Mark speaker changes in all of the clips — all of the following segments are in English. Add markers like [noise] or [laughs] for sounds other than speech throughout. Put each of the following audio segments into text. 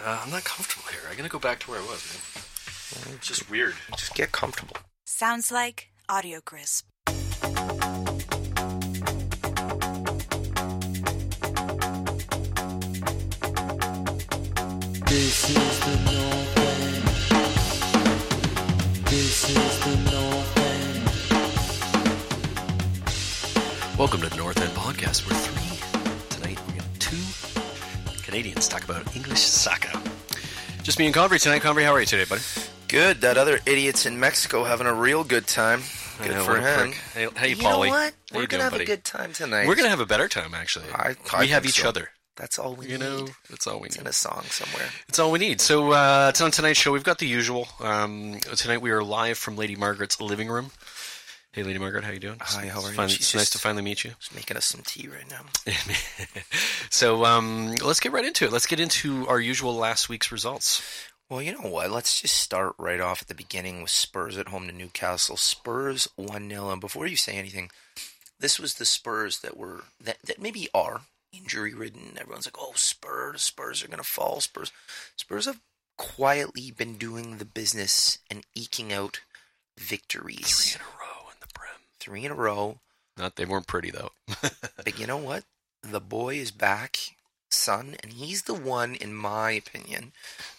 Speaker 1: Uh, I'm not comfortable here. I gotta go back to where I was, man. It's just weird. Just get comfortable.
Speaker 2: Sounds like Audio Crisp.
Speaker 3: This is the North End. This is the North End.
Speaker 1: Welcome to the North End Podcast. We're three. Tonight we got two Canadians talk about English soccer. Just me and Convery tonight. Convery, how are you today, buddy?
Speaker 4: Good. That other idiot's in Mexico having a real good time.
Speaker 1: I
Speaker 4: Good
Speaker 1: know,
Speaker 4: for
Speaker 1: what a
Speaker 4: him.
Speaker 1: prick. Hey, hey
Speaker 4: you
Speaker 1: Paulie.
Speaker 4: know what?
Speaker 1: How
Speaker 4: We're
Speaker 1: you
Speaker 4: gonna
Speaker 1: doing,
Speaker 4: have
Speaker 1: buddy?
Speaker 4: a good time tonight.
Speaker 1: We're gonna have a better time, actually.
Speaker 4: I- I
Speaker 1: we have
Speaker 4: think
Speaker 1: each
Speaker 4: so.
Speaker 1: other.
Speaker 4: That's all we
Speaker 1: You know,
Speaker 4: need.
Speaker 1: that's all we
Speaker 4: It's
Speaker 1: need.
Speaker 4: in a song somewhere.
Speaker 1: It's all we need. So uh, it's on tonight's show. We've got the usual. Um, tonight we are live from Lady Margaret's living room. Hey, Lady Margaret, how you doing?
Speaker 4: Hi, how
Speaker 1: It's
Speaker 4: are you?
Speaker 1: fin-
Speaker 4: She's
Speaker 1: It's nice
Speaker 4: just-
Speaker 1: to finally meet you. [laughs]
Speaker 4: Just making us some tea right now.
Speaker 1: so um, let's get right into it. Let's get into our usual last week's results.
Speaker 4: Well, you know what? Let's just start right off at the beginning with Spurs at home to Newcastle. Spurs 1 0. And before you say anything, this was the Spurs that were, that, that maybe are injury ridden. Everyone's like, oh, Spurs, Spurs are going to fall. Spurs. Spurs have quietly been doing the business and eking out victories.
Speaker 1: a row in the brim.
Speaker 4: Three in a row.
Speaker 1: Not they weren't pretty though. [laughs]
Speaker 4: But you know what? The boy is back, son, and he's the one, in my opinion,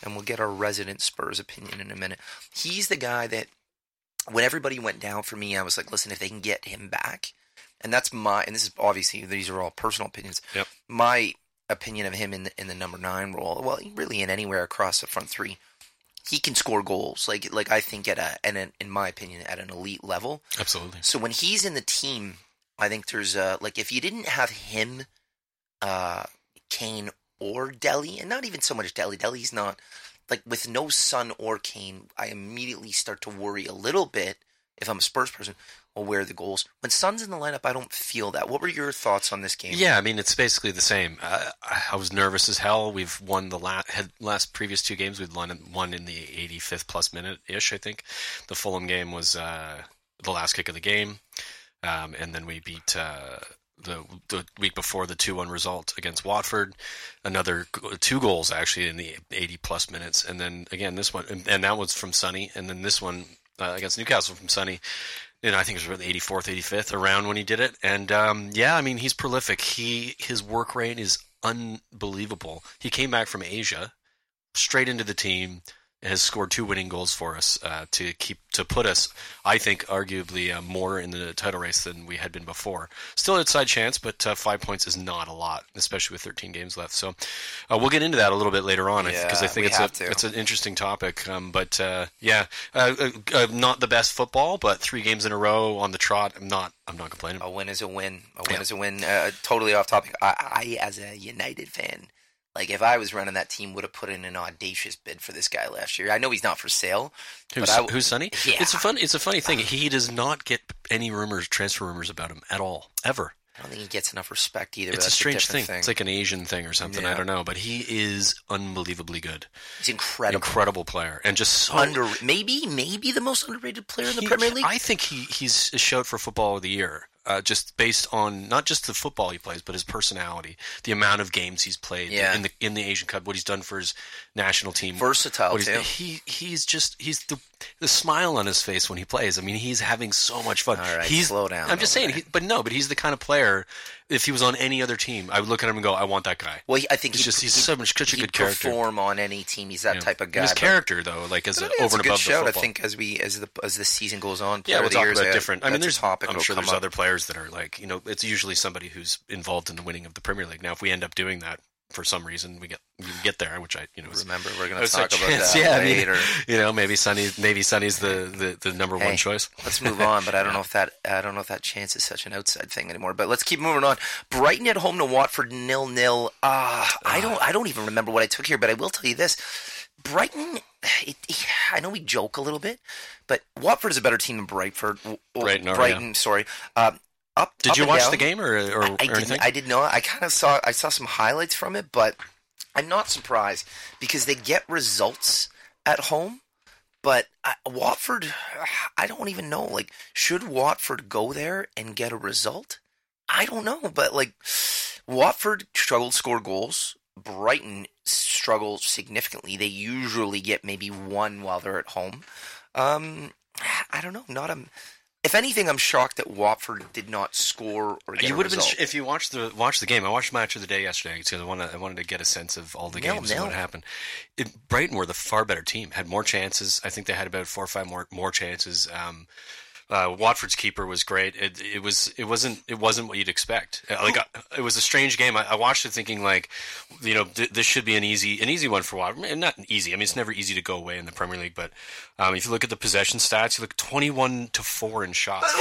Speaker 4: and we'll get our resident Spurs opinion in a minute. He's the guy that, when everybody went down for me, I was like, listen, if they can get him back, and that's my, and this is obviously, these are all personal opinions.
Speaker 1: Yep.
Speaker 4: My opinion of him in the, in the number nine role, well, really in anywhere across the front three. He can score goals, like like I think at a and in- in my opinion at an elite level.
Speaker 1: Absolutely.
Speaker 4: So when he's in the team, I think there's uh like if you didn't have him, uh, Kane or Delhi, and not even so much Delhi. Delhi's not like with no Son or Kane. I immediately start to worry a little bit if I'm a Spurs person. Well, where are the goals? When Son's in the lineup, I don't feel that. What were your thoughts on this game?
Speaker 1: Yeah, I mean it's basically the same. Uh, I was nervous as hell. We've won the last had last previous two games. We've won one in the 85th plus minute ish. I think the Fulham game was uh, the last kick of the game, um, and then we beat uh, the the week before the two one result against Watford. Another g- two goals actually in the 80 plus minutes, and then again this one, and, and that one's from Sonny, and then this one uh, against Newcastle from Sonny you know, I think it was around the 84th, 85th around when he did it. And um, yeah, I mean, he's prolific. He his work rate is unbelievable. He came back from Asia straight into the team and has scored two winning goals for us uh, to keep to put us, I think, arguably uh, more in the title race than we had been before. Still an outside chance, but uh, five points is not a lot, especially with 13 games left. So uh, we'll get into that a little bit later on because I
Speaker 4: Yeah,
Speaker 1: think
Speaker 4: we
Speaker 1: it's a
Speaker 4: have to.
Speaker 1: it's an interesting topic. Um, but uh, yeah, uh, uh, uh, not the best football, but three games in a row on the trot. I'm not I'm not complaining.
Speaker 4: A win is a win. A win
Speaker 1: Yeah.
Speaker 4: is a win. Uh, totally off topic. I, I, as a United fan, like if I was running that team, would have put in an audacious bid for this guy last year. I know he's not for sale.
Speaker 1: Who's,
Speaker 4: but I-
Speaker 1: who's Sonny?
Speaker 4: Yeah.
Speaker 1: It's a fun. It's a funny thing. He does not get any rumors, transfer rumors about him at all, ever.
Speaker 4: I don't think he gets enough respect either.
Speaker 1: it's a
Speaker 4: That's
Speaker 1: strange
Speaker 4: different
Speaker 1: thing. It's like an Asian thing or something. I
Speaker 4: Yeah.
Speaker 1: don't know, but he is unbelievably good,
Speaker 4: he's incredible.
Speaker 1: incredible player, and just so
Speaker 4: Under maybe maybe the most underrated player in the
Speaker 1: He-
Speaker 4: Premier League.
Speaker 1: I think he, he's a shout for football of the year, uh, just based on not just the football he plays, but his personality, the amount of games he's played
Speaker 4: Yeah.
Speaker 1: in the in the Asian Cup, what he's done for his national team,
Speaker 4: Versatile
Speaker 1: what he's-
Speaker 4: too.
Speaker 1: He he's just he's the the smile on his face when he plays. I mean, he's having so much fun.
Speaker 4: All right,
Speaker 1: he's,
Speaker 4: slow down
Speaker 1: I'm just
Speaker 4: over
Speaker 1: saying,
Speaker 4: there.
Speaker 1: he, but no, but he's the kind of player. If he was on any other team, I would look at him and go, "I want that guy."
Speaker 4: Well, he, I think
Speaker 1: It's
Speaker 4: he,
Speaker 1: just he's
Speaker 4: he,
Speaker 1: so much such a
Speaker 4: he'd
Speaker 1: good character.
Speaker 4: perform on any team. He's that
Speaker 1: Yeah.
Speaker 4: type of
Speaker 1: And
Speaker 4: guy.
Speaker 1: His
Speaker 4: but-
Speaker 1: character, though, like as
Speaker 4: but I
Speaker 1: a,
Speaker 4: think that's
Speaker 1: over
Speaker 4: a
Speaker 1: and
Speaker 4: good
Speaker 1: above
Speaker 4: shout.
Speaker 1: the
Speaker 4: I
Speaker 1: football.
Speaker 4: think as we as the as the season goes on,
Speaker 1: Yeah,
Speaker 4: player
Speaker 1: we'll
Speaker 4: of the
Speaker 1: talk
Speaker 4: year is
Speaker 1: about
Speaker 4: a-
Speaker 1: different. I
Speaker 4: that's
Speaker 1: mean,
Speaker 4: a
Speaker 1: there's
Speaker 4: topic.
Speaker 1: I'm
Speaker 4: that'll
Speaker 1: sure
Speaker 4: come
Speaker 1: there's
Speaker 4: up.
Speaker 1: other players that are like, you know, it's usually somebody who's involved in the winning of the Premier League. Now, if we end up doing that for some reason, we get we get there, which I, you know, [laughs] is-
Speaker 4: Remember, we're going to
Speaker 1: it's our
Speaker 4: talk about
Speaker 1: chance.
Speaker 4: that
Speaker 1: yeah, I mean,
Speaker 4: later.
Speaker 1: you know, maybe Sunny, maybe Sunny's the the, the number
Speaker 4: Hey.
Speaker 1: one choice.
Speaker 4: Let's move on, but I don't know if that I don't know if that chance is such an outside thing anymore. But let's keep moving on. Brighton at home to Watford nil nil. Ah, I don't I don't even remember what I took here, but I will tell you this: Brighton. It, I know we joke a little bit, but Watford is a better team than Brightford.
Speaker 1: Brighton are,
Speaker 4: Brighton. Sorry. Um, up.
Speaker 1: Did
Speaker 4: up
Speaker 1: you
Speaker 4: and
Speaker 1: watch
Speaker 4: down.
Speaker 1: the game or or,
Speaker 4: I, I
Speaker 1: or anything?
Speaker 4: didn't. I did not. I kind of saw. I saw some highlights from it, but I'm not surprised because they get results at home. But I, Watford, I don't even know. Like, should Watford go there and get a result? I don't know. But like, Watford struggled to score goals. Brighton struggle significantly. They usually get maybe one while they're at home. Um, I don't know. Not a. If anything, I'm shocked that Watford did not score or get
Speaker 1: You
Speaker 4: a
Speaker 1: would have been
Speaker 4: result.
Speaker 1: sh- if you watched the watched the game. I watched match of the day yesterday because I wanted I wanted to get a sense of all the
Speaker 4: Nil,
Speaker 1: games and what
Speaker 4: nil.
Speaker 1: happened. It, Brighton were the far better team, had more chances. I think they had about four or five more more chances. Um, uh, Watford's keeper was great. It, it was it wasn't it wasn't what you'd expect. Uh, Like uh, it was a strange game. I, I watched it thinking like, you know, th- this should be an easy an easy one for Watford. And not easy. I mean, it's never easy to go away in the Premier League. But um, if you look at the possession stats, you look twenty one to four in
Speaker 4: [laughs]
Speaker 1: shots.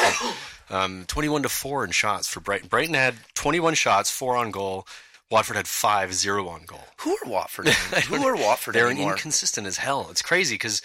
Speaker 1: Um, 21 to 4 in shots for Brighton. Brighton had 21 shots, 4 on goal. Watford had five, zero on goal.
Speaker 4: Who
Speaker 1: [laughs]
Speaker 4: are Watford? anymore? Who are Watford
Speaker 1: They're
Speaker 4: anymore?
Speaker 1: inconsistent as hell. It's crazy because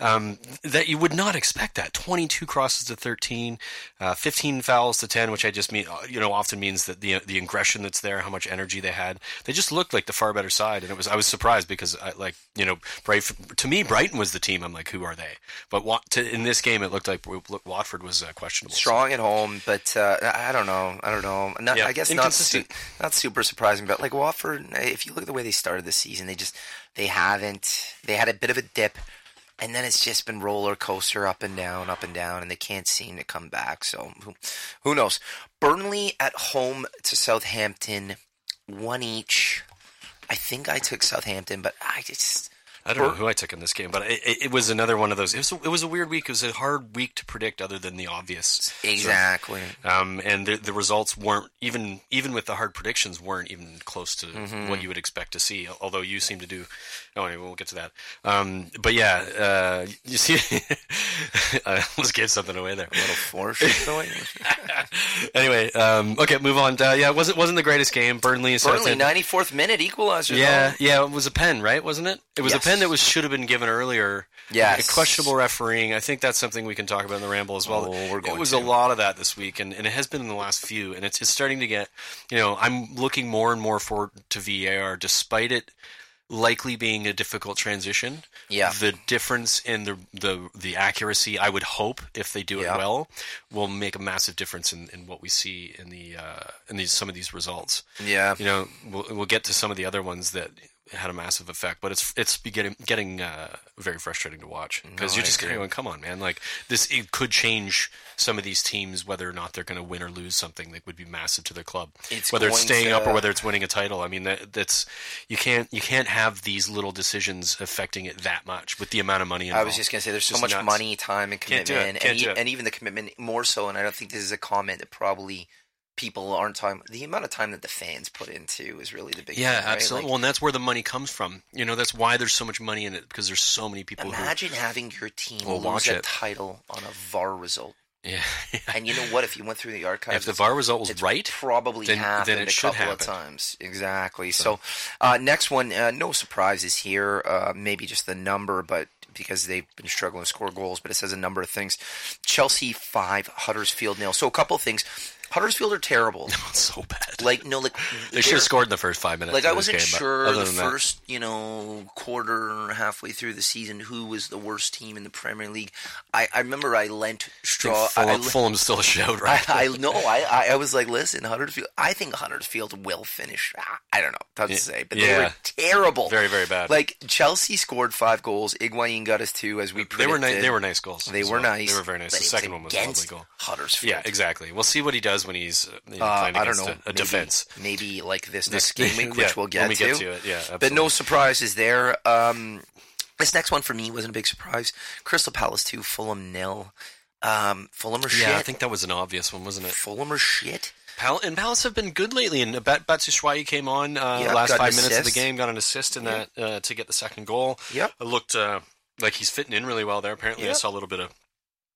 Speaker 1: um, that you would not expect that. 22 crosses to 13, uh, 15 fouls to 10, which I just mean, uh, you know, often means that the the aggression that's there, how much energy they had. They just looked like the far better side, and it was I was surprised because I like you know, Bright, to me Brighton was the team. I'm like, who are they? But Wat, to, in this game, it looked like Watford was uh, questionable. So-
Speaker 4: Strong at home, but uh, I I don't know. I don't know. Not,
Speaker 1: Yeah,
Speaker 4: I guess not, su-
Speaker 1: inconsistent.
Speaker 4: not super surprising, but like Watford, if you look at the way they started the season, they just they haven't. They had a bit of a dip, and then it's just been roller coaster up and down, up and down, and they can't seem to come back. So who, who knows? Burnley at home to Southampton, one each. I think I took Southampton, but I just
Speaker 1: I don't know
Speaker 4: Bur-
Speaker 1: who I took in this game, but it, it, it was another one of those. It was, a, it was a weird week. It was a hard week to predict, other than the obvious.
Speaker 4: exactly.
Speaker 1: Um, and the, the results weren't even even with the hard predictions weren't even close to what you would expect to see. Although you seem to do. Oh, anyway, we'll get to that. Um, but yeah, uh, [laughs] you see, I almost gave something away there. [laughs]
Speaker 4: little foreshadowing.
Speaker 1: anyway, um, okay, move on. Uh, yeah, it wasn't wasn't the greatest game. Burnley, and
Speaker 4: Burnley,
Speaker 1: Southampton-
Speaker 4: ninety fourth minute equalizer.
Speaker 1: Yeah, yeah, it was a pen, right? Wasn't it? It was
Speaker 4: Yes.
Speaker 1: a pen that was should have been given earlier.
Speaker 4: Yes.
Speaker 1: A questionable refereeing. I think that's something we can talk about in the ramble as well.
Speaker 4: Oh, we're going
Speaker 1: it was
Speaker 4: to.
Speaker 1: a lot of that this week, and, and it has been in the last few. And it's, it's starting to get, you know, I'm looking more and more forward to VAR, despite it likely being a difficult transition.
Speaker 4: Yeah.
Speaker 1: The difference in the the the accuracy, I would hope, if they do
Speaker 4: Yeah.
Speaker 1: it well, will make a massive difference in, in what we see in the uh, in these some of these results
Speaker 4: though. yeah.
Speaker 1: you know, we'll, we'll get to some of the other ones that had a massive effect, but it's it's getting getting uh, very frustrating to watch because
Speaker 4: No,
Speaker 1: you're
Speaker 4: I
Speaker 1: just
Speaker 4: agree.
Speaker 1: going, come on, man! Like this, it could change some of these teams whether or not they're going to win or lose something that would be massive to their club.
Speaker 4: It's
Speaker 1: whether it's
Speaker 4: going
Speaker 1: staying up
Speaker 4: to-
Speaker 1: or whether it's winning a title. I mean, that, that's you can't you can't have these little decisions affecting it that much with the amount of money. Involved.
Speaker 4: I was just gonna say, there's so
Speaker 1: Just
Speaker 4: much
Speaker 1: nuts.
Speaker 4: money, time, and
Speaker 1: Can't do it.
Speaker 4: commitment,
Speaker 1: Can't
Speaker 4: and, e-
Speaker 1: do it.
Speaker 4: and even the commitment more so. And I don't think this is a comment that probably people aren't talking. The amount of time that the fans put into is really the big.
Speaker 1: Yeah,
Speaker 4: thing, right?
Speaker 1: absolutely.
Speaker 4: Like,
Speaker 1: well, and that's where the money comes from. You know, that's why there's so much money in it because there's so many people who.
Speaker 4: Imagine having your team
Speaker 1: Well,
Speaker 4: lose
Speaker 1: watch
Speaker 4: a
Speaker 1: it.
Speaker 4: title on a VAR result,
Speaker 1: [laughs] Yeah.
Speaker 4: and you know what? If you went through the
Speaker 1: [laughs]
Speaker 4: archives,
Speaker 1: if the
Speaker 4: it's-
Speaker 1: VAR result was
Speaker 4: it's
Speaker 1: right,
Speaker 4: probably
Speaker 1: then-
Speaker 4: happened
Speaker 1: then it
Speaker 4: a
Speaker 1: should
Speaker 4: couple of
Speaker 1: happen.
Speaker 4: times. Exactly. So, uh, next one, uh, no surprises here. Uh, maybe just the number, but because they've been struggling to score goals, but it says a number of things. Chelsea five, Huddersfield nil. So a couple of things. Huddersfield
Speaker 1: [laughs]
Speaker 4: are terrible.
Speaker 1: so bad.
Speaker 4: like no, like
Speaker 1: They should
Speaker 4: they're-
Speaker 1: have scored in the first five minutes.
Speaker 4: Like
Speaker 1: of
Speaker 4: I
Speaker 1: this
Speaker 4: wasn't
Speaker 1: game, but
Speaker 4: sure
Speaker 1: other
Speaker 4: the
Speaker 1: than that-
Speaker 4: first, you know, quarter halfway through the season who was the worst team in the Premier League. I, I remember I
Speaker 1: I
Speaker 4: lent
Speaker 1: think
Speaker 4: straw. I- I
Speaker 1: Fulham,
Speaker 4: lent-
Speaker 1: Fulham's still [laughs] showed,
Speaker 4: I,
Speaker 1: right?
Speaker 4: I know. I, I, I was like, listen, Huddersfield. I think Huddersfield will finish. ah, I don't know. Tough to
Speaker 1: Yeah.
Speaker 4: say, but they were
Speaker 1: Yeah.
Speaker 4: terrible.
Speaker 1: Very, very bad.
Speaker 4: Like Chelsea scored five goals. Higuain got us two, as we
Speaker 1: they
Speaker 4: predicted.
Speaker 1: were nice. They were nice goals.
Speaker 4: They
Speaker 1: as
Speaker 4: were
Speaker 1: well.
Speaker 4: nice.
Speaker 1: They were very nice.
Speaker 4: but
Speaker 1: The
Speaker 4: it's
Speaker 1: second one was a lovely
Speaker 4: against
Speaker 1: goal.
Speaker 4: Huddersfield.
Speaker 1: Yeah, exactly. We'll see what he does when he's uh, you know,
Speaker 4: Uh,
Speaker 1: playing
Speaker 4: I don't
Speaker 1: against
Speaker 4: know.
Speaker 1: a, a
Speaker 4: maybe-
Speaker 1: defense.
Speaker 4: Maybe like this next game week,
Speaker 1: [laughs]
Speaker 4: which
Speaker 1: Yeah,
Speaker 4: we'll
Speaker 1: when
Speaker 4: get
Speaker 1: we
Speaker 4: to.
Speaker 1: get to it. Yeah,
Speaker 4: but no
Speaker 1: absolutely.
Speaker 4: surprises there. Um, this next one for me wasn't a big surprise. Crystal Palace two, Fulham nil. Um, Fulham are shit.
Speaker 1: Yeah, I think that was an obvious one, wasn't it?
Speaker 4: Fulham are shit.
Speaker 1: Pal- and Palace have been good lately. And Bet- Batshuayi came on uh,
Speaker 4: Yeah,
Speaker 1: last
Speaker 4: got an
Speaker 1: five minutes of the
Speaker 4: assist.
Speaker 1: game, got an assist in
Speaker 4: Yeah.
Speaker 1: that uh, to get the second goal.
Speaker 4: Yep.
Speaker 1: It looked uh, like he's fitting in really well there. Apparently,
Speaker 4: Yeah.
Speaker 1: I saw a little bit of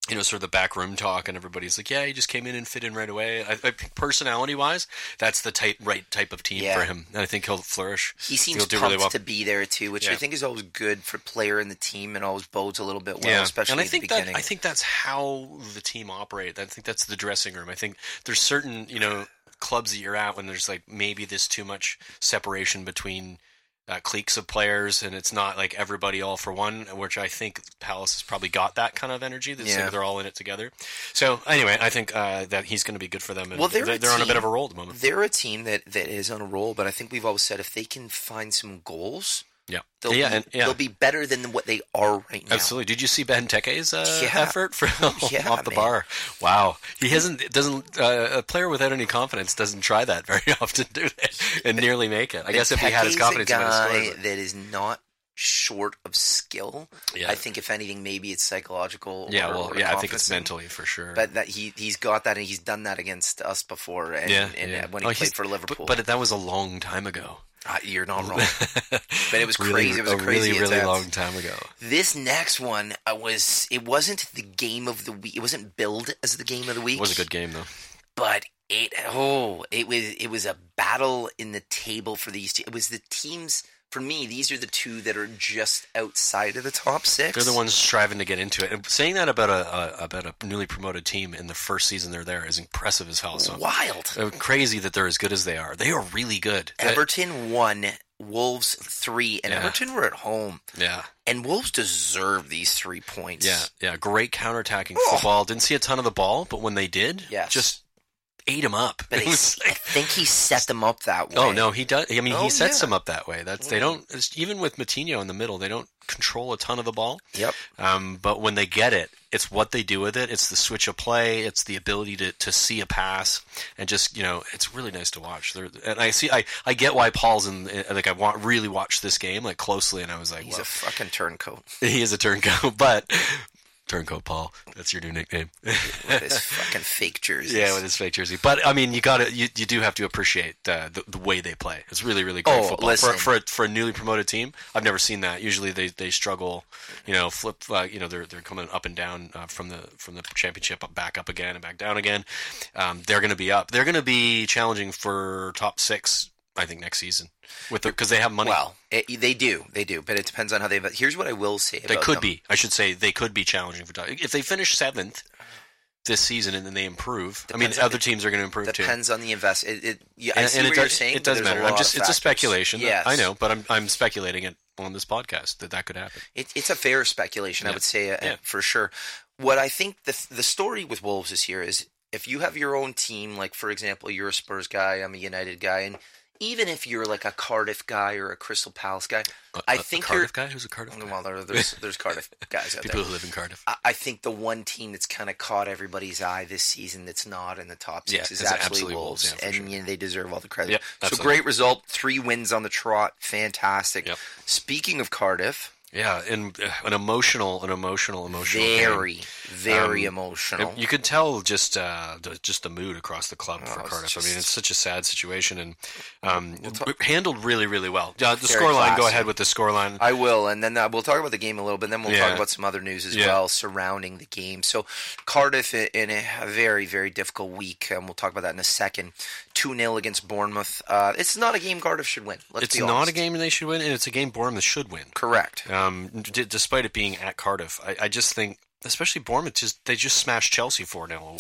Speaker 1: you know sort of the back room talk, and everybody's like, "Yeah, he just came in and fit in right away." I, I, personality wise, that's the type right type of team
Speaker 4: Yeah.
Speaker 1: for him, and I think he'll flourish.
Speaker 4: He seems
Speaker 1: he'll do
Speaker 4: pumped
Speaker 1: really well.
Speaker 4: to be there too, which I
Speaker 1: Yeah.
Speaker 4: think is always good for player and the team, and always bodes a little bit well, especially
Speaker 1: and I
Speaker 4: at
Speaker 1: think
Speaker 4: the beginning.
Speaker 1: that I think that's how the team operate. I think that's the dressing room. I think there's certain you know clubs that you're at when there's like maybe this too much separation between uh, cliques of players, and it's not like everybody all for one, which I think Palace has probably got that kind of energy. That
Speaker 4: Yeah.
Speaker 1: they're all in it together. So anyway, I think uh, that he's going to be good for them. And
Speaker 4: Well, they're
Speaker 1: they're,
Speaker 4: a
Speaker 1: they're on a bit
Speaker 4: team.
Speaker 1: of a roll at the moment.
Speaker 4: They're a team that, that is on a roll, but I think we've always said if they can find some goals,
Speaker 1: Yeah,
Speaker 4: they'll,
Speaker 1: yeah,
Speaker 4: be,
Speaker 1: and, yeah.
Speaker 4: they'll be better than what they are right now.
Speaker 1: Absolutely. Did you see Ben Teke's uh,
Speaker 4: Yeah.
Speaker 1: effort for
Speaker 4: [laughs] Yeah,
Speaker 1: [laughs] off the
Speaker 4: man.
Speaker 1: bar? Wow, he hasn't doesn't uh, a player without any confidence doesn't try that [laughs] very often, do they? And nearly make it. I guess if he had his
Speaker 4: Peke's
Speaker 1: confidence,
Speaker 4: a
Speaker 1: he might have
Speaker 4: guy
Speaker 1: scored.
Speaker 4: that is not short of skill.
Speaker 1: Yeah.
Speaker 4: I think if anything, maybe it's psychological.
Speaker 1: Yeah,
Speaker 4: or-
Speaker 1: well,
Speaker 4: or
Speaker 1: yeah, I think
Speaker 4: confidence
Speaker 1: it's
Speaker 4: in-
Speaker 1: mentally for sure.
Speaker 4: But that he he's got that and he's done that against us before. And,
Speaker 1: yeah,
Speaker 4: and
Speaker 1: yeah.
Speaker 4: uh, when he
Speaker 1: Oh, he's-
Speaker 4: played for
Speaker 1: but-
Speaker 4: Liverpool,
Speaker 1: But, that was a long time ago.
Speaker 4: Ah, you're not wrong.
Speaker 1: but
Speaker 4: it was crazy. It was a crazy
Speaker 1: [laughs] really, really
Speaker 4: attempt.
Speaker 1: long time ago.
Speaker 4: this next one, I was it wasn't the game of the week. It wasn't billed as the game of the week.
Speaker 1: It was a good game though.
Speaker 4: but it oh it was it was a battle in the table for these. Two. It was the teams. For me, these are the two that are just outside of the top six.
Speaker 1: They're the ones striving to get into it. And saying that about a, a about a newly promoted team in the first season they're there is impressive as hell. So
Speaker 4: wild.
Speaker 1: Uh, crazy that they're as good as they are. They are really good. Uh,
Speaker 4: Everton one, Wolves three, and
Speaker 1: Yeah.
Speaker 4: Everton were at home,
Speaker 1: yeah,
Speaker 4: and Wolves deserve these three points.
Speaker 1: yeah, yeah. Great counterattacking
Speaker 4: Oh.
Speaker 1: football. Didn't see a ton of the ball, but when they did,
Speaker 4: Yes.
Speaker 1: just ate them up. [laughs]
Speaker 4: but
Speaker 1: it
Speaker 4: I,
Speaker 1: was
Speaker 4: I
Speaker 1: like,
Speaker 4: think he set them up that way.
Speaker 1: oh Mm-hmm. no, he does. I mean,
Speaker 4: Oh,
Speaker 1: he sets
Speaker 4: yeah.
Speaker 1: them up that way. That's they don't it's- even with Matinho in the middle, they don't control a ton of the ball.
Speaker 4: Yep.
Speaker 1: Um, but when they get it, it's what they do with it. It's the switch of play. It's the ability to, to see a pass and just you know, it's really nice to watch. They're, and I see, I, I get why Paul's in. Like I want really watched this game like closely, and I was like,
Speaker 4: He's
Speaker 1: wow.
Speaker 4: a
Speaker 1: [laughs]
Speaker 4: fucking turncoat
Speaker 1: He is a turncoat, [laughs] but turncoat Paul. That's your new nickname.
Speaker 4: with his fucking fake jerseys.
Speaker 1: yeah, with his fake jersey. But I mean, you got to you, you do have to appreciate uh, the the way they play. It's really really great
Speaker 4: Oh,
Speaker 1: football
Speaker 4: listen.
Speaker 1: for for a, for a newly promoted team. I've never seen that. Usually they, they struggle, you know, flip. Uh, you know, they're they're coming up and down uh, from the from the championship up back up again and back down again. Um, they're going to be up. They're going to be challenging for top six. I think next season with because they have money.
Speaker 4: well, it, they do, they do, but it depends on how they. But here's what I will say:
Speaker 1: They
Speaker 4: about
Speaker 1: could
Speaker 4: them.
Speaker 1: be. I should say they could be challenging for title. If they finish seventh this season and then they improve,
Speaker 4: Depends
Speaker 1: I mean,
Speaker 4: on-
Speaker 1: other teams are going to improve
Speaker 4: Depends on the invest. It, it, yeah,
Speaker 1: too.
Speaker 4: I see what
Speaker 1: it,
Speaker 4: you're
Speaker 1: does-
Speaker 4: saying.
Speaker 1: it
Speaker 4: but
Speaker 1: does
Speaker 4: there's a
Speaker 1: matter.
Speaker 4: lot
Speaker 1: I'm
Speaker 4: of
Speaker 1: just it's a
Speaker 4: factors.
Speaker 1: speculation.
Speaker 4: Yes.
Speaker 1: I know, but I'm I'm speculating it on this podcast that that could happen.
Speaker 4: It, it's a fair speculation, I
Speaker 1: Yeah.
Speaker 4: would say, uh,
Speaker 1: Yeah.
Speaker 4: for sure. What I think the the story with Wolves is here is if you have your own team, like for example, you're a Spurs guy, I'm a United guy, and even if you're like a Cardiff guy or a Crystal Palace guy, I
Speaker 1: A- a
Speaker 4: think
Speaker 1: Cardiff guy who's a Cardiff
Speaker 4: you're
Speaker 1: guy?
Speaker 4: well, there- there's there's Cardiff
Speaker 1: [laughs]
Speaker 4: guys out
Speaker 1: people
Speaker 4: there.
Speaker 1: who live in Cardiff.
Speaker 4: I- I think the one team that's kind of caught everybody's eye this season that's not in the top six
Speaker 1: Yeah, is
Speaker 4: is absolutely,
Speaker 1: absolutely
Speaker 4: Wolves,
Speaker 1: Wolves, yeah, for
Speaker 4: and
Speaker 1: sure.
Speaker 4: you know, they deserve all the credit.
Speaker 1: Yeah,
Speaker 4: so
Speaker 1: absolutely.
Speaker 4: great result, three wins on the trot, fantastic.
Speaker 1: Yep.
Speaker 4: Speaking of Cardiff,
Speaker 1: Yeah, and uh, an emotional, an emotional, emotional. game.
Speaker 4: very, very
Speaker 1: Um,
Speaker 4: emotional.
Speaker 1: It- You could tell just uh, the, just the mood across the club for
Speaker 4: Oh, it's
Speaker 1: Cardiff. I
Speaker 4: just-
Speaker 1: mean, it's such a sad situation and um, w- handled really, really well. Uh, the
Speaker 4: Very
Speaker 1: scoreline. Go
Speaker 4: classy.
Speaker 1: ahead with the scoreline.
Speaker 4: I will, and then uh, we'll talk about the game a little bit. and Then we'll talk
Speaker 1: Yeah.
Speaker 4: about some other news as
Speaker 1: Yeah.
Speaker 4: well surrounding the game. So Cardiff i- in a, a very, very difficult week, and we'll talk about that in a second. Two 0 against Bournemouth. Uh, it's not a game Cardiff should win. Let's
Speaker 1: it's
Speaker 4: be
Speaker 1: not
Speaker 4: honest.
Speaker 1: a game they should win, and it's a game Bournemouth should win.
Speaker 4: Correct.
Speaker 1: Um, d- despite it being at Cardiff, I, I just think, especially Bournemouth, just they just smashed Chelsea four 0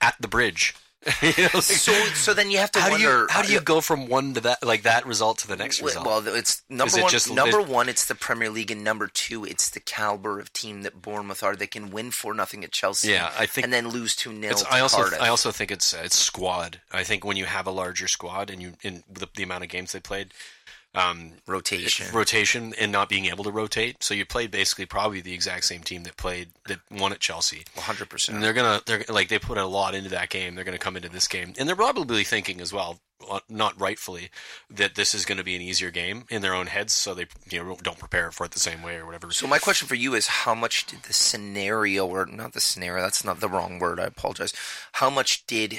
Speaker 1: at the bridge. [laughs] You know, like,
Speaker 4: So, so then you have to
Speaker 1: how do
Speaker 4: wonder uh,
Speaker 1: you how do you go from one to that like that result to the next result?
Speaker 4: Well, it's number
Speaker 1: it
Speaker 4: one.
Speaker 1: just-
Speaker 4: number
Speaker 1: is-
Speaker 4: one, it's the Premier League, and number two, it's the caliber of team that Bournemouth are. They can win four nothing at Chelsea,
Speaker 1: Yeah, I think-
Speaker 4: and then lose two 0
Speaker 1: It's,
Speaker 4: to
Speaker 1: I also
Speaker 4: Cardiff.
Speaker 1: I also think it's uh, it's squad. I think when you have a larger squad and you in the, the amount of games they played, um,
Speaker 4: rotation.
Speaker 1: rotation and not being able to rotate, so you played basically probably the exact same team that played that won at Chelsea.
Speaker 4: One hundred percent.
Speaker 1: And they're gonna, they're like they put a lot into that game. They're gonna come into this game, and they're probably thinking as well, uh, not rightfully, that this is gonna be an easier game in their own heads, so they you know don't prepare for it the same way or whatever.
Speaker 4: So my question for you is: How much did the scenario, or not the scenario? That's not the wrong word. I apologize. How much did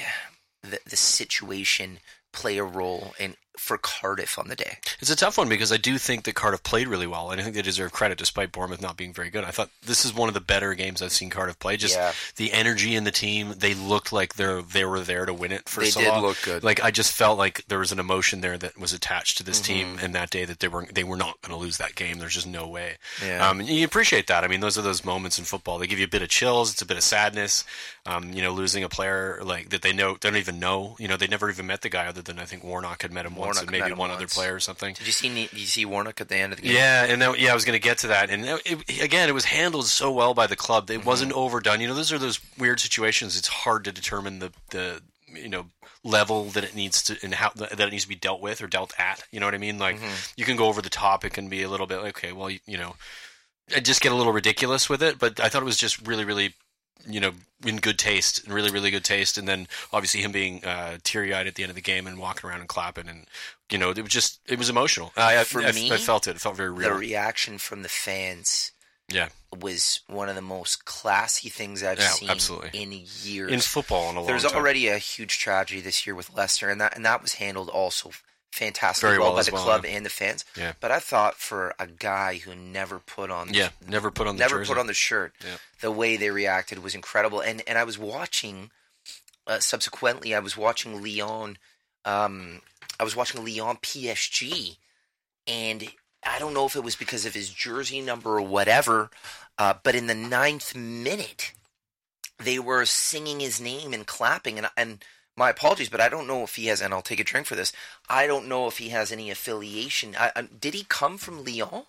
Speaker 4: the, the situation play a role in for Cardiff on the day?
Speaker 1: It's a tough one because I do think that Cardiff played really well, and I think they deserve credit despite Bournemouth not being very good. I thought this is one of the better games I've seen Cardiff play. Just
Speaker 4: Yeah.
Speaker 1: the energy in the team; they looked like they're they were there to win it for
Speaker 4: They
Speaker 1: so
Speaker 4: did
Speaker 1: long.
Speaker 4: look good.
Speaker 1: Like I just felt like there was an emotion there that was attached to this
Speaker 4: Mm-hmm.
Speaker 1: team, and that day that they were they were not going to lose that game. There's just no way.
Speaker 4: Yeah.
Speaker 1: Um, and you appreciate that. I mean, those are those moments in football. They give you a bit of chills. It's a bit of sadness. Um, you know, losing a player like that they know they don't even know. You know, they never even met the guy other than I think Warnock had met him influence
Speaker 4: Warnock
Speaker 1: of maybe
Speaker 4: met him
Speaker 1: one other
Speaker 4: once.
Speaker 1: player or something.
Speaker 4: Did you see? Ne- Did you see Warnock at the end of the game?
Speaker 1: Yeah, and that, yeah, I was going to get to that. And it, it- again, it was handled so well by the club.
Speaker 4: Mm-hmm.
Speaker 1: It wasn't overdone. You know, those are those weird situations. It's hard to determine the the you know level that it needs to and how that it needs to be dealt with or dealt at. You know what I mean? Like
Speaker 4: Mm-hmm.
Speaker 1: you can go over the top. It can be a little bit like, okay. Well, you, you know, I just get a little ridiculous with it. But I thought it was just really, really. You know, in good taste, in really, really good taste, and then obviously him being uh, teary-eyed at the end of the game and walking around and clapping, and you know, it was just it was emotional. I, I,
Speaker 4: For
Speaker 1: I-
Speaker 4: me,
Speaker 1: I felt it. It felt very real.
Speaker 4: The reaction from the fans
Speaker 1: Yeah,
Speaker 4: was one of the most classy things I've
Speaker 1: Yeah,
Speaker 4: seen
Speaker 1: absolutely.
Speaker 4: in years.
Speaker 1: in football in a long
Speaker 4: There's
Speaker 1: time.
Speaker 4: already a huge tragedy this year with Leicester, and that and that was handled also fantastically
Speaker 1: Very
Speaker 4: well,
Speaker 1: well
Speaker 4: by
Speaker 1: as
Speaker 4: the
Speaker 1: well,
Speaker 4: club
Speaker 1: yeah.
Speaker 4: and the fans.
Speaker 1: Yeah.
Speaker 4: But I thought for a guy who never put on
Speaker 1: yeah, never put on the
Speaker 4: never
Speaker 1: jersey.
Speaker 4: put on the shirt,
Speaker 1: Yeah.
Speaker 4: the way they reacted was incredible. And and I was watching uh, subsequently, I was watching Leon. Um, I was watching Leon PSG, and I don't know if it was because of his jersey number or whatever, uh, but in the ninth minute, they were singing his name and clapping. And and my apologies, but I don't know if he has. And I'll take a drink for this. I don't know if he has any affiliation. I, I, did he come from Lyon?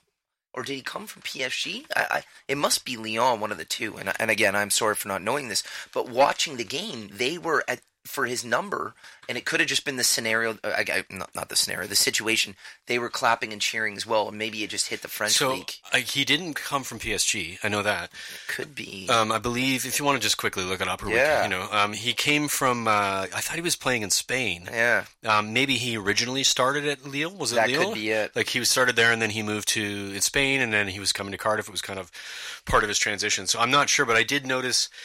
Speaker 4: Or did he come from PSG? I, I, it must be Lyon, one of the two. And, and again, I'm sorry for not knowing this, but watching the game, they were at for his number, and it could have just been the scenario. uh, I, I, not, not the scenario, the situation. They were clapping and cheering as well, and maybe it just hit the French
Speaker 1: so
Speaker 4: league.
Speaker 1: I, he didn't come from PSG. I know that.
Speaker 4: Could be.
Speaker 1: Um, I believe if you want to just quickly look it up, or we
Speaker 4: Yeah.
Speaker 1: can, you know, um, he came from. Uh, I thought he was playing in Spain.
Speaker 4: yeah.
Speaker 1: Um, maybe he originally started at Lille. Was it
Speaker 4: That
Speaker 1: Lille?
Speaker 4: could be it.
Speaker 1: Like he was started there, and then he moved to in Spain, and then he was coming to Cardiff. It was kind of part of his transition. So I'm not sure, but I did notice. [clears throat]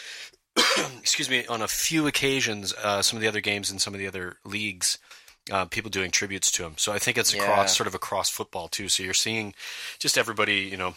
Speaker 1: excuse me. On a few occasions, uh, some of the other games and some of the other leagues, uh, people doing tributes to him. So I think it's
Speaker 4: Yeah.
Speaker 1: across sort of across football too. So you're seeing just everybody, you know,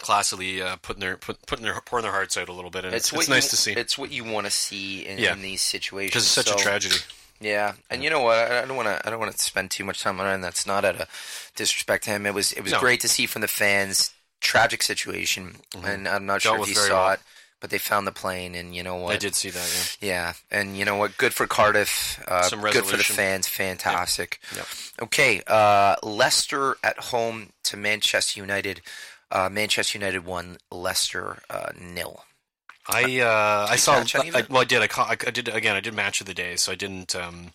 Speaker 1: classily uh, putting their put, putting their pouring their hearts out a little bit, and it's, it's,
Speaker 4: what
Speaker 1: nice
Speaker 4: you,
Speaker 1: to see
Speaker 4: It's what you want to see in,
Speaker 1: Yeah.
Speaker 4: in these situations
Speaker 1: because it's such
Speaker 4: So-
Speaker 1: a tragedy.
Speaker 4: Yeah, and you know what? I I don't want to. I don't want to spend too much time on it. And that's not out of disrespect to him. It was. It was
Speaker 1: No.
Speaker 4: great to see from the fans. Tragic situation, and I'm
Speaker 1: Mm-hmm.
Speaker 4: not
Speaker 1: Dealt
Speaker 4: sure if
Speaker 1: with
Speaker 4: you
Speaker 1: very
Speaker 4: saw
Speaker 1: well.
Speaker 4: it, but they found the plane, and you know what?
Speaker 1: I did see that. Yeah.
Speaker 4: Yeah, and you know what? Good for Cardiff. Uh,
Speaker 1: Some
Speaker 4: good for the
Speaker 1: resolution.
Speaker 4: fans. Fantastic.
Speaker 1: Yep.
Speaker 4: Okay, uh, Leicester at home to Manchester United. Uh, Manchester United won. Leicester uh, nil.
Speaker 1: I uh, I saw.
Speaker 4: catch any of
Speaker 1: I,
Speaker 4: it?
Speaker 1: well, I did. I, caught, I did again. I did match of the day, so I didn't. Um,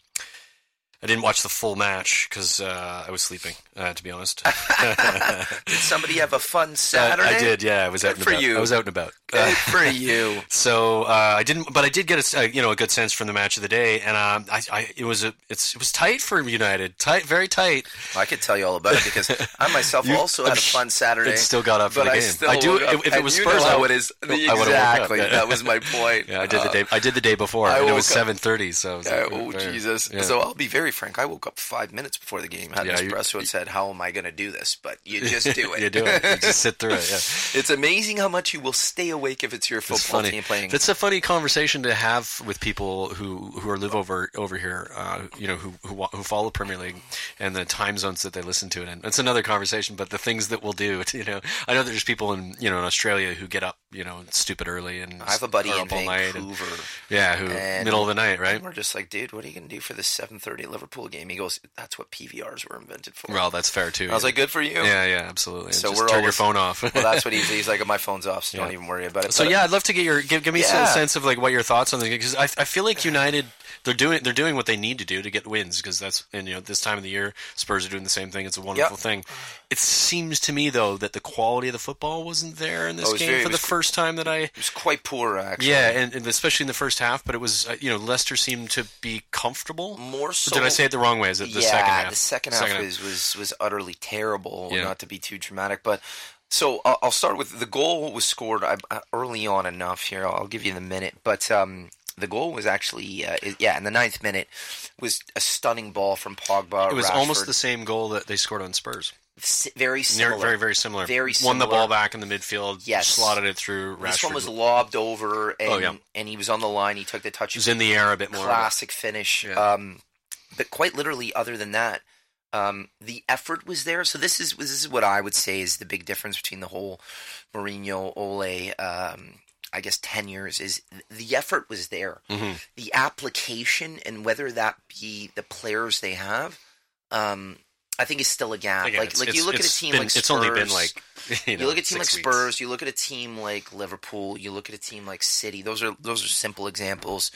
Speaker 1: I didn't watch the full match because uh, I was sleeping. Uh, to be honest,
Speaker 4: Did somebody have a fun
Speaker 1: I,
Speaker 4: Saturday?
Speaker 1: Uh, I did. Yeah, I was out
Speaker 4: Good
Speaker 1: and
Speaker 4: for
Speaker 1: about.
Speaker 4: you.
Speaker 1: I was out and about.
Speaker 4: Good
Speaker 1: Uh, [laughs]
Speaker 4: for you.
Speaker 1: so uh, I didn't, but I did get a s- uh, you know a good sense from the match of the day, and um, I, I it was a it's it was tight for United, tight, very tight.
Speaker 4: Well, I could tell you all about it because I myself
Speaker 1: You-
Speaker 4: also had
Speaker 1: I'm
Speaker 4: a
Speaker 1: sh-
Speaker 4: fun Saturday.
Speaker 1: it still got up for
Speaker 4: but
Speaker 1: the
Speaker 4: I
Speaker 1: game.
Speaker 4: still
Speaker 1: I do-
Speaker 4: woke up,
Speaker 1: if it
Speaker 4: and
Speaker 1: was
Speaker 4: you
Speaker 1: Spurs,
Speaker 4: know
Speaker 1: I-
Speaker 4: how it is.
Speaker 1: I would've woke up,
Speaker 4: exactly.
Speaker 1: yeah.
Speaker 4: That
Speaker 1: [laughs]
Speaker 4: was my point.
Speaker 1: Yeah, I did
Speaker 4: Uh,
Speaker 1: the day. I did the day before,
Speaker 4: I
Speaker 1: and it
Speaker 4: woke
Speaker 1: was
Speaker 4: up-
Speaker 1: seven thirty. So it was
Speaker 4: uh,
Speaker 1: like,
Speaker 4: oh
Speaker 1: very-
Speaker 4: Jesus!
Speaker 1: yeah.
Speaker 4: So I'll be very frank. I woke up five minutes before the game, had
Speaker 1: Yeah,
Speaker 4: an
Speaker 1: you-
Speaker 4: espresso, and said, "How am I going to do this?" But
Speaker 1: [laughs]
Speaker 4: you just do it.
Speaker 1: you do it. You just sit through it. Yeah.
Speaker 4: [laughs] it's amazing how much you will stay awake if it's your
Speaker 1: It's
Speaker 4: football team playing.
Speaker 1: That's a funny conversation to have with people who who are live over over here, uh, you know, who, who wa- who follow Premier League and the time zones that they listen to it in. It's another conversation, but the things that we'll do, [laughs] you know, I know there's people in you know in Australia who get up, you know, stupid early and
Speaker 4: I have a buddy
Speaker 1: are up
Speaker 4: in
Speaker 1: all night and-
Speaker 4: Vancouver.
Speaker 1: yeah, who
Speaker 4: and-
Speaker 1: middle of the night, right?
Speaker 4: And we're just like, dude, what are you going to do for this 7:30 Liverpool game? He goes, "That's what PVRs were invented for."
Speaker 1: Well, that's fair too.
Speaker 4: I was like, "Good for you."
Speaker 1: yeah, yeah, absolutely.
Speaker 4: So
Speaker 1: So
Speaker 4: we're
Speaker 1: turn your
Speaker 4: always-
Speaker 1: phone off.
Speaker 4: [laughs] well,
Speaker 1: [laughs]
Speaker 4: that's what he's. He's like, my phone's off, so don't
Speaker 1: Yeah.
Speaker 4: even worry about it.
Speaker 1: So
Speaker 4: But-
Speaker 1: yeah, I'd love to get your give, give me some
Speaker 4: Yeah.
Speaker 1: sense of like what your thoughts on the because I I feel like United they're doing they're doing what they need to do to get wins because that's and you know this time of the year Spurs are doing the same thing. It's a wonderful
Speaker 4: Yep.
Speaker 1: thing. It seems to me though that the quality of the football wasn't there in
Speaker 4: Oh, it
Speaker 1: this
Speaker 4: was
Speaker 1: game
Speaker 4: very- it
Speaker 1: for the
Speaker 4: was-
Speaker 1: first time that I.
Speaker 4: it was quite poor actually.
Speaker 1: Yeah, and, and especially in the first half, but it was uh, you know Leicester seemed to be comfortable.
Speaker 4: more so.
Speaker 1: Did I say it the wrong way? Is it the
Speaker 4: yeah,
Speaker 1: second half?
Speaker 4: the second half was, was was utterly terrible.
Speaker 1: Yeah.
Speaker 4: Not to be too dramatic, but so I'll, I'll start with the goal was scored I, I- early on enough here. I'll give you the minute, but um, the goal was actually uh, it- yeah in the ninth minute was a stunning ball from Pogba.
Speaker 1: It was
Speaker 4: Rashford.
Speaker 1: almost the same goal that they scored on Spurs.
Speaker 4: S- very
Speaker 1: Near-
Speaker 4: similar.
Speaker 1: very, very similar.
Speaker 4: Very
Speaker 1: Won the
Speaker 4: similar.
Speaker 1: ball back in the midfield.
Speaker 4: Yes.
Speaker 1: Slotted it through. Rashford
Speaker 4: This one was lobbed over, and,
Speaker 1: Oh, yeah.
Speaker 4: and he was on the line. He took the touch.
Speaker 1: It was in the air a bit more.
Speaker 4: classic finish.
Speaker 1: Yeah.
Speaker 4: Um, but quite literally, other than that, um, the effort was there. So this is this is what I would say is the big difference between the whole Mourinho Ole. Um, I guess ten years is the effort was there,
Speaker 1: Mhm.
Speaker 4: the application, and whether that be the players they have. um, I think is still a gap.
Speaker 1: Again,
Speaker 4: like
Speaker 1: it's-
Speaker 4: like
Speaker 1: it's-
Speaker 4: you look at a
Speaker 1: it's
Speaker 4: team
Speaker 1: been-
Speaker 4: like Spurs,
Speaker 1: it's only been like [laughs] you, know,
Speaker 4: look at a team like
Speaker 1: six weeks.
Speaker 4: Spurs, you look at a team like Liverpool, you look at a team like City. Those are those are simple examples.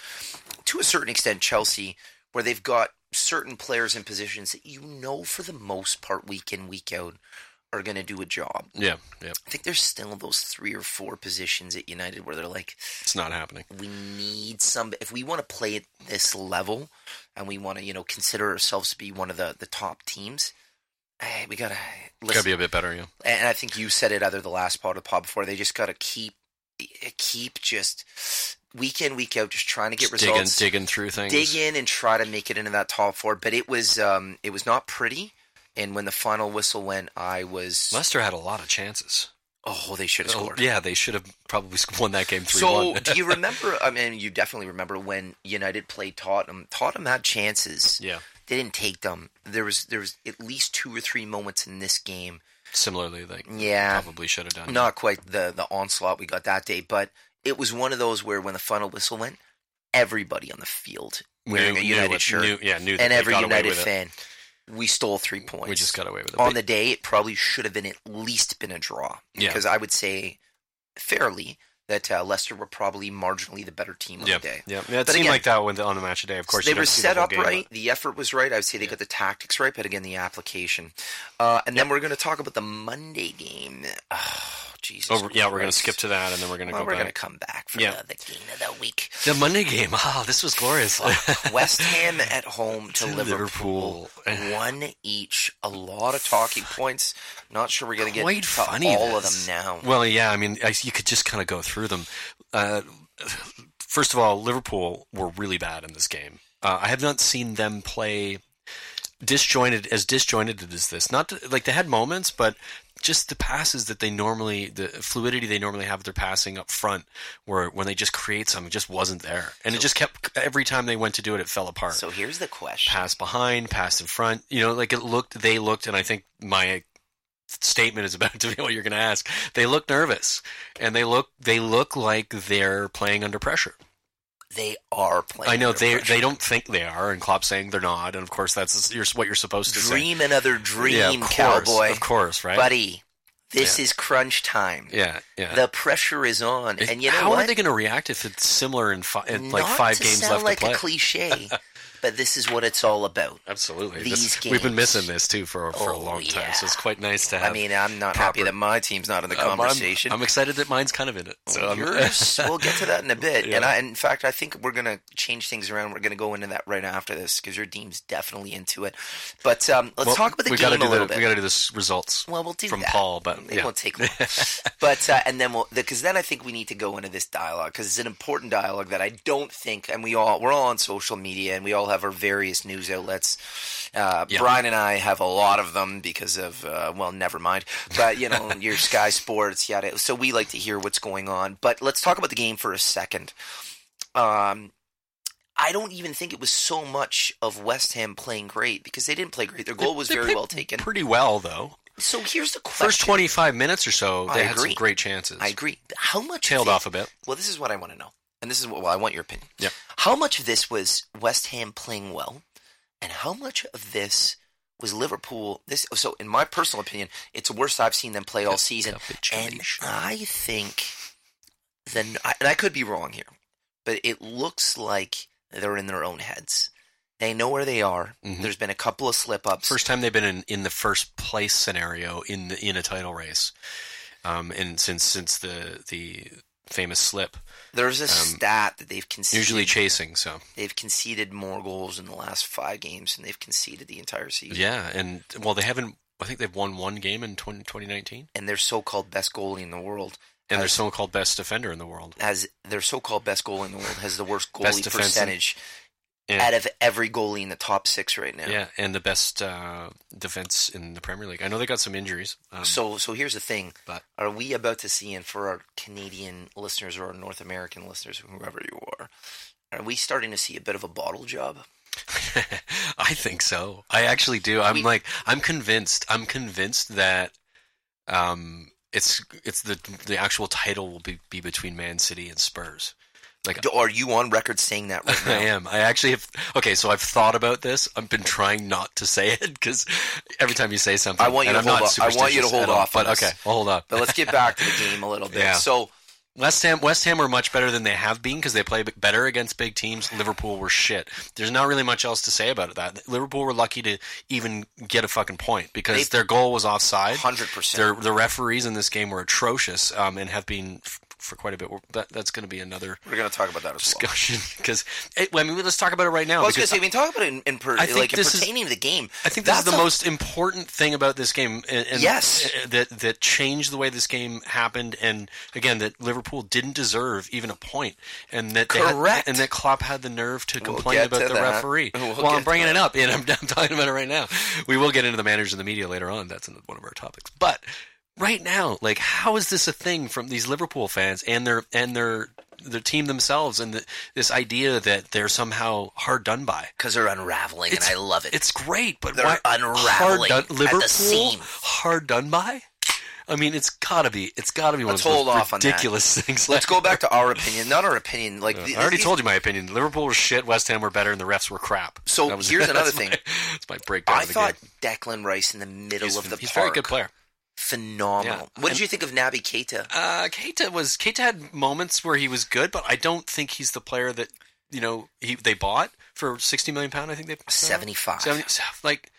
Speaker 4: To a certain extent, Chelsea, where they've got certain players in positions that you know for the most part, week in week out, are going to do a job.
Speaker 1: Yeah, yeah,
Speaker 4: I think there's still those three or four positions at United where they're like,
Speaker 1: it's not happening.
Speaker 4: we need some. If we want to play at this level, and we want to, you know, consider ourselves to be one of the the top teams, eh, we gotta listen
Speaker 1: Gotta be a bit better. Yeah,
Speaker 4: and I think you said it either the last pod or the pod before. They just got to keep, keep just week in week out, just trying to get
Speaker 1: Just digging,
Speaker 4: results,
Speaker 1: digging through things.
Speaker 4: dig in and try to make it into that top four. But it was, um, it was not pretty. And when the final whistle went, I was
Speaker 1: Leicester had a lot of chances.
Speaker 4: oh, they should have
Speaker 1: Oh,
Speaker 4: scored.
Speaker 1: yeah, they should have probably [laughs] sc- won that game three
Speaker 4: So,
Speaker 1: [laughs] one.
Speaker 4: do you remember? I mean, you definitely remember when United played Tottenham. Tottenham had chances.
Speaker 1: yeah,
Speaker 4: They didn't take them. There was there was at least two or three moments in this game
Speaker 1: similarly, like
Speaker 4: Yeah.
Speaker 1: probably should have done.
Speaker 4: not quite the the onslaught we got that day, but it was one of those where when the final whistle went, everybody on the field
Speaker 1: Knew-
Speaker 4: wearing a
Speaker 1: knew
Speaker 4: United
Speaker 1: what-
Speaker 4: shirt
Speaker 1: knew- yeah, knew that
Speaker 4: and
Speaker 1: they
Speaker 4: every
Speaker 1: got away
Speaker 4: United
Speaker 1: with it.
Speaker 4: fan, we stole three points.
Speaker 1: We just got away with it.
Speaker 4: on the day. It probably should have been at least been a draw
Speaker 1: Yeah.
Speaker 4: because I would say fairly that uh, Leicester were probably marginally the better team on
Speaker 1: yeah,
Speaker 4: the day.
Speaker 1: yeah, yeah. It
Speaker 4: But
Speaker 1: seemed
Speaker 4: again-
Speaker 1: like that when the, on the match of day. Of course,
Speaker 4: they
Speaker 1: you don't
Speaker 4: were
Speaker 1: see the
Speaker 4: set
Speaker 1: whole
Speaker 4: up
Speaker 1: game,
Speaker 4: right. The effort was right. I would say they
Speaker 1: Yeah.
Speaker 4: got the tactics right, but again, the application. Uh, and then we're going to talk about the Monday game. [sighs] Oh, Jesus.
Speaker 1: but- Oh, yeah, we're gonna
Speaker 4: Christ.
Speaker 1: skip to that, and then we're gonna
Speaker 4: Well,
Speaker 1: go
Speaker 4: we're going to
Speaker 1: back.
Speaker 4: come back for
Speaker 1: Yeah.
Speaker 4: the, the game of the week.
Speaker 1: [laughs] The Monday game. Ah, this was glorious.
Speaker 4: West Ham at home to,
Speaker 1: To
Speaker 4: Liverpool.
Speaker 1: Liverpool. [sighs]
Speaker 4: One each. A lot of talking points. Not sure we're going to get
Speaker 1: Quite
Speaker 4: to
Speaker 1: funny,
Speaker 4: all
Speaker 1: this.
Speaker 4: of them now.
Speaker 1: Well, yeah, I mean, I, you could just kind of go through them. Uh, first of all, Liverpool were really bad in this game. Uh, I have not seen them play disjointed as disjointed as this. Not to- like they had moments, but just the passes that they normally, the fluidity they normally have with their passing up front, where when they just create something, it just wasn't there, and it just kept every time they went to do it, it fell apart
Speaker 4: so here's the question.
Speaker 1: pass behind, pass in front. You know, like it looked, they looked, and I think my statement is about [laughs] to be what you're going to ask. They look nervous, and they look they look like they're playing under pressure.
Speaker 4: They are playing.
Speaker 1: I know
Speaker 4: under
Speaker 1: they
Speaker 4: pressure.
Speaker 1: they don't think they are, and Klopp saying they're not, and of course that's you're, what you're supposed to
Speaker 4: Dream another
Speaker 1: say.
Speaker 4: dream,
Speaker 1: yeah, of course,
Speaker 4: cowboy.
Speaker 1: of course, right?
Speaker 4: Buddy, this is crunch time.
Speaker 1: yeah, yeah.
Speaker 4: The pressure is on,
Speaker 1: It-
Speaker 4: and you know
Speaker 1: how
Speaker 4: what?
Speaker 1: are they going to react if it's similar in, fi- in like
Speaker 4: Not
Speaker 1: five
Speaker 4: to
Speaker 1: games left
Speaker 4: sound like
Speaker 1: to play? [laughs]
Speaker 4: a cliche, but this is what it's all about.
Speaker 1: Absolutely,
Speaker 4: These
Speaker 1: This- we've been
Speaker 4: games.
Speaker 1: missing this too for for a
Speaker 4: Oh,
Speaker 1: long time, so
Speaker 4: yeah.
Speaker 1: it's quite nice to have.
Speaker 4: I mean, I'm not happy
Speaker 1: proper-
Speaker 4: that my team's not in the
Speaker 1: Um, I'm-
Speaker 4: conversation.
Speaker 1: I'm, excited that mine's kind of in it. So I'm- [laughs]
Speaker 4: Yours, [laughs] we'll get to that in a bit.
Speaker 1: Yeah.
Speaker 4: And I, in fact, I think we're gonna change things around. We're gonna go into that right after this because your team's definitely into it. But um, let's
Speaker 1: Well,
Speaker 4: talk about the
Speaker 1: we
Speaker 4: game
Speaker 1: gotta do
Speaker 4: a little
Speaker 1: the,
Speaker 4: bit.
Speaker 1: We got to do this results
Speaker 4: well, we'll do
Speaker 1: from
Speaker 4: that.
Speaker 1: Paul, but
Speaker 4: It
Speaker 1: yeah. [laughs]
Speaker 4: won't take long. but uh, and then we'll because then I think we need to go into this dialogue because it's an important dialogue that I don't think and we all we're all on social media and we all have our various news outlets. Uh,
Speaker 1: Yeah.
Speaker 4: Brian and I have a lot of them because of uh, well, never mind. But you know your Sky Sports, yada. So we like to hear what's going on. But let's talk about the game for a second. Um. I don't even think it was so much of West Ham playing great because they didn't play great. Their goal was
Speaker 1: They
Speaker 4: very
Speaker 1: played
Speaker 4: well taken.
Speaker 1: Pretty well though.
Speaker 4: So here's the question.
Speaker 1: First 25 minutes or so,
Speaker 4: I
Speaker 1: they had some
Speaker 4: agree.
Speaker 1: great chances.
Speaker 4: I agree. How much
Speaker 1: tailed
Speaker 4: of it-
Speaker 1: off a bit.
Speaker 4: Well, this is what I want to know, and this is what well, I want your opinion.
Speaker 1: Yeah.
Speaker 4: How much of this was West Ham playing well, and how much of this was Liverpool? This so, in my personal opinion, it's the worst I've seen them play all season, and
Speaker 1: Capitulation.
Speaker 4: I think then, I- and I could be wrong here, but it looks like they're in their own heads. They know where they are.
Speaker 1: Mhm.
Speaker 4: There's been a couple of slip ups.
Speaker 1: First time they've been in, in the first place scenario in the, in a title race, um, and since since the the famous slip,
Speaker 4: There's a stat that they've conceded.
Speaker 1: um, usually chasing. So
Speaker 4: they've conceded more goals in the last five games than they've conceded the entire season.
Speaker 1: yeah, and well, they haven't. I think they've won one game in 20, 2019,
Speaker 4: And their so-called best goalie in the world
Speaker 1: and they're
Speaker 4: Has-
Speaker 1: so-called best defender in the world.
Speaker 4: has their so-called best goalie in the world has the worst
Speaker 1: Best
Speaker 4: goalie
Speaker 1: defenseman.
Speaker 4: percentage
Speaker 1: And-
Speaker 4: out of every goalie in the top six right now.
Speaker 1: Yeah, and the best uh, defense in the Premier League. I know they got some injuries. Um,
Speaker 4: So, so here's the thing:
Speaker 1: But-
Speaker 4: Are we about to see, and for our Canadian listeners or our North American listeners, whoever you are, are we starting to see a bit of a bottle job?
Speaker 1: [laughs] I think so. I actually do. I'm
Speaker 4: We-
Speaker 1: like I'm convinced. I'm convinced that um, it's it's the the actual title will be, be between Man City and Spurs. Like-
Speaker 4: are you on record saying that right
Speaker 1: I [laughs]
Speaker 4: now?
Speaker 1: am. I actually have. Okay, so I've thought about this. I've been trying not to say it [laughs] because every time you say something,
Speaker 4: I want
Speaker 1: and
Speaker 4: you to
Speaker 1: I'm
Speaker 4: hold
Speaker 1: not
Speaker 4: off- I want you to
Speaker 1: superstitious
Speaker 4: hold
Speaker 1: at all,
Speaker 4: off on
Speaker 1: But
Speaker 4: this.
Speaker 1: okay, I'll hold up.
Speaker 4: But let's get back to the game a little bit.
Speaker 1: Yeah.
Speaker 4: So
Speaker 1: West Ham, West Ham are much better than they have been because they play b- better against big teams. Liverpool were shit. There's not really much else to say about that. Liverpool were lucky to even get a fucking point because
Speaker 4: They-
Speaker 1: their goal was offside.
Speaker 4: 100%.
Speaker 1: Their the referees in this game were atrocious um, and have been f- for quite a bit. We're- That, that's going to be another
Speaker 4: we're going to talk about that as well.
Speaker 1: discussion [laughs] because I mean let's talk about it right now.
Speaker 4: Well, I was going
Speaker 1: because
Speaker 4: to say, I mean, talk about it in, in per,
Speaker 1: I think
Speaker 4: like in
Speaker 1: this is-
Speaker 4: pertaining to the game.
Speaker 1: I think that's the
Speaker 4: a-
Speaker 1: most important thing about this game. And, and uh,
Speaker 4: Yes.
Speaker 1: that that changed the way this game happened, and again that Liverpool didn't deserve even a point, and that they had-
Speaker 4: Correct.
Speaker 1: and that Klopp had the nerve to complain
Speaker 4: get
Speaker 1: about
Speaker 4: to
Speaker 1: the
Speaker 4: that.
Speaker 1: referee.
Speaker 4: We'll
Speaker 1: well, I'm
Speaker 4: get
Speaker 1: bringing
Speaker 4: to
Speaker 1: it up, and [laughs] I'm, I'm talking about it right now. We will get into the managers and the media later on. That's in one of our topics, but. Right now, like, how is this a thing from these Liverpool fans and their and their their team themselves, and the, this idea that they're somehow hard done by?
Speaker 4: Because they're unraveling, and I love it.
Speaker 1: It's great, but
Speaker 4: They're
Speaker 1: why, hard
Speaker 4: unraveling
Speaker 1: done,
Speaker 4: at the
Speaker 1: Liverpool
Speaker 4: seam.
Speaker 1: hard done by. I mean, it's gotta be. It's gotta be one
Speaker 4: Let's
Speaker 1: of those
Speaker 4: hold off on that.
Speaker 1: ridiculous [laughs] things.
Speaker 4: Let's go back to our opinion, not our opinion. Like the-
Speaker 1: I already
Speaker 4: these-
Speaker 1: told you my opinion. Liverpool were shit. West Ham were better, and the refs were crap.
Speaker 4: So
Speaker 1: That was-
Speaker 4: here's
Speaker 1: [laughs]
Speaker 4: another
Speaker 1: that's my-
Speaker 4: thing.
Speaker 1: That's my breakdown.
Speaker 4: I
Speaker 1: of the
Speaker 4: thought
Speaker 1: game.
Speaker 4: Declan Rice in the middle
Speaker 1: he's,
Speaker 4: of the
Speaker 1: he's a
Speaker 4: park.
Speaker 1: very good player.
Speaker 4: Phenomenal.
Speaker 1: Yeah.
Speaker 4: What
Speaker 1: And-
Speaker 4: did you think of Naby Keita?
Speaker 1: Uh, Keita was Keita had moments where he was good, but I don't think he's the player that you know he they bought for sixty million pound. I think they
Speaker 4: 75.
Speaker 1: 70 like,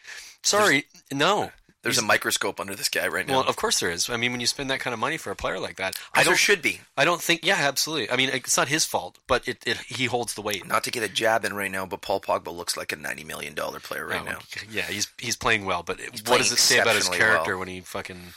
Speaker 1: sorry, no.
Speaker 4: There's a microscope under this guy right now.
Speaker 1: Well, of course there is. I mean, when you spend that kind of money for a player like that, I
Speaker 4: I there
Speaker 1: don't.
Speaker 4: should be.
Speaker 1: I don't think. Yeah, absolutely. I mean, it's not his fault, but it, it he holds the weight.
Speaker 4: Not to get a jab in right now, but Paul Pogba looks like a ninety million dollar player right
Speaker 1: No,
Speaker 4: now.
Speaker 1: Um, Yeah, he's he's playing well, but what
Speaker 4: playing
Speaker 1: does it say about his
Speaker 4: exceptionally
Speaker 1: character
Speaker 4: well.
Speaker 1: when he fucking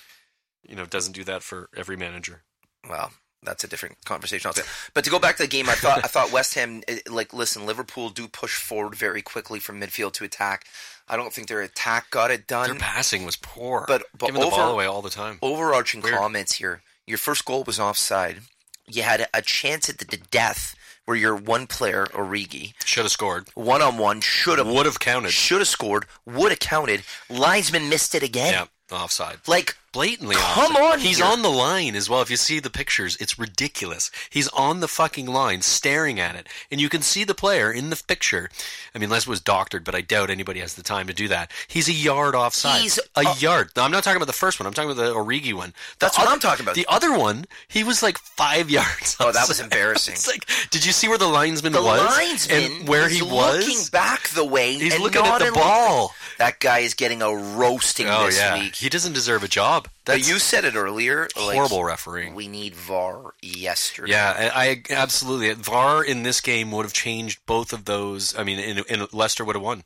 Speaker 1: you know doesn't do that for every manager?
Speaker 4: Well, that's a different conversation altogether. But to go back to the game, I thought I thought West Ham eh, like listen, Liverpool do push forward very quickly from midfield to attack. I don't think their attack got it done.
Speaker 1: Their passing was poor,
Speaker 4: But- but
Speaker 1: giving the ball
Speaker 4: over-
Speaker 1: away all the time.
Speaker 4: overarching
Speaker 1: Weird.
Speaker 4: comments here. Your first goal was offside. You had a chance at the the death where your one player, Origi,
Speaker 1: Should have scored.
Speaker 4: one on one, should have
Speaker 1: Would have counted.
Speaker 4: should have scored, would have counted. Linesman missed it again.
Speaker 1: Yeah, offside.
Speaker 4: Like
Speaker 1: Blatantly,
Speaker 4: Come
Speaker 1: offside.
Speaker 4: on
Speaker 1: He's
Speaker 4: here.
Speaker 1: on the line as well. If you see the pictures, it's ridiculous. He's on the fucking line, staring at it, and you can see the player in the picture. I mean, Les was doctored, but I doubt anybody has the time to do that. He's a yard offside.
Speaker 4: He's
Speaker 1: a
Speaker 4: a-
Speaker 1: yard. No, I'm not talking about the first one. I'm talking about the Origi one. The
Speaker 4: That's what
Speaker 1: other-
Speaker 4: I'm talking about.
Speaker 1: The other one, he was like five [laughs] yards.
Speaker 4: Oh, that was
Speaker 1: offside.
Speaker 4: embarrassing.
Speaker 1: It's like, did you see where the linesman
Speaker 4: the
Speaker 1: was
Speaker 4: linesman
Speaker 1: and where
Speaker 4: is
Speaker 1: he was?
Speaker 4: looking back the way
Speaker 1: He's
Speaker 4: and
Speaker 1: looking at
Speaker 4: not
Speaker 1: the
Speaker 4: in-
Speaker 1: ball.
Speaker 4: That guy is getting a roasting
Speaker 1: Oh
Speaker 4: this
Speaker 1: yeah,
Speaker 4: week.
Speaker 1: he doesn't deserve a job.
Speaker 4: But
Speaker 1: That's
Speaker 4: you said it earlier. like,
Speaker 1: horrible refereeing.
Speaker 4: We need VAR yesterday.
Speaker 1: Yeah, I, I absolutely. VAR in this game would have changed both of those. I mean, and, and Leicester would have won.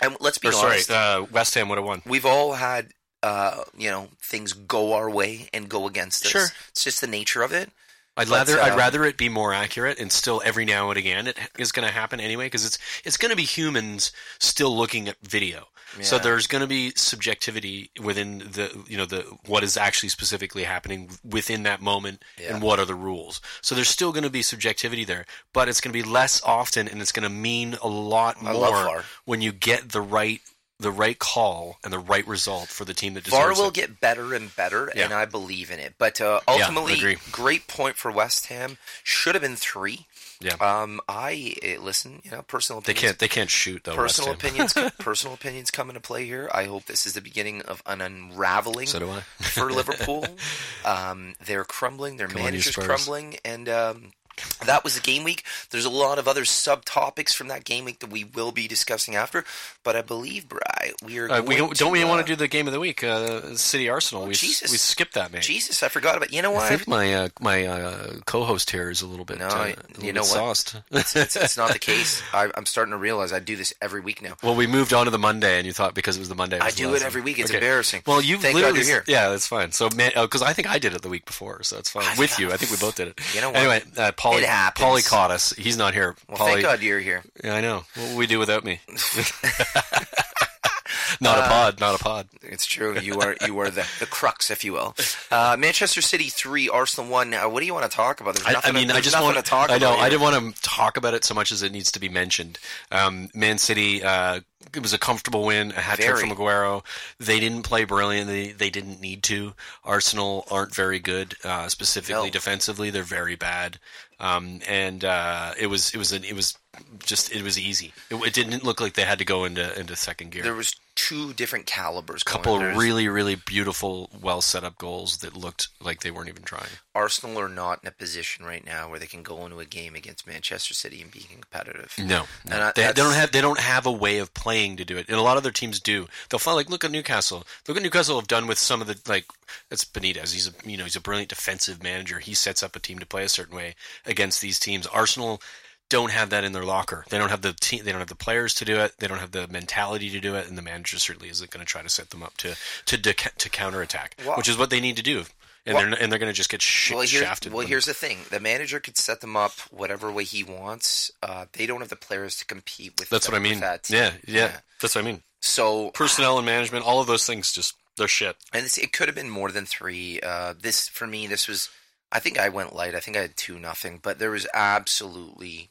Speaker 4: and let's be
Speaker 1: Or sorry,
Speaker 4: honest.
Speaker 1: uh, West Ham would have won.
Speaker 4: we've all had uh, you know things go our way and go against us.
Speaker 1: Sure.
Speaker 4: it's just the nature of it.
Speaker 1: I'd
Speaker 4: But,
Speaker 1: rather I'd
Speaker 4: um,
Speaker 1: rather it be more accurate, and still every now and again it is going to happen anyway because it's it's going to be humans still looking at video. So
Speaker 4: Yeah.
Speaker 1: there's going to be subjectivity within the you know the what is actually specifically happening within that moment
Speaker 4: Yeah.
Speaker 1: and what are the rules. So there's still going to be subjectivity there, but it's going to be less often, and it's going to mean a lot
Speaker 4: I
Speaker 1: more
Speaker 4: love VAR.
Speaker 1: when you get the right the right call and the right result for the team that
Speaker 4: VAR
Speaker 1: deserves
Speaker 4: will
Speaker 1: it.
Speaker 4: get better and better,
Speaker 1: Yeah.
Speaker 4: and I believe in it. But uh,
Speaker 1: I
Speaker 4: ultimately,
Speaker 1: agree.
Speaker 4: great point for West Ham. Should have been three.
Speaker 1: Yeah.
Speaker 4: Um, I eh, listen. You know, personal
Speaker 1: they
Speaker 4: opinions.
Speaker 1: can't they can't shoot though. Oh, West
Speaker 4: Personal
Speaker 1: Ham.
Speaker 4: opinions.
Speaker 1: [laughs]
Speaker 4: personal opinions come into play here. I hope this is the beginning of an unraveling
Speaker 1: So do I.
Speaker 4: for
Speaker 1: [laughs]
Speaker 4: Liverpool. Um, they're crumbling. Their
Speaker 1: Come on, you
Speaker 4: manager's
Speaker 1: Spurs.
Speaker 4: crumbling, and um, that was the game week. There's a lot of other subtopics from that game week that we will be discussing after. But I believe, Bry, we are.
Speaker 1: Uh, we
Speaker 4: going
Speaker 1: don't, don't we
Speaker 4: to,
Speaker 1: want
Speaker 4: uh, Oh,
Speaker 1: to do the game of the week? Uh, City Arsenal. we
Speaker 4: Jesus.
Speaker 1: we skipped that, man.
Speaker 4: Jesus, I forgot about. You know
Speaker 1: I [laughs]
Speaker 4: what?
Speaker 1: think my uh, my uh, co-host here is a little bit
Speaker 4: No,
Speaker 1: uh,
Speaker 4: I-
Speaker 1: a little
Speaker 4: you know
Speaker 1: bit
Speaker 4: what?
Speaker 1: sauced. [laughs]
Speaker 4: it's, it's not the case. I, I'm starting to realize I do this every week now.
Speaker 1: well, we moved on to the Monday, and you thought because it was the Monday.
Speaker 4: I
Speaker 1: was the
Speaker 4: do
Speaker 1: last
Speaker 4: it every
Speaker 1: one.
Speaker 4: week. It's
Speaker 1: Okay.
Speaker 4: embarrassing.
Speaker 1: Well, you
Speaker 4: Thank God
Speaker 1: literally,
Speaker 4: you're here.
Speaker 1: yeah, that's fine. So, because I think I did it the week before, so that's fine
Speaker 4: I
Speaker 1: with
Speaker 4: thought-
Speaker 1: you. I think we both did it.
Speaker 4: You know what?
Speaker 1: Anyway, uh, Polly,
Speaker 4: It happens.
Speaker 1: Polly caught us. He's not here.
Speaker 4: Well,
Speaker 1: Polly,
Speaker 4: thank God you're here. [laughs]
Speaker 1: Yeah, I know. What would we do without me? [laughs] not
Speaker 4: Uh,
Speaker 1: a pod, not a pod.
Speaker 4: It's true. You are you are the, the crux, if you will. Uh, Manchester City three, Arsenal one. Uh, what do you want to talk about? There's
Speaker 1: I, I
Speaker 4: nothing.
Speaker 1: mean,
Speaker 4: there's
Speaker 1: I just
Speaker 4: nothing
Speaker 1: want
Speaker 4: to talk.
Speaker 1: I know.
Speaker 4: about
Speaker 1: I
Speaker 4: here.
Speaker 1: didn't want to talk about it so much as it needs to be mentioned. Um, Man City. Uh, it was a comfortable win, a hat trick
Speaker 4: Very.
Speaker 1: from Aguero. They didn't play brilliantly. They didn't need to. Arsenal aren't very good, uh, specifically
Speaker 4: No.
Speaker 1: defensively. They're very bad. Um, and uh, it was it was an, it was just it was easy. It, it didn't look like they had to go into into second gear.
Speaker 4: There was two different calibers.
Speaker 1: a couple
Speaker 4: going.
Speaker 1: of
Speaker 4: There's
Speaker 1: really really beautiful, well set up goals that looked like they weren't even trying.
Speaker 4: Arsenal are not in a position right now where they can go into a game against Manchester City and be competitive.
Speaker 1: No, no.
Speaker 4: And I-
Speaker 1: they, they don't
Speaker 4: that's-
Speaker 1: have they don't have a way of playing to do it, and a lot of their teams do. They'll find like look at Newcastle. Look at Newcastle have done with some of the like that's Benitez. He's a you know he's a brilliant defensive manager. He sets up a team to play a certain way against these teams. Arsenal don't have that in their locker. They don't have the team. They don't have the players to do it. They don't have the mentality to do it, and the manager certainly isn't going to try to set them up to to to, to counterattack,
Speaker 4: Well-
Speaker 1: which is what they need to do. And
Speaker 4: Well-
Speaker 1: they're and they're going to just get sh-
Speaker 4: Well, here-
Speaker 1: shafted.
Speaker 4: well
Speaker 1: when-
Speaker 4: here's the thing: the manager could set them up whatever way he wants. Uh, they don't have the players to compete with.
Speaker 1: that's
Speaker 4: them-
Speaker 1: what I
Speaker 4: with
Speaker 1: mean.
Speaker 4: that team.
Speaker 1: yeah, yeah, that's what I mean.
Speaker 4: So
Speaker 1: personnel and management, all of those things just they're shit.
Speaker 4: and this, it could have been more than three. Uh, this for me, this was. I think I went light. I think I had two nothing, but there was absolutely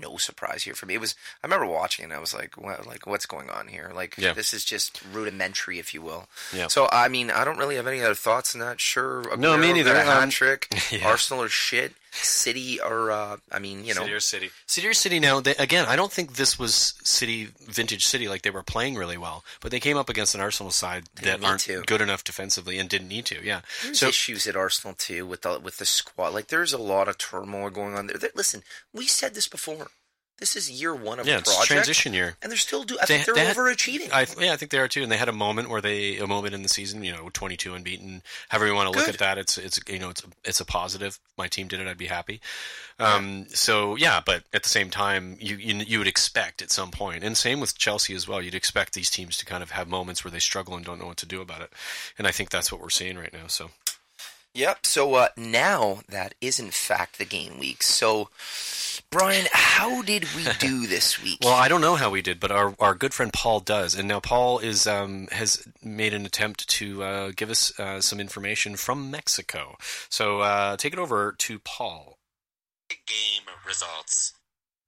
Speaker 4: no surprise here for me. It was. I remember watching it. and I was like, what, like what's going on here? Like
Speaker 1: Yeah.
Speaker 4: this is just rudimentary, if you will.
Speaker 1: Yeah.
Speaker 4: So I mean, I don't really have any other thoughts on that. Sure.
Speaker 1: No, me
Speaker 4: Aguero
Speaker 1: neither.
Speaker 4: got A hat
Speaker 1: Um,
Speaker 4: trick.
Speaker 1: [laughs] yeah.
Speaker 4: Arsenal are shit. City are. Uh, I mean, you know.
Speaker 1: City. City or City now, they, again, I don't think this was City, vintage City, like they were playing really well, but they came up against an Arsenal side
Speaker 4: didn't
Speaker 1: that
Speaker 4: need
Speaker 1: aren't
Speaker 4: to.
Speaker 1: good enough defensively and didn't need to, yeah.
Speaker 4: There's
Speaker 1: So,
Speaker 4: issues at Arsenal too with the with the squad. Like there's a lot of turmoil going on there. That- listen, we said this before. This is year one of
Speaker 1: yeah,
Speaker 4: a
Speaker 1: it's
Speaker 4: project,
Speaker 1: transition year.
Speaker 4: and they're still do. I
Speaker 1: They-
Speaker 4: think they're
Speaker 1: they had-
Speaker 4: overachieving.
Speaker 1: I, yeah, I think they are too. And they had a moment where they a moment in the season, you know, twenty two unbeaten. However you want to look
Speaker 4: Good.
Speaker 1: at that, it's it's you know it's it's a positive. My team did it, I'd be happy. Um, so yeah, but at the same time, you, you you would expect at some point, and same with Chelsea as well. You'd expect these teams to kind of have moments where they struggle and don't know what to do about it. And I think that's what we're seeing right now. So
Speaker 4: yep. So uh, now that is in fact the game week. So, Brian, how did
Speaker 1: [laughs]
Speaker 4: we do this week?
Speaker 1: Well, I don't know how we did, but our, our good friend Paul does, and now Paul is um, has made an attempt to uh, give us uh, some information from Mexico. So uh, take it over to Paul.
Speaker 5: game results.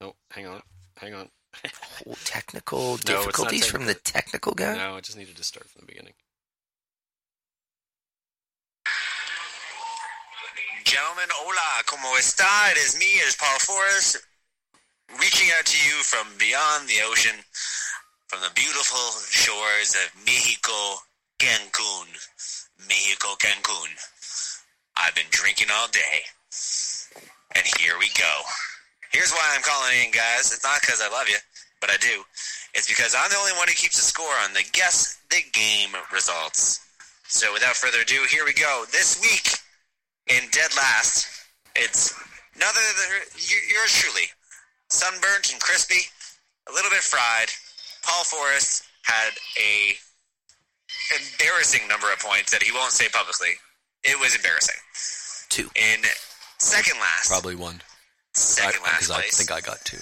Speaker 1: No, hang on, hang on. [laughs]
Speaker 4: Oh, technical
Speaker 1: not
Speaker 4: difficulties from the technical guy.
Speaker 1: No, I just needed to start from the beginning.
Speaker 5: Gentlemen, hola, como esta? It is me, it is Paul Forrest, reaching out to you from beyond the ocean, from the beautiful shores of Mexico, Cancun. Mexico, Cancun. I've been drinking all day, and here we go. Here's why I'm calling in, guys. It's not because I love you, but I do. It's because I'm the only one who keeps a score on the guess the game results. So without further ado, here we go. This week, in dead last. It's none other than you- yours truly, sunburnt and crispy, a little bit fried. Paul Forrest had a embarrassing number of points that he won't say publicly. It was embarrassing.
Speaker 4: Two.
Speaker 5: In second last,
Speaker 1: one.
Speaker 5: second last place,
Speaker 1: I got two.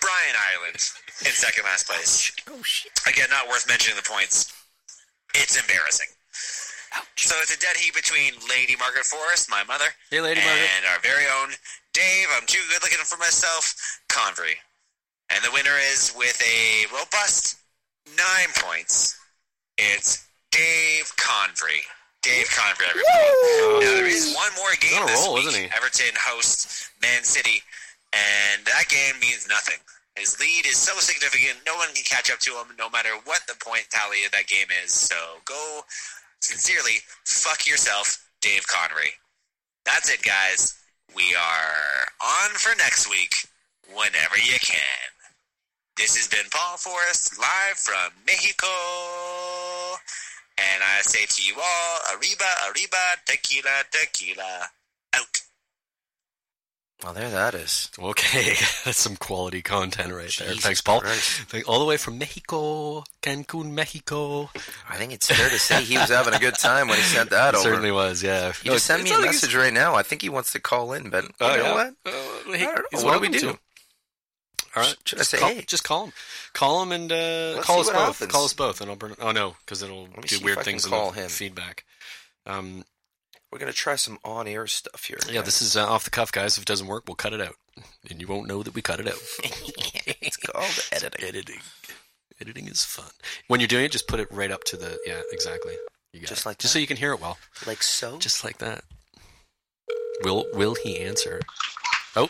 Speaker 5: Brian Ireland in second last place.
Speaker 4: Oh shit!
Speaker 5: Again, not worth mentioning the points. It's embarrassing. So it's a dead heat between Lady Margaret Forrest, my mother,
Speaker 1: Hey, Lady Margaret.
Speaker 5: and our very own Dave. I'm too good looking for myself, Convery. And the winner is with a robust nine points. It's Dave Convery. Dave Convery, everybody. Now there is one more game
Speaker 1: on a
Speaker 5: this
Speaker 1: roll,
Speaker 5: week.
Speaker 1: isn't he?
Speaker 5: Everton hosts Man City, and that game means nothing. His lead is so significant, no one can catch up to him, no matter what the point tally of that game is. So go, sincerely, fuck yourself, Dave Connery. That's it, guys. We are on for next week whenever you can. This has been Paul Forrest live from Mexico. And I say to you all, Arriba, Arriba, tequila, tequila. Out.
Speaker 4: Well, there that is.
Speaker 1: Okay, [laughs] that's some quality content right there.
Speaker 4: Jesus
Speaker 1: Thanks, Paul. [laughs]
Speaker 4: Christ.
Speaker 1: Thank- All the way from Mexico, Cancun, Mexico.
Speaker 4: I think it's fair to say he was having a good time when he sent that
Speaker 1: it [laughs]
Speaker 4: over.
Speaker 1: certainly was. Yeah. No,
Speaker 4: You
Speaker 1: it's-
Speaker 4: just sent me
Speaker 1: it's
Speaker 4: a
Speaker 1: not like it's-
Speaker 4: message right now. I think he wants to call in, but you
Speaker 1: Oh,
Speaker 4: know
Speaker 1: yeah.
Speaker 4: what?
Speaker 1: Uh, he-
Speaker 4: I don't know.
Speaker 1: he's
Speaker 4: What do we
Speaker 1: welcome
Speaker 4: do?
Speaker 1: to. All right.
Speaker 4: Should I say,
Speaker 1: call,
Speaker 4: hey?
Speaker 1: just call him, call him, and uh,
Speaker 4: Let's
Speaker 1: call us
Speaker 4: see
Speaker 1: both.
Speaker 4: what happens.
Speaker 1: Call us both, and I'll burn. Oh no, because it'll
Speaker 4: me
Speaker 1: do
Speaker 4: see if
Speaker 1: weird
Speaker 4: I can
Speaker 1: things in
Speaker 4: call
Speaker 1: the
Speaker 4: him.
Speaker 1: feedback. Um,
Speaker 4: We're gonna try some on-air stuff here.
Speaker 1: yeah, this is uh, off the cuff, guys. If it doesn't work, we'll cut it out, and you won't know that we cut it out. [laughs]
Speaker 4: it's called [laughs] editing.
Speaker 1: Editing, editing is fun. When you're doing it, just put it right up to the. Yeah, exactly. You got
Speaker 4: Just
Speaker 1: it.
Speaker 4: like
Speaker 1: just
Speaker 4: that?
Speaker 1: so you can hear it well,
Speaker 4: Like so.
Speaker 1: just like that. Will Will he answer? Oh,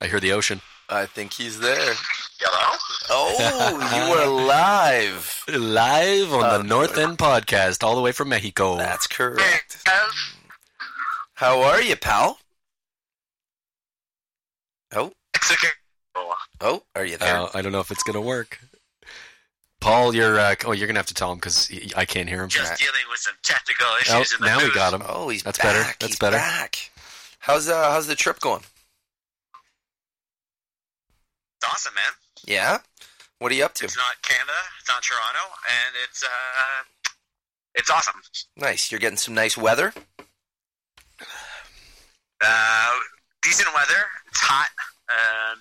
Speaker 1: I hear the ocean.
Speaker 4: I think he's there.
Speaker 5: Hello?
Speaker 1: [laughs]
Speaker 4: Oh, you are live.
Speaker 1: Live on
Speaker 4: Uh,
Speaker 1: the North End podcast, all the way from Mexico.
Speaker 4: That's correct. How are you, pal? Oh, oh, are you there?
Speaker 1: Uh, I don't know if it's gonna work. Paul, you're uh, oh, you're gonna have to tell him because I can't hear him.
Speaker 5: Just dealing with some technical
Speaker 1: Oh,
Speaker 5: issues in the
Speaker 1: now we
Speaker 5: news.
Speaker 1: got him.
Speaker 4: oh, he's
Speaker 1: that's
Speaker 4: back.
Speaker 1: better. That's
Speaker 4: he's
Speaker 1: better.
Speaker 4: Back. How's uh, how's the trip going?
Speaker 5: It's awesome, man.
Speaker 4: Yeah. What are you up to?
Speaker 5: It's not Canada, it's not Toronto, and it's uh, it's awesome.
Speaker 4: Nice. You're getting some nice weather.
Speaker 5: Uh, decent weather. It's hot. Um,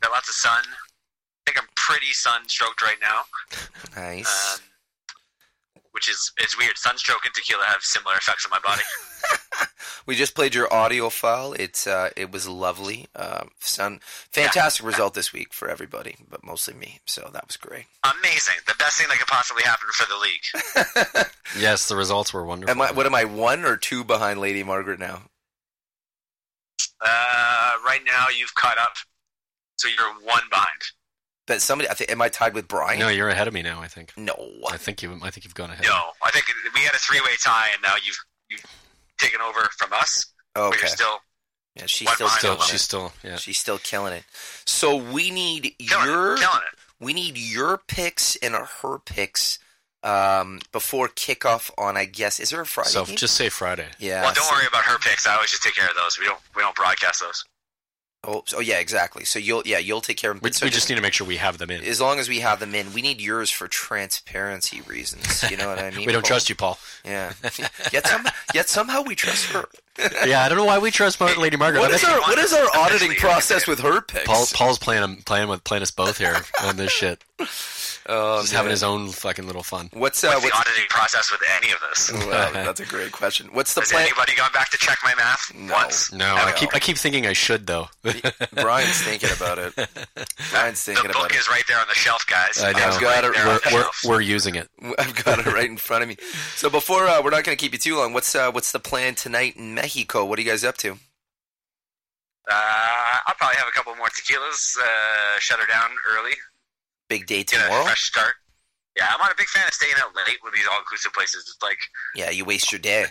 Speaker 5: got lots of sun. I think I'm pretty sun-stroked right now,
Speaker 4: Nice.
Speaker 5: um, which is it's weird. Sunstroke and tequila have similar effects on my
Speaker 1: [laughs]
Speaker 5: body.
Speaker 4: We just played your audio file. It's uh, it was lovely. Um, son, fantastic result this week for everybody, but mostly me. So that was great.
Speaker 5: Amazing. The best thing that could possibly happen for the league.
Speaker 1: Yes, the results were wonderful.
Speaker 4: Am I? What am I? One or two behind Lady Margaret now?
Speaker 5: Uh, right now, you've caught up, so you're one behind.
Speaker 4: But somebody, I think, am I tied with Brian?
Speaker 1: no, you're ahead of me now. I think.
Speaker 4: No.
Speaker 1: I think you. I think you've gone ahead.
Speaker 5: No, I think we had a three-way tie, and now you've you've taken over from us. But
Speaker 4: Okay.
Speaker 5: you're still
Speaker 4: Yeah, she's
Speaker 5: What
Speaker 4: still,
Speaker 5: mine
Speaker 1: Still,
Speaker 5: I know.
Speaker 4: killing
Speaker 1: she's
Speaker 4: it.
Speaker 1: still. Yeah.
Speaker 4: She's still killing it. So we need
Speaker 5: killing,
Speaker 4: your
Speaker 5: it, killing it.
Speaker 4: we need your picks and her picks um, before kickoff on. I guess is there a Friday?
Speaker 1: So
Speaker 4: game?
Speaker 1: just say Friday.
Speaker 4: yeah.
Speaker 5: well, don't
Speaker 4: so-
Speaker 5: worry about her picks. I always just take care of those. We don't we don't broadcast those.
Speaker 4: Oh, so, yeah, exactly. So you'll yeah you'll take care of.
Speaker 1: We,
Speaker 4: so
Speaker 1: we just need to make sure we have them in.
Speaker 4: as long as we have them in, we need yours for transparency reasons. You know what I
Speaker 1: [laughs]
Speaker 4: mean?
Speaker 1: we don't trust you, Paul.
Speaker 4: Yeah. Yet, some, yet somehow we trust her.
Speaker 1: yeah, I don't know why we trust Mar- Lady Margaret.
Speaker 4: What
Speaker 1: I
Speaker 4: is
Speaker 1: bet
Speaker 4: our
Speaker 1: you-
Speaker 4: what is our auditing
Speaker 5: Officially,
Speaker 4: process with her picks?
Speaker 1: Paul, Paul's playing playing with playing us both here
Speaker 4: [laughs]
Speaker 1: on this shit.
Speaker 4: Oh,
Speaker 1: Just
Speaker 4: man.
Speaker 1: having his own fucking little fun.
Speaker 4: What's uh?
Speaker 5: What's
Speaker 4: What's,
Speaker 5: the auditing process with any of this?
Speaker 4: Wow, that's a great question. What's the
Speaker 5: Has
Speaker 4: plan?
Speaker 5: anybody gone back to check my math
Speaker 4: No.
Speaker 5: once?
Speaker 1: No,
Speaker 5: Ever.
Speaker 1: I keep I keep thinking I should though.
Speaker 4: Brian's thinking about it.
Speaker 1: [laughs]
Speaker 4: Brian's
Speaker 5: The
Speaker 4: thinking about
Speaker 5: book
Speaker 4: it.
Speaker 5: is right there on the shelf, guys.
Speaker 1: I know.
Speaker 5: It's
Speaker 4: I've got
Speaker 5: right
Speaker 4: it.
Speaker 5: there on
Speaker 1: we're,
Speaker 5: the
Speaker 1: we're,
Speaker 5: shelf.
Speaker 1: we're using it.
Speaker 4: I've got it [laughs] right in front of me. So before uh, we're not going to keep you too long. What's uh, what's the plan tonight in Mexico? What are you guys up to?
Speaker 5: Uh, I'll probably have a couple more tequilas. Uh, shut her down early.
Speaker 4: Big day
Speaker 5: Get a
Speaker 4: tomorrow.
Speaker 5: fresh start. Yeah, I'm not a big fan of staying out late with these all-inclusive places. It's like
Speaker 4: Yeah, you waste your day.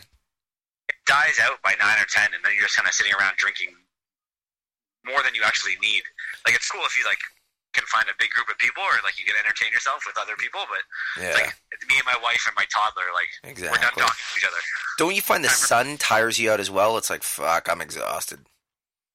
Speaker 5: it dies out by nine or ten, and then you're just kind of sitting around drinking more than you actually need. Like it's cool if you like can find a big group of people, or like you can entertain yourself with other people. But
Speaker 4: Yeah,
Speaker 5: it's me and my wife and my toddler, like we're done
Speaker 4: exactly.
Speaker 5: talking to each other.
Speaker 4: Don't you find the sun tires you out as well? It's like fuck, I'm exhausted.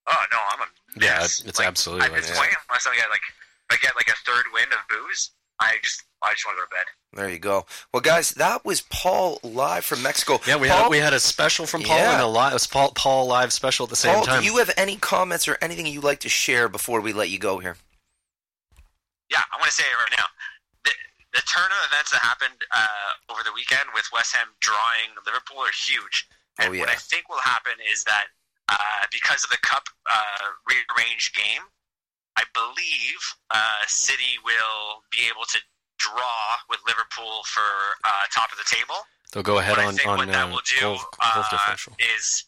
Speaker 5: Oh no, I'm a
Speaker 1: Yeah,
Speaker 5: mess.
Speaker 1: it's, it's absolutely.
Speaker 5: At this
Speaker 1: yeah.
Speaker 5: point, unless I get like if I get like a third wind of booze, I just I just want to go to bed.
Speaker 4: There you go. Well, guys, that was Paul live from Mexico.
Speaker 1: Yeah, we
Speaker 4: Paul,
Speaker 1: had we had a special from Paul
Speaker 4: Yeah.
Speaker 1: and a live Paul, Paul live special at the same
Speaker 4: Paul,
Speaker 1: time.
Speaker 4: do you have any comments or anything you'd like to share before we let you go here?
Speaker 5: Yeah, I want to say it right now. The, the turn of events that happened uh, over the weekend with West Ham drawing Liverpool are huge. And
Speaker 4: Oh, yeah.
Speaker 5: what I think will happen is that uh, because of the cup uh, rearranged game, I believe uh, City will be able to draw with Liverpool for uh, top of the table.
Speaker 1: They'll go ahead
Speaker 5: But
Speaker 1: on
Speaker 5: I think
Speaker 1: on
Speaker 5: what
Speaker 1: uh,
Speaker 5: that will do
Speaker 1: goal, goal
Speaker 5: uh,
Speaker 1: differential.
Speaker 5: is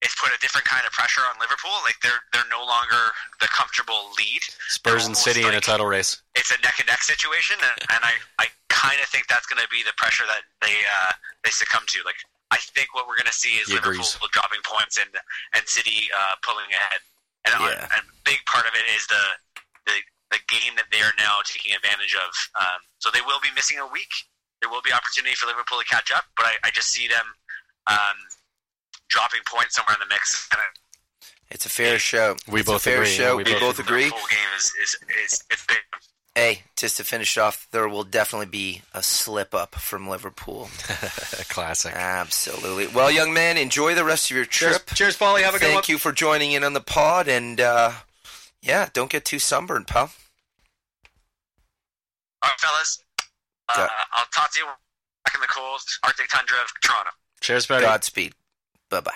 Speaker 5: is put a different kind of pressure on Liverpool. Like they're they're no longer the comfortable lead.
Speaker 1: Spurs and
Speaker 5: almost
Speaker 1: City in a
Speaker 5: like-
Speaker 1: title race. [laughs]
Speaker 5: It's a neck and neck situation, and, and I I kind of think that's going to be the pressure that they uh, they succumb to. Like I think what we're going to see is
Speaker 1: He
Speaker 5: Liverpool
Speaker 1: agrees.
Speaker 5: dropping points and and City uh, pulling ahead. And
Speaker 4: Yeah.
Speaker 5: a, a big part of it is the the the game that they are now taking advantage of. Um, so they will be missing a week. There will be opportunity for Liverpool to catch up, but I, I just see them um, dropping points somewhere in the mix. And I,
Speaker 4: It's a fair show.
Speaker 1: We
Speaker 4: It's a
Speaker 1: both
Speaker 4: fair
Speaker 1: agree, yeah,
Speaker 4: Show.
Speaker 1: we
Speaker 4: We
Speaker 1: both
Speaker 4: both agree.
Speaker 5: The whole game is, is, is it's big.
Speaker 4: Hey, just to finish off, there will definitely be a slip up from Liverpool.
Speaker 1: Classic.
Speaker 4: Absolutely. Well, young man, enjoy the rest of your trip.
Speaker 1: Cheers, Paulie. Have a good one.
Speaker 4: Thank you for joining in on the pod, and uh, Yeah, don't get too sunburned, pal.
Speaker 5: All right, fellas. Uh,
Speaker 4: Yeah.
Speaker 5: I'll talk to you back in the cold Arctic tundra of Toronto.
Speaker 1: Cheers, buddy.
Speaker 4: Godspeed. Bye bye.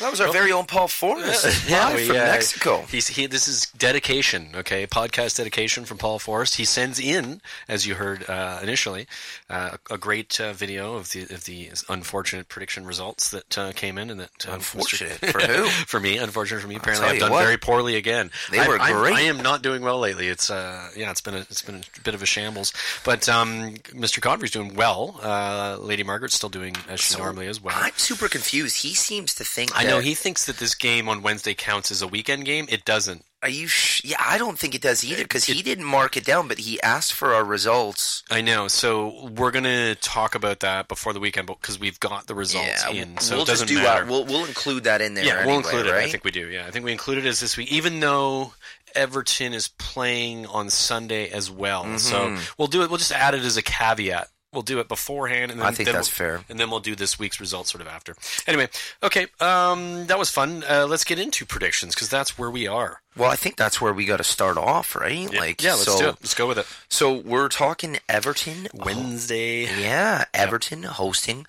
Speaker 4: That was our
Speaker 1: Well-
Speaker 4: very own
Speaker 1: [laughs]
Speaker 4: Paul Forrest, live
Speaker 1: we,
Speaker 4: from
Speaker 1: uh,
Speaker 4: Mexico.
Speaker 1: He's, he, this is dedication, okay? Podcast dedication from Paul Forrest. He sends in, as you heard uh, initially, uh, a great uh, video of the of the unfortunate prediction results that uh, came in, and that uh, Mr. [laughs]
Speaker 4: Unfortunate for who?
Speaker 1: for me, unfortunate for me. Apparently,
Speaker 4: tell
Speaker 1: I've
Speaker 4: you
Speaker 1: done
Speaker 4: what.
Speaker 1: very poorly again.
Speaker 4: They
Speaker 1: I,
Speaker 4: were
Speaker 1: I'm-
Speaker 4: great.
Speaker 1: I am not doing well lately. It's uh, yeah, it's been a, it's been a bit of a shambles. But um, Mr. Godfrey's doing well. Uh, Lady Margaret's still doing as she normally is. Well,
Speaker 4: I'm super confused. He seems to think.
Speaker 1: I know
Speaker 4: that-
Speaker 1: he thinks that this game on Wednesday counts as a weekend game. It doesn't.
Speaker 4: Are you? Sh- yeah, I don't think it does either because he didn't mark it down, but he asked for our results.
Speaker 1: I know. So we're gonna talk about that before the weekend, because we've got the results in. So
Speaker 4: we'll
Speaker 1: it doesn't
Speaker 4: just do.
Speaker 1: matter.
Speaker 4: Uh, we'll we'll include that in there.
Speaker 1: yeah, we'll
Speaker 4: anyway,
Speaker 1: include it.
Speaker 4: Right?
Speaker 1: I think we do. Yeah, I think we include it as this week, even though Everton is playing on Sunday as well. So we'll do it. We'll just add it as a caveat. We'll do it beforehand, and then,
Speaker 4: I think
Speaker 1: then
Speaker 4: that's
Speaker 1: we'll-
Speaker 4: fair.
Speaker 1: And then we'll do this week's results sort of after. Anyway, okay, um, that was fun. Uh, let's get into predictions because that's where we are.
Speaker 4: Well, I think that's where we got to start off, right?
Speaker 1: Yeah,
Speaker 4: Like,
Speaker 1: yeah, let's
Speaker 4: so,
Speaker 1: do it. Let's go with it.
Speaker 4: So we're talking Everton.
Speaker 1: Oh. Wednesday.
Speaker 4: Yeah, Everton hosting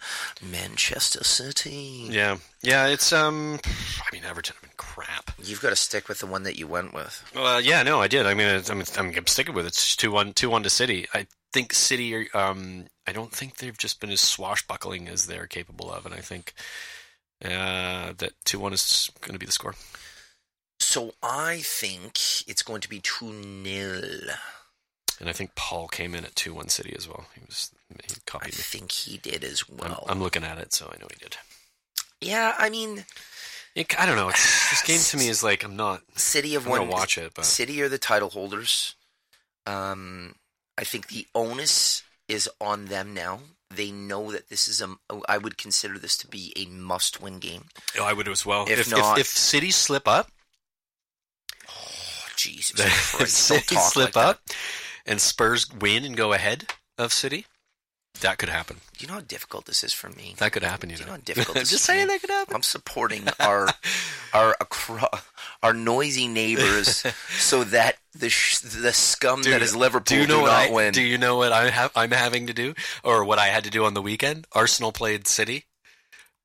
Speaker 4: Manchester City.
Speaker 1: Yeah, yeah. It's um, I mean Everton have been crap.
Speaker 4: You've got to stick with the one that you went with.
Speaker 1: Well, yeah, no, I did. I mean, it's- I'm, I'm, I'm sticking with it. It's 2 1, 2 1 to City. I think City are, um, I don't think they've just been as swashbuckling as they're capable of. And I think uh, that 2 1 is going to be the score.
Speaker 4: So I think it's going to be 2 0.
Speaker 1: And I think Paul came in at 2 1 City as well. He was, he
Speaker 4: I
Speaker 1: copied me.
Speaker 4: think he did as
Speaker 1: I'm,
Speaker 4: well.
Speaker 1: I'm looking at it, so I know he did.
Speaker 4: yeah, I mean,
Speaker 1: It, I don't know. It's, this game to me is like, I'm not.
Speaker 4: City of
Speaker 1: I'm gonna
Speaker 4: one.
Speaker 1: watch it, but-
Speaker 4: City are the title holders. Um, I think the onus is on them now. They know that this is a. I would consider this to be a must-win game.
Speaker 1: I would as well.
Speaker 4: If
Speaker 1: If,
Speaker 4: not-
Speaker 1: if, if City slip up,
Speaker 4: Oh, [laughs]
Speaker 1: [laughs]
Speaker 4: Jesus
Speaker 1: if
Speaker 4: Christ! Don't
Speaker 1: City
Speaker 4: talk like
Speaker 1: slip
Speaker 4: that.
Speaker 1: up and Spurs win and go ahead of City, that could happen.
Speaker 4: Do you know how difficult this is for me?
Speaker 1: That could happen, you
Speaker 4: Do
Speaker 1: know.
Speaker 4: you know
Speaker 1: [laughs]
Speaker 4: how difficult
Speaker 1: I'm
Speaker 4: this
Speaker 1: just
Speaker 4: is
Speaker 1: saying
Speaker 4: to me?
Speaker 1: that could happen. [laughs]
Speaker 4: I'm supporting our our acro- our
Speaker 1: [laughs]
Speaker 4: noisy neighbors so that the sh- the scum that is Liverpool do,
Speaker 1: you know what
Speaker 4: not
Speaker 1: I,
Speaker 4: win.
Speaker 1: Do you know what I have? I'm having to do, or what I had to do on the weekend? Arsenal played City,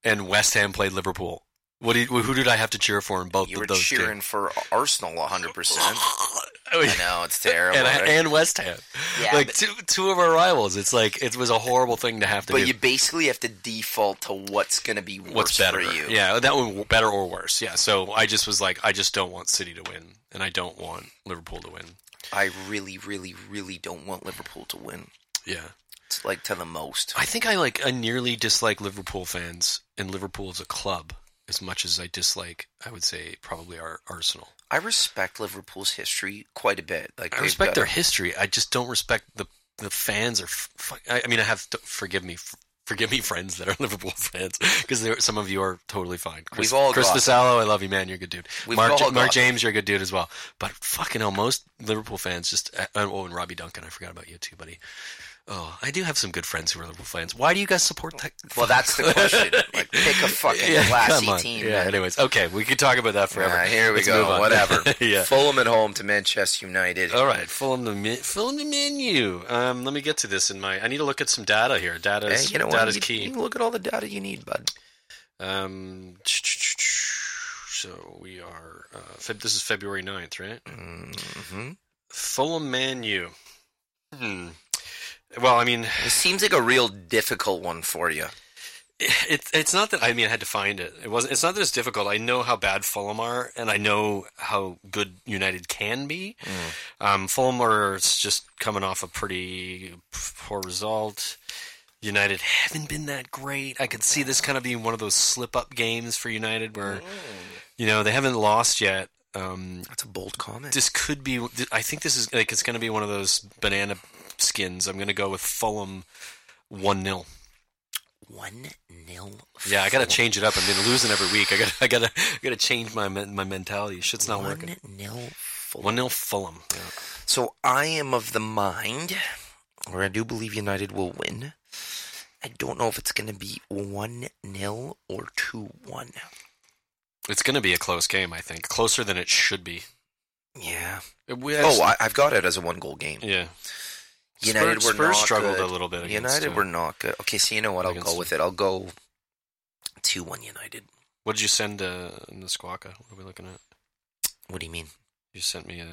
Speaker 1: and West Ham played Liverpool. What did, who did I have to cheer for in both
Speaker 4: You
Speaker 1: of
Speaker 4: were
Speaker 1: those
Speaker 4: cheering for Arsenal 100. percent [laughs] I
Speaker 1: games?
Speaker 4: know it's
Speaker 1: [laughs]
Speaker 4: terrible.
Speaker 1: And, I-
Speaker 4: right?
Speaker 1: and West Ham,
Speaker 4: Yeah,
Speaker 1: like
Speaker 4: but-
Speaker 1: two two of our rivals. It's like it was a horrible thing to have to
Speaker 4: but
Speaker 1: do.
Speaker 4: you basically have to default to what's going to be worse
Speaker 1: What's better?
Speaker 4: for you.
Speaker 1: Yeah, that one better or worse? Yeah. So I just was like, I just don't want City to win, and I don't want Liverpool to win.
Speaker 4: I really, really, really don't want Liverpool to win.
Speaker 1: Yeah.
Speaker 4: It's like to the most.
Speaker 1: I think I like I nearly dislike Liverpool fans and Liverpool as a club as much as I dislike I would say probably our Arsenal.
Speaker 4: I respect Liverpool's history quite a bit. Like
Speaker 1: I
Speaker 4: they've
Speaker 1: respect
Speaker 4: got
Speaker 1: their
Speaker 4: a-
Speaker 1: history. I just don't respect the the fans are. F- f- I I mean, I have to, forgive me. f- Forgive me, [laughs] friends that are Liverpool fans, because some of you are totally fine. Chris,
Speaker 4: We've all
Speaker 1: Chris
Speaker 4: got-
Speaker 1: Vasallo, I love you, man. You're a good dude.
Speaker 4: We've
Speaker 1: Mark,
Speaker 4: all
Speaker 1: Ja-
Speaker 4: got
Speaker 1: Mark
Speaker 4: them.
Speaker 1: James, you're a good dude as well. But fucking hell, most Liverpool fans just. uh, Oh, and Robbie Duncan, I forgot about you too, buddy. Oh, I do have some good friends who are Liverpool fans. Why do you guys support that?
Speaker 4: Well, that's the
Speaker 1: [laughs]
Speaker 4: question. Like, pick a fucking classy
Speaker 1: come on. [laughs]
Speaker 4: team.
Speaker 1: Yeah.
Speaker 4: man.
Speaker 1: Anyways, okay, we could talk about that forever.
Speaker 4: Ah, here we
Speaker 1: Let's move
Speaker 4: go.
Speaker 1: on.
Speaker 4: Whatever.
Speaker 1: [laughs] yeah. Oh,
Speaker 4: Fulham at home to Manchester United.
Speaker 1: All right, Fulham the men- Fulham the menu. Um, let me get to this in my. I need to look at some data here. Data
Speaker 4: Hey,
Speaker 1: is
Speaker 4: you know
Speaker 1: data
Speaker 4: what?
Speaker 1: is
Speaker 4: You,
Speaker 1: key.
Speaker 4: you look at all the data you need, bud.
Speaker 1: Um, so we are. Uh, Feb- this is February 9th, right?
Speaker 4: Mm-hmm.
Speaker 1: Fulham menu. Hmm. Well, I mean,
Speaker 4: This seems like a real difficult one for you.
Speaker 1: it's it's not that I mean I had to find it. It wasn't. It's not that it's difficult. I know how bad Fulham are, and I know how good United can be. Um, Fulham are just coming off a pretty poor result. United haven't been that great. I could see this kind of being one of those slip up games for United where you know they haven't lost yet. Um,
Speaker 4: That's a bold comment.
Speaker 1: this could be. I think this is like it's going to be one of those banana skins. I'm going to go with Fulham one 0
Speaker 4: one nil.
Speaker 1: yeah, I gotta change it up. I've been losing every week. I gotta, [laughs] I gotta, I gotta change my men- my mentality. Shit's not
Speaker 4: One
Speaker 1: working.
Speaker 4: nil.
Speaker 1: One 0 Fulham. Yeah.
Speaker 4: So I am of the mind, where I do believe United will win. I don't know if it's going to be one nil or two one.
Speaker 1: It's gonna be a close game, I think. Closer than it should be.
Speaker 4: Yeah.
Speaker 1: We, I just-
Speaker 4: Oh, I, I've got it as a one goal game.
Speaker 1: yeah.
Speaker 4: United
Speaker 1: Spurs,
Speaker 4: were
Speaker 1: Spurs
Speaker 4: not
Speaker 1: struggled
Speaker 4: good.
Speaker 1: a little bit. Against,
Speaker 4: United
Speaker 1: uh,
Speaker 4: were not good. Okay, so you know what? I'll
Speaker 1: against
Speaker 4: go with it. I'll go two one United.
Speaker 1: What did you send uh, in the Squawka? What are we looking at?
Speaker 4: What do you mean?
Speaker 1: You sent me uh,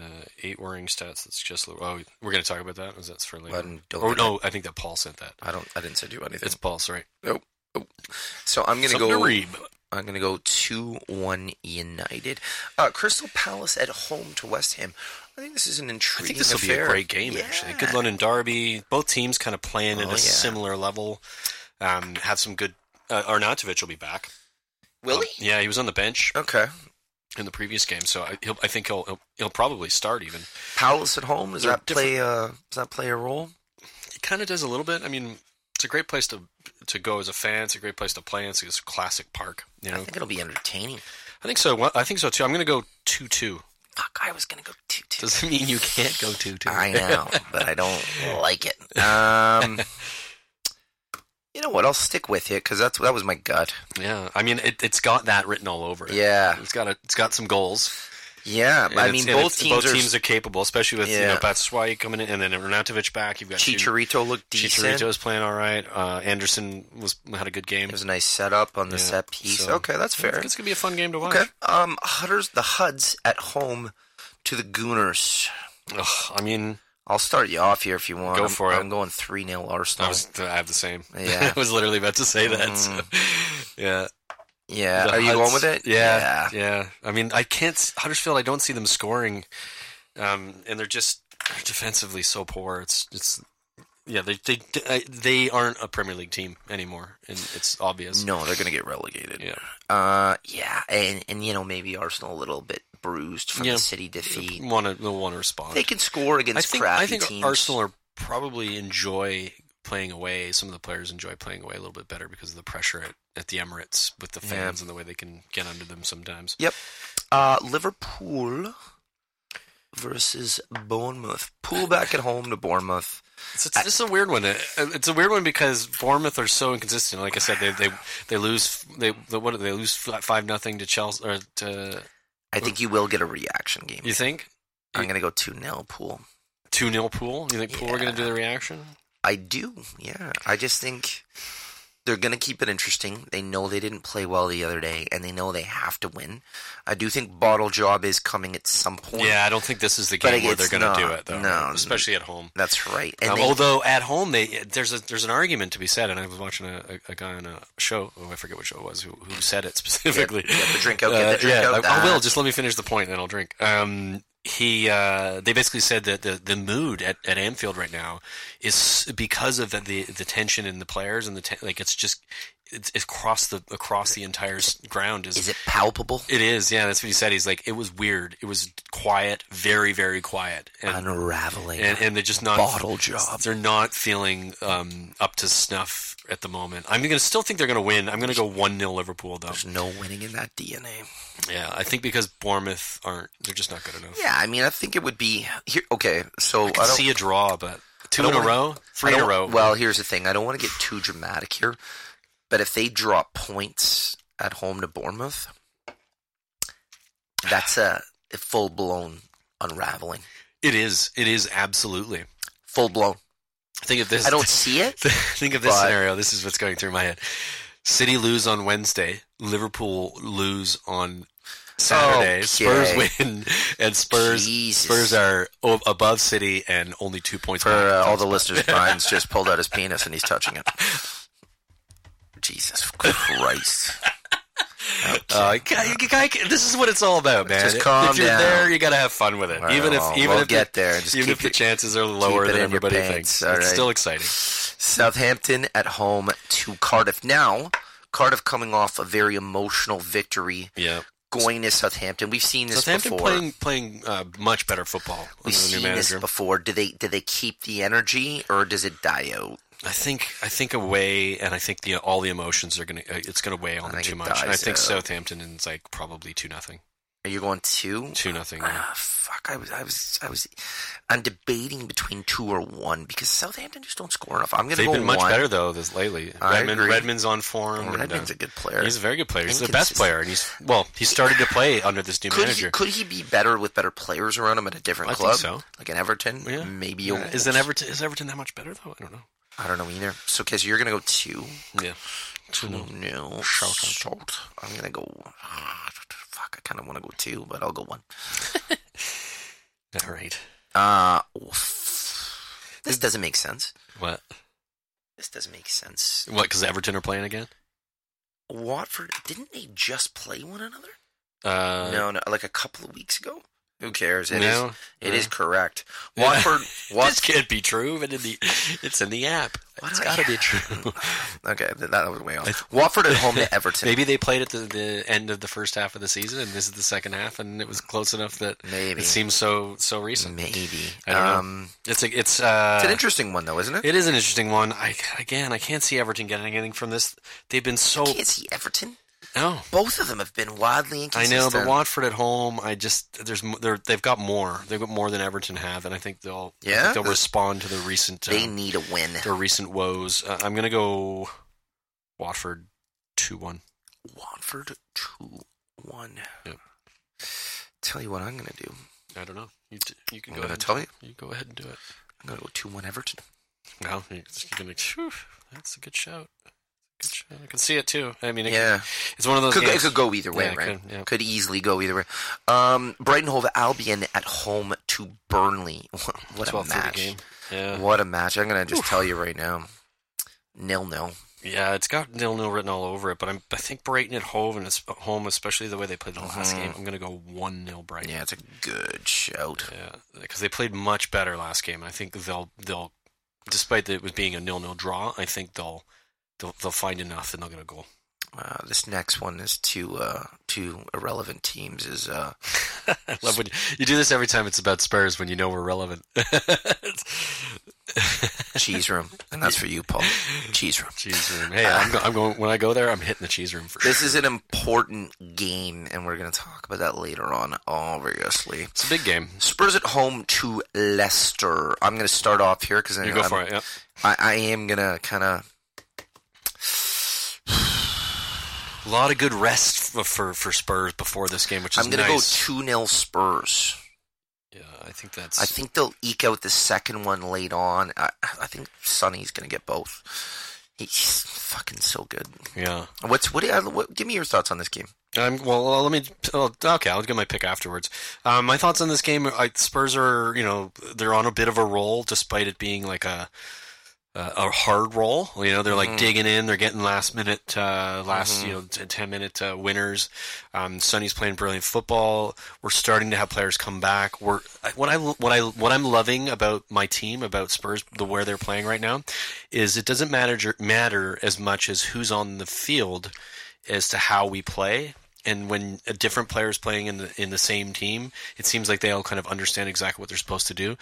Speaker 1: eight worrying stats. That's just oh, we're going to talk about that. Is that's for later?
Speaker 4: I don't.
Speaker 1: Or no, I think that Paul sent that.
Speaker 4: I don't. I didn't send you anything.
Speaker 1: It's Paul, sorry.
Speaker 4: so I'm gonna
Speaker 1: Something
Speaker 4: go.
Speaker 1: to read.
Speaker 4: I'm gonna go two one United. Uh, Crystal Palace at home to West Ham. I think this is an
Speaker 1: I
Speaker 4: intriguing.
Speaker 1: think this will be a
Speaker 4: affair.
Speaker 1: great game, actually.
Speaker 4: Yeah.
Speaker 1: Good London derby. Both teams kind of playing at
Speaker 4: Oh,
Speaker 1: a
Speaker 4: yeah.
Speaker 1: similar level. Um, have some good. Uh, Arnautovic will be back. Um,
Speaker 4: Will he?
Speaker 1: Yeah, he was on the bench
Speaker 4: Okay.
Speaker 1: in the previous game, so I, he'll, I think he'll, he'll he'll probably start even.
Speaker 4: Palace at home. Does
Speaker 1: They're
Speaker 4: that play? Uh, does that play a role?
Speaker 1: It kind of does a little bit. I mean, it's a great place to to go as a fan. It's a great place to play. in. It's a classic park. You know,
Speaker 4: I think it'll be entertaining.
Speaker 1: I think so. Well, I think so too. I'm going to go two two.
Speaker 4: Fuck, I was gonna go two two.
Speaker 1: Doesn't mean you can't go two two. [laughs]
Speaker 4: I know, but I don't like it. Um, you know what? I'll stick with it because that's that was my gut.
Speaker 1: Yeah, I mean, it, it's got that written all over it.
Speaker 4: Yeah,
Speaker 1: It's got a, it's got some goals.
Speaker 4: yeah.
Speaker 1: And
Speaker 4: I
Speaker 1: it's-
Speaker 4: mean,
Speaker 1: and
Speaker 4: both
Speaker 1: it's-
Speaker 4: teams,
Speaker 1: both teams are capable, especially with you know
Speaker 4: Yeah.
Speaker 1: Batshuayi coming in and then Renatovic back. You've
Speaker 4: are.
Speaker 1: got
Speaker 4: Chicharito looked decent.
Speaker 1: Chicharito's playing all right. Uh, Anderson was had a good game.
Speaker 4: It was a nice setup on the
Speaker 1: Yeah,
Speaker 4: set piece.
Speaker 1: so-
Speaker 4: okay, that's
Speaker 1: I
Speaker 4: fair.
Speaker 1: think it's gonna be a fun game to watch.
Speaker 4: Okay. Um, Hudders, the Huds at home to the Gooners.
Speaker 1: Ugh, I mean,
Speaker 4: I'll start you off here if you want.
Speaker 1: Go
Speaker 4: I'm,
Speaker 1: for it.
Speaker 4: I'm going three 0 Arsenal.
Speaker 1: I was I have the same. [laughs]
Speaker 4: Yeah. Mm.
Speaker 1: I was literally about to say that. so, yeah,
Speaker 4: yeah.
Speaker 1: The
Speaker 4: Uh, Are you
Speaker 1: Huds-
Speaker 4: going with it?
Speaker 1: Yeah, yeah, I mean, I can't s- Huddersfield. I don't see them scoring, um, and they're just defensively so poor. It's it's yeah, they they they aren't a Premier League team anymore, and it's obvious.
Speaker 4: No, they're going to get relegated.
Speaker 1: Yeah.
Speaker 4: Uh, yeah, and and you know maybe Arsenal a little bit bruised from
Speaker 1: Yeah.
Speaker 4: the City defeat.
Speaker 1: want to they'll want to respond.
Speaker 4: They can score against
Speaker 1: I think
Speaker 4: crappy
Speaker 1: I think
Speaker 4: teams.
Speaker 1: Arsenal are probably enjoy playing away. Some of the players enjoy playing away a little bit better because of the pressure at, at the Emirates with the
Speaker 4: Yeah.
Speaker 1: fans and the way they can get under them sometimes.
Speaker 4: Yep. Uh, Liverpool versus Bournemouth. Pool back at home to Bournemouth.
Speaker 1: So it's, this is a weird one. It- It's a weird one because Bournemouth are so inconsistent. Like I said, they they, they lose they the, what do they lose flat five nothing to Chelsea or to
Speaker 4: I think you will get a reaction game.
Speaker 1: you think
Speaker 4: I'm going to go 2 0 Pool.
Speaker 1: two 0 Pool? You think Pool are going to do the reaction?
Speaker 4: I do. Yeah. I just think they're going to keep it interesting. They know they didn't play well the other day, and they know they have to win. I do think Bottle Job is coming at some point.
Speaker 1: Yeah, I don't think this is the
Speaker 4: But
Speaker 1: game where they're
Speaker 4: it's
Speaker 1: going to do
Speaker 4: not.
Speaker 1: it though.
Speaker 4: No.
Speaker 1: especially at home.
Speaker 4: That's right. And
Speaker 1: Um,
Speaker 4: they-
Speaker 1: although at home, they there's a there's an argument to be said, and I was watching a, a, a guy on a show. Oh, I forget what show it was who, who said it [laughs] specifically.
Speaker 4: Get- get the drink out, get the
Speaker 1: Uh,
Speaker 4: drink
Speaker 1: yeah,
Speaker 4: out,
Speaker 1: I, I will.
Speaker 4: that.
Speaker 1: Just let me finish the point, then I'll drink. Um, he uh, they basically said that the, the mood at, at Anfield right now is because of the the, tension in the players and the te- like. It's just it's it's across the across the entire s- ground
Speaker 4: is it palpable?
Speaker 1: it is, yeah. That's what he said. He's like, it was weird. It was quiet, very, very quiet, and
Speaker 4: Unraveling.
Speaker 1: and, and they're just not
Speaker 4: Bottle job.
Speaker 1: Uh, They're not feeling um, up to snuff at the moment. I'm going to still think they're going to win. I'm going to go one 0 Liverpool though.
Speaker 4: There's no winning in that DNA.
Speaker 1: Yeah, I think because Bournemouth aren't. They're just not good enough.
Speaker 4: Yeah, I mean, I think it would be here. Okay, so I,
Speaker 1: I
Speaker 4: don't
Speaker 1: see a draw, but two
Speaker 4: I
Speaker 1: in
Speaker 4: don't
Speaker 1: a
Speaker 4: wanna-
Speaker 1: row, three
Speaker 4: I
Speaker 1: in a
Speaker 4: don't-
Speaker 1: row.
Speaker 4: Well, here's the thing: I don't want to get too dramatic here, but if they drop points at home to Bournemouth, that's a, a full blown unraveling.
Speaker 1: it is. It is absolutely.
Speaker 4: Full blown.
Speaker 1: Think of this.
Speaker 4: I don't see
Speaker 1: [laughs]
Speaker 4: it.
Speaker 1: think of this
Speaker 4: but-
Speaker 1: scenario. This is what's going through my head. City lose on Wednesday. Liverpool lose on Saturday.
Speaker 4: Okay.
Speaker 1: Spurs win, and Spurs
Speaker 4: Jesus.
Speaker 1: Spurs are o- above City and only two points.
Speaker 4: For
Speaker 1: behind.
Speaker 4: uh, all the listeners, Brian's just pulled out his penis and he's touching it. Jesus Christ!
Speaker 1: Uh, guy, guy, this is what it's all about, man.
Speaker 4: Just calm
Speaker 1: if you're
Speaker 4: down.
Speaker 1: there, you gotta have fun with it.
Speaker 4: All right,
Speaker 1: even if
Speaker 4: well,
Speaker 1: even
Speaker 4: we'll
Speaker 1: if
Speaker 4: get
Speaker 1: the,
Speaker 4: there. Just
Speaker 1: even
Speaker 4: keep
Speaker 1: if the
Speaker 4: it-
Speaker 1: chances are lower
Speaker 4: keep
Speaker 1: than
Speaker 4: it in your
Speaker 1: everybody
Speaker 4: pants.
Speaker 1: thinks,
Speaker 4: All
Speaker 1: it's
Speaker 4: right.
Speaker 1: still exciting.
Speaker 4: Southampton at home to Cardiff. Now, Cardiff coming off a very emotional victory,
Speaker 1: Yeah,
Speaker 4: going to Southampton. We've seen this
Speaker 1: Southampton
Speaker 4: before.
Speaker 1: playing playing uh, much better football under the new
Speaker 4: We've seen this
Speaker 1: manager.
Speaker 4: before. Do they do they keep the energy or does it die out?
Speaker 1: I think I think away, and I think the all the emotions are gonna uh, it's gonna weigh on them
Speaker 4: think
Speaker 1: too
Speaker 4: it
Speaker 1: much. And I
Speaker 4: dies
Speaker 1: think
Speaker 4: out.
Speaker 1: Southampton is like probably two nothing.
Speaker 4: Are you going two?
Speaker 1: Two nothing.
Speaker 4: Ah, fuck! I was, I was, I was. I'm debating between two or one because Southampton just don't score enough. I'm going to
Speaker 1: They've
Speaker 4: go
Speaker 1: been much
Speaker 4: one.
Speaker 1: better though this lately.
Speaker 4: I
Speaker 1: Redmond,
Speaker 4: agree.
Speaker 1: Redmond's on form. and,
Speaker 4: Redmond's
Speaker 1: uh,
Speaker 4: a good player.
Speaker 1: He's a very good player. He's the best
Speaker 4: Inconsistent.
Speaker 1: player, and he's well. He started to play under this new
Speaker 4: Could he,
Speaker 1: manager.
Speaker 4: could he be better with better players around him at a different
Speaker 1: I think
Speaker 4: club?
Speaker 1: so.
Speaker 4: Like an Everton,
Speaker 1: Yeah.
Speaker 4: maybe.
Speaker 1: Yeah.
Speaker 4: A
Speaker 1: Is
Speaker 4: Wolves?
Speaker 1: an Everton is Everton that much better though? I don't know.
Speaker 4: I don't know either. So, okay, so you're going to go two.
Speaker 1: Yeah.
Speaker 4: Two no.
Speaker 1: Shout out.
Speaker 4: Salt. I'm going to go. ah, Fuck! I kind of want to go two, but I'll go one.
Speaker 1: All right.
Speaker 4: Uh, oof. this doesn't make sense.
Speaker 1: What?
Speaker 4: This doesn't make sense.
Speaker 1: What? Because Everton are playing again.
Speaker 4: Watford didn't they just play one another?
Speaker 1: Uh,
Speaker 4: no, no, like a couple of weeks ago. Who cares? It is.
Speaker 1: No,
Speaker 4: It is
Speaker 1: no. [laughs]
Speaker 4: correct.
Speaker 1: Yeah.
Speaker 4: Watford.
Speaker 1: This
Speaker 4: Watford.
Speaker 1: can't be true, but in the it's in the app.
Speaker 4: What
Speaker 1: it's
Speaker 4: do I-
Speaker 1: got to be [laughs] true.
Speaker 4: [laughs] Okay, th- that was way off. Watford at home
Speaker 1: [laughs]
Speaker 4: to Everton.
Speaker 1: Maybe they played at the, the end of the first half of the season, and this is the second half, and it was close enough that
Speaker 4: Maybe.
Speaker 1: it seems so so recent.
Speaker 4: Maybe.
Speaker 1: I don't know.
Speaker 4: um,
Speaker 1: It's a, it's uh,
Speaker 4: It's an interesting one, though, isn't it?
Speaker 1: it is an interesting one. I again, I can't see Everton getting anything from this. They've been so
Speaker 4: I can't see Everton.
Speaker 1: no.
Speaker 4: Both of them have been wildly
Speaker 1: I
Speaker 4: inconsistent.
Speaker 1: know, but Watford at home, I just there's m- they're, they've got more. They've got more than Everton have, and I think they'll I think
Speaker 4: Yeah?
Speaker 1: they'll respond to the recent uh,
Speaker 4: They need a win.
Speaker 1: their recent woes. Uh, I'm gonna go Watford two one.
Speaker 4: Watford two one.
Speaker 1: Yep.
Speaker 4: Tell you what I'm going to do.
Speaker 1: I don't know. You, t- you can
Speaker 4: I'm
Speaker 1: go
Speaker 4: gonna
Speaker 1: ahead. and-
Speaker 4: tell you.
Speaker 1: You go ahead and do it.
Speaker 4: I'm going to go two one Everton.
Speaker 1: Well, you're gonna. Whew, that's a good shout. Good shout. I can see it too. I mean, it,
Speaker 4: Yeah,
Speaker 1: it's one of those.
Speaker 4: could, it
Speaker 1: games-
Speaker 4: could go either way,
Speaker 1: Yeah, it
Speaker 4: right?
Speaker 1: could, yeah.
Speaker 4: Could easily go either way. Um, Brighton Hove Albion at home to Burnley. [laughs] What a
Speaker 1: 12-30
Speaker 4: match!
Speaker 1: game. Yeah,
Speaker 4: What a match! I'm going to just tell you right now. Nil nil.
Speaker 1: yeah. It's got nil nil written all over it, but I'm, I think Brighton at home and it's at home, especially the way they played the last
Speaker 4: Mhm.
Speaker 1: game. I'm gonna go one nil Brighton.
Speaker 4: Yeah, it's a good shout.
Speaker 1: Yeah, because they played much better last game. I think they'll they'll, despite that it was being a nil nil draw, I think they'll they'll they'll find enough and they'll get a goal. [laughs]
Speaker 4: Uh, this next one is two uh, two irrelevant teams is
Speaker 1: [laughs]
Speaker 4: uh,
Speaker 1: I love when you, you do this every time. It's about Spurs when you know we're relevant. [laughs]
Speaker 4: cheese room, and that's for
Speaker 1: [laughs]
Speaker 4: you, Paul. Cheese room.
Speaker 1: cheese room. Hey, I'm, go, I'm going when I go there. I'm hitting the cheese room for
Speaker 4: This
Speaker 1: sure.
Speaker 4: is an important game, and we're going to talk about that later on, obviously.
Speaker 1: It's a big game.
Speaker 4: Spurs at home to Leicester. I'm going to start off here because
Speaker 1: You
Speaker 4: I'm,
Speaker 1: go for it. Yeah.
Speaker 4: I, I am going to kind of.
Speaker 1: A lot of good rest for, for for Spurs before this game, which is
Speaker 4: I'm going to
Speaker 1: nice.
Speaker 4: go 2 0 Spurs.
Speaker 1: yeah, I think that's.
Speaker 4: I think they'll eke out the second one late on. I, I think Sonny's going to get both. He's fucking so good.
Speaker 1: yeah.
Speaker 4: What's what, do you- what? Give me your thoughts on this game.
Speaker 1: Um, well, uh, let me. oh, okay, I'll get my pick afterwards. Um, my thoughts on this game: I, Spurs are, you know, they're on a bit of a roll, despite it being like a a, uh, a hard roll. You know, they're like digging in, they're getting last minute, uh, last you know, t- ten minute uh, winners. Um, Sonny's playing brilliant football. We're starting to have players come back. We're I- what I what I what I'm loving about my team, about Spurs, the where they're playing right now, is it doesn't matter matter as much as who's on the field as to how we play. And when a different player is playing in the, in the same team, it seems like they all kind of understand exactly what they're supposed to do.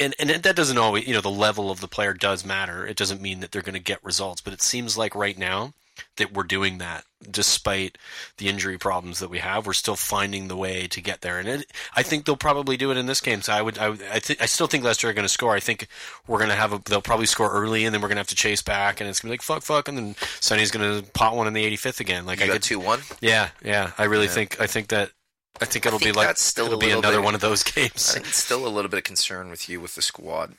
Speaker 1: And and that doesn't always, you know, the level of the player does matter. It doesn't mean that they're going to get results, but it seems like right now that we're doing that despite the injury problems that we have. We're still finding the way to get there, and it, I think they'll probably do it in this game. So I would, I, would- I, th- I still think Leicester are going to score. I think we're going to have a, they'll probably score early, and then we're going to have to chase back, and it's going to be like fuck, fuck, and then Sonny's going to pot one in the 85th again. Like
Speaker 4: You
Speaker 1: I
Speaker 4: got
Speaker 1: could,
Speaker 4: two one.
Speaker 1: yeah, yeah. I really think I think that I think it'll
Speaker 4: think
Speaker 1: be like
Speaker 4: that's still
Speaker 1: it'll
Speaker 4: a
Speaker 1: be
Speaker 4: little
Speaker 1: another
Speaker 4: bit-
Speaker 1: one of those [laughs]
Speaker 4: I
Speaker 1: games.
Speaker 4: think it's still a little bit of concern with you with the squad.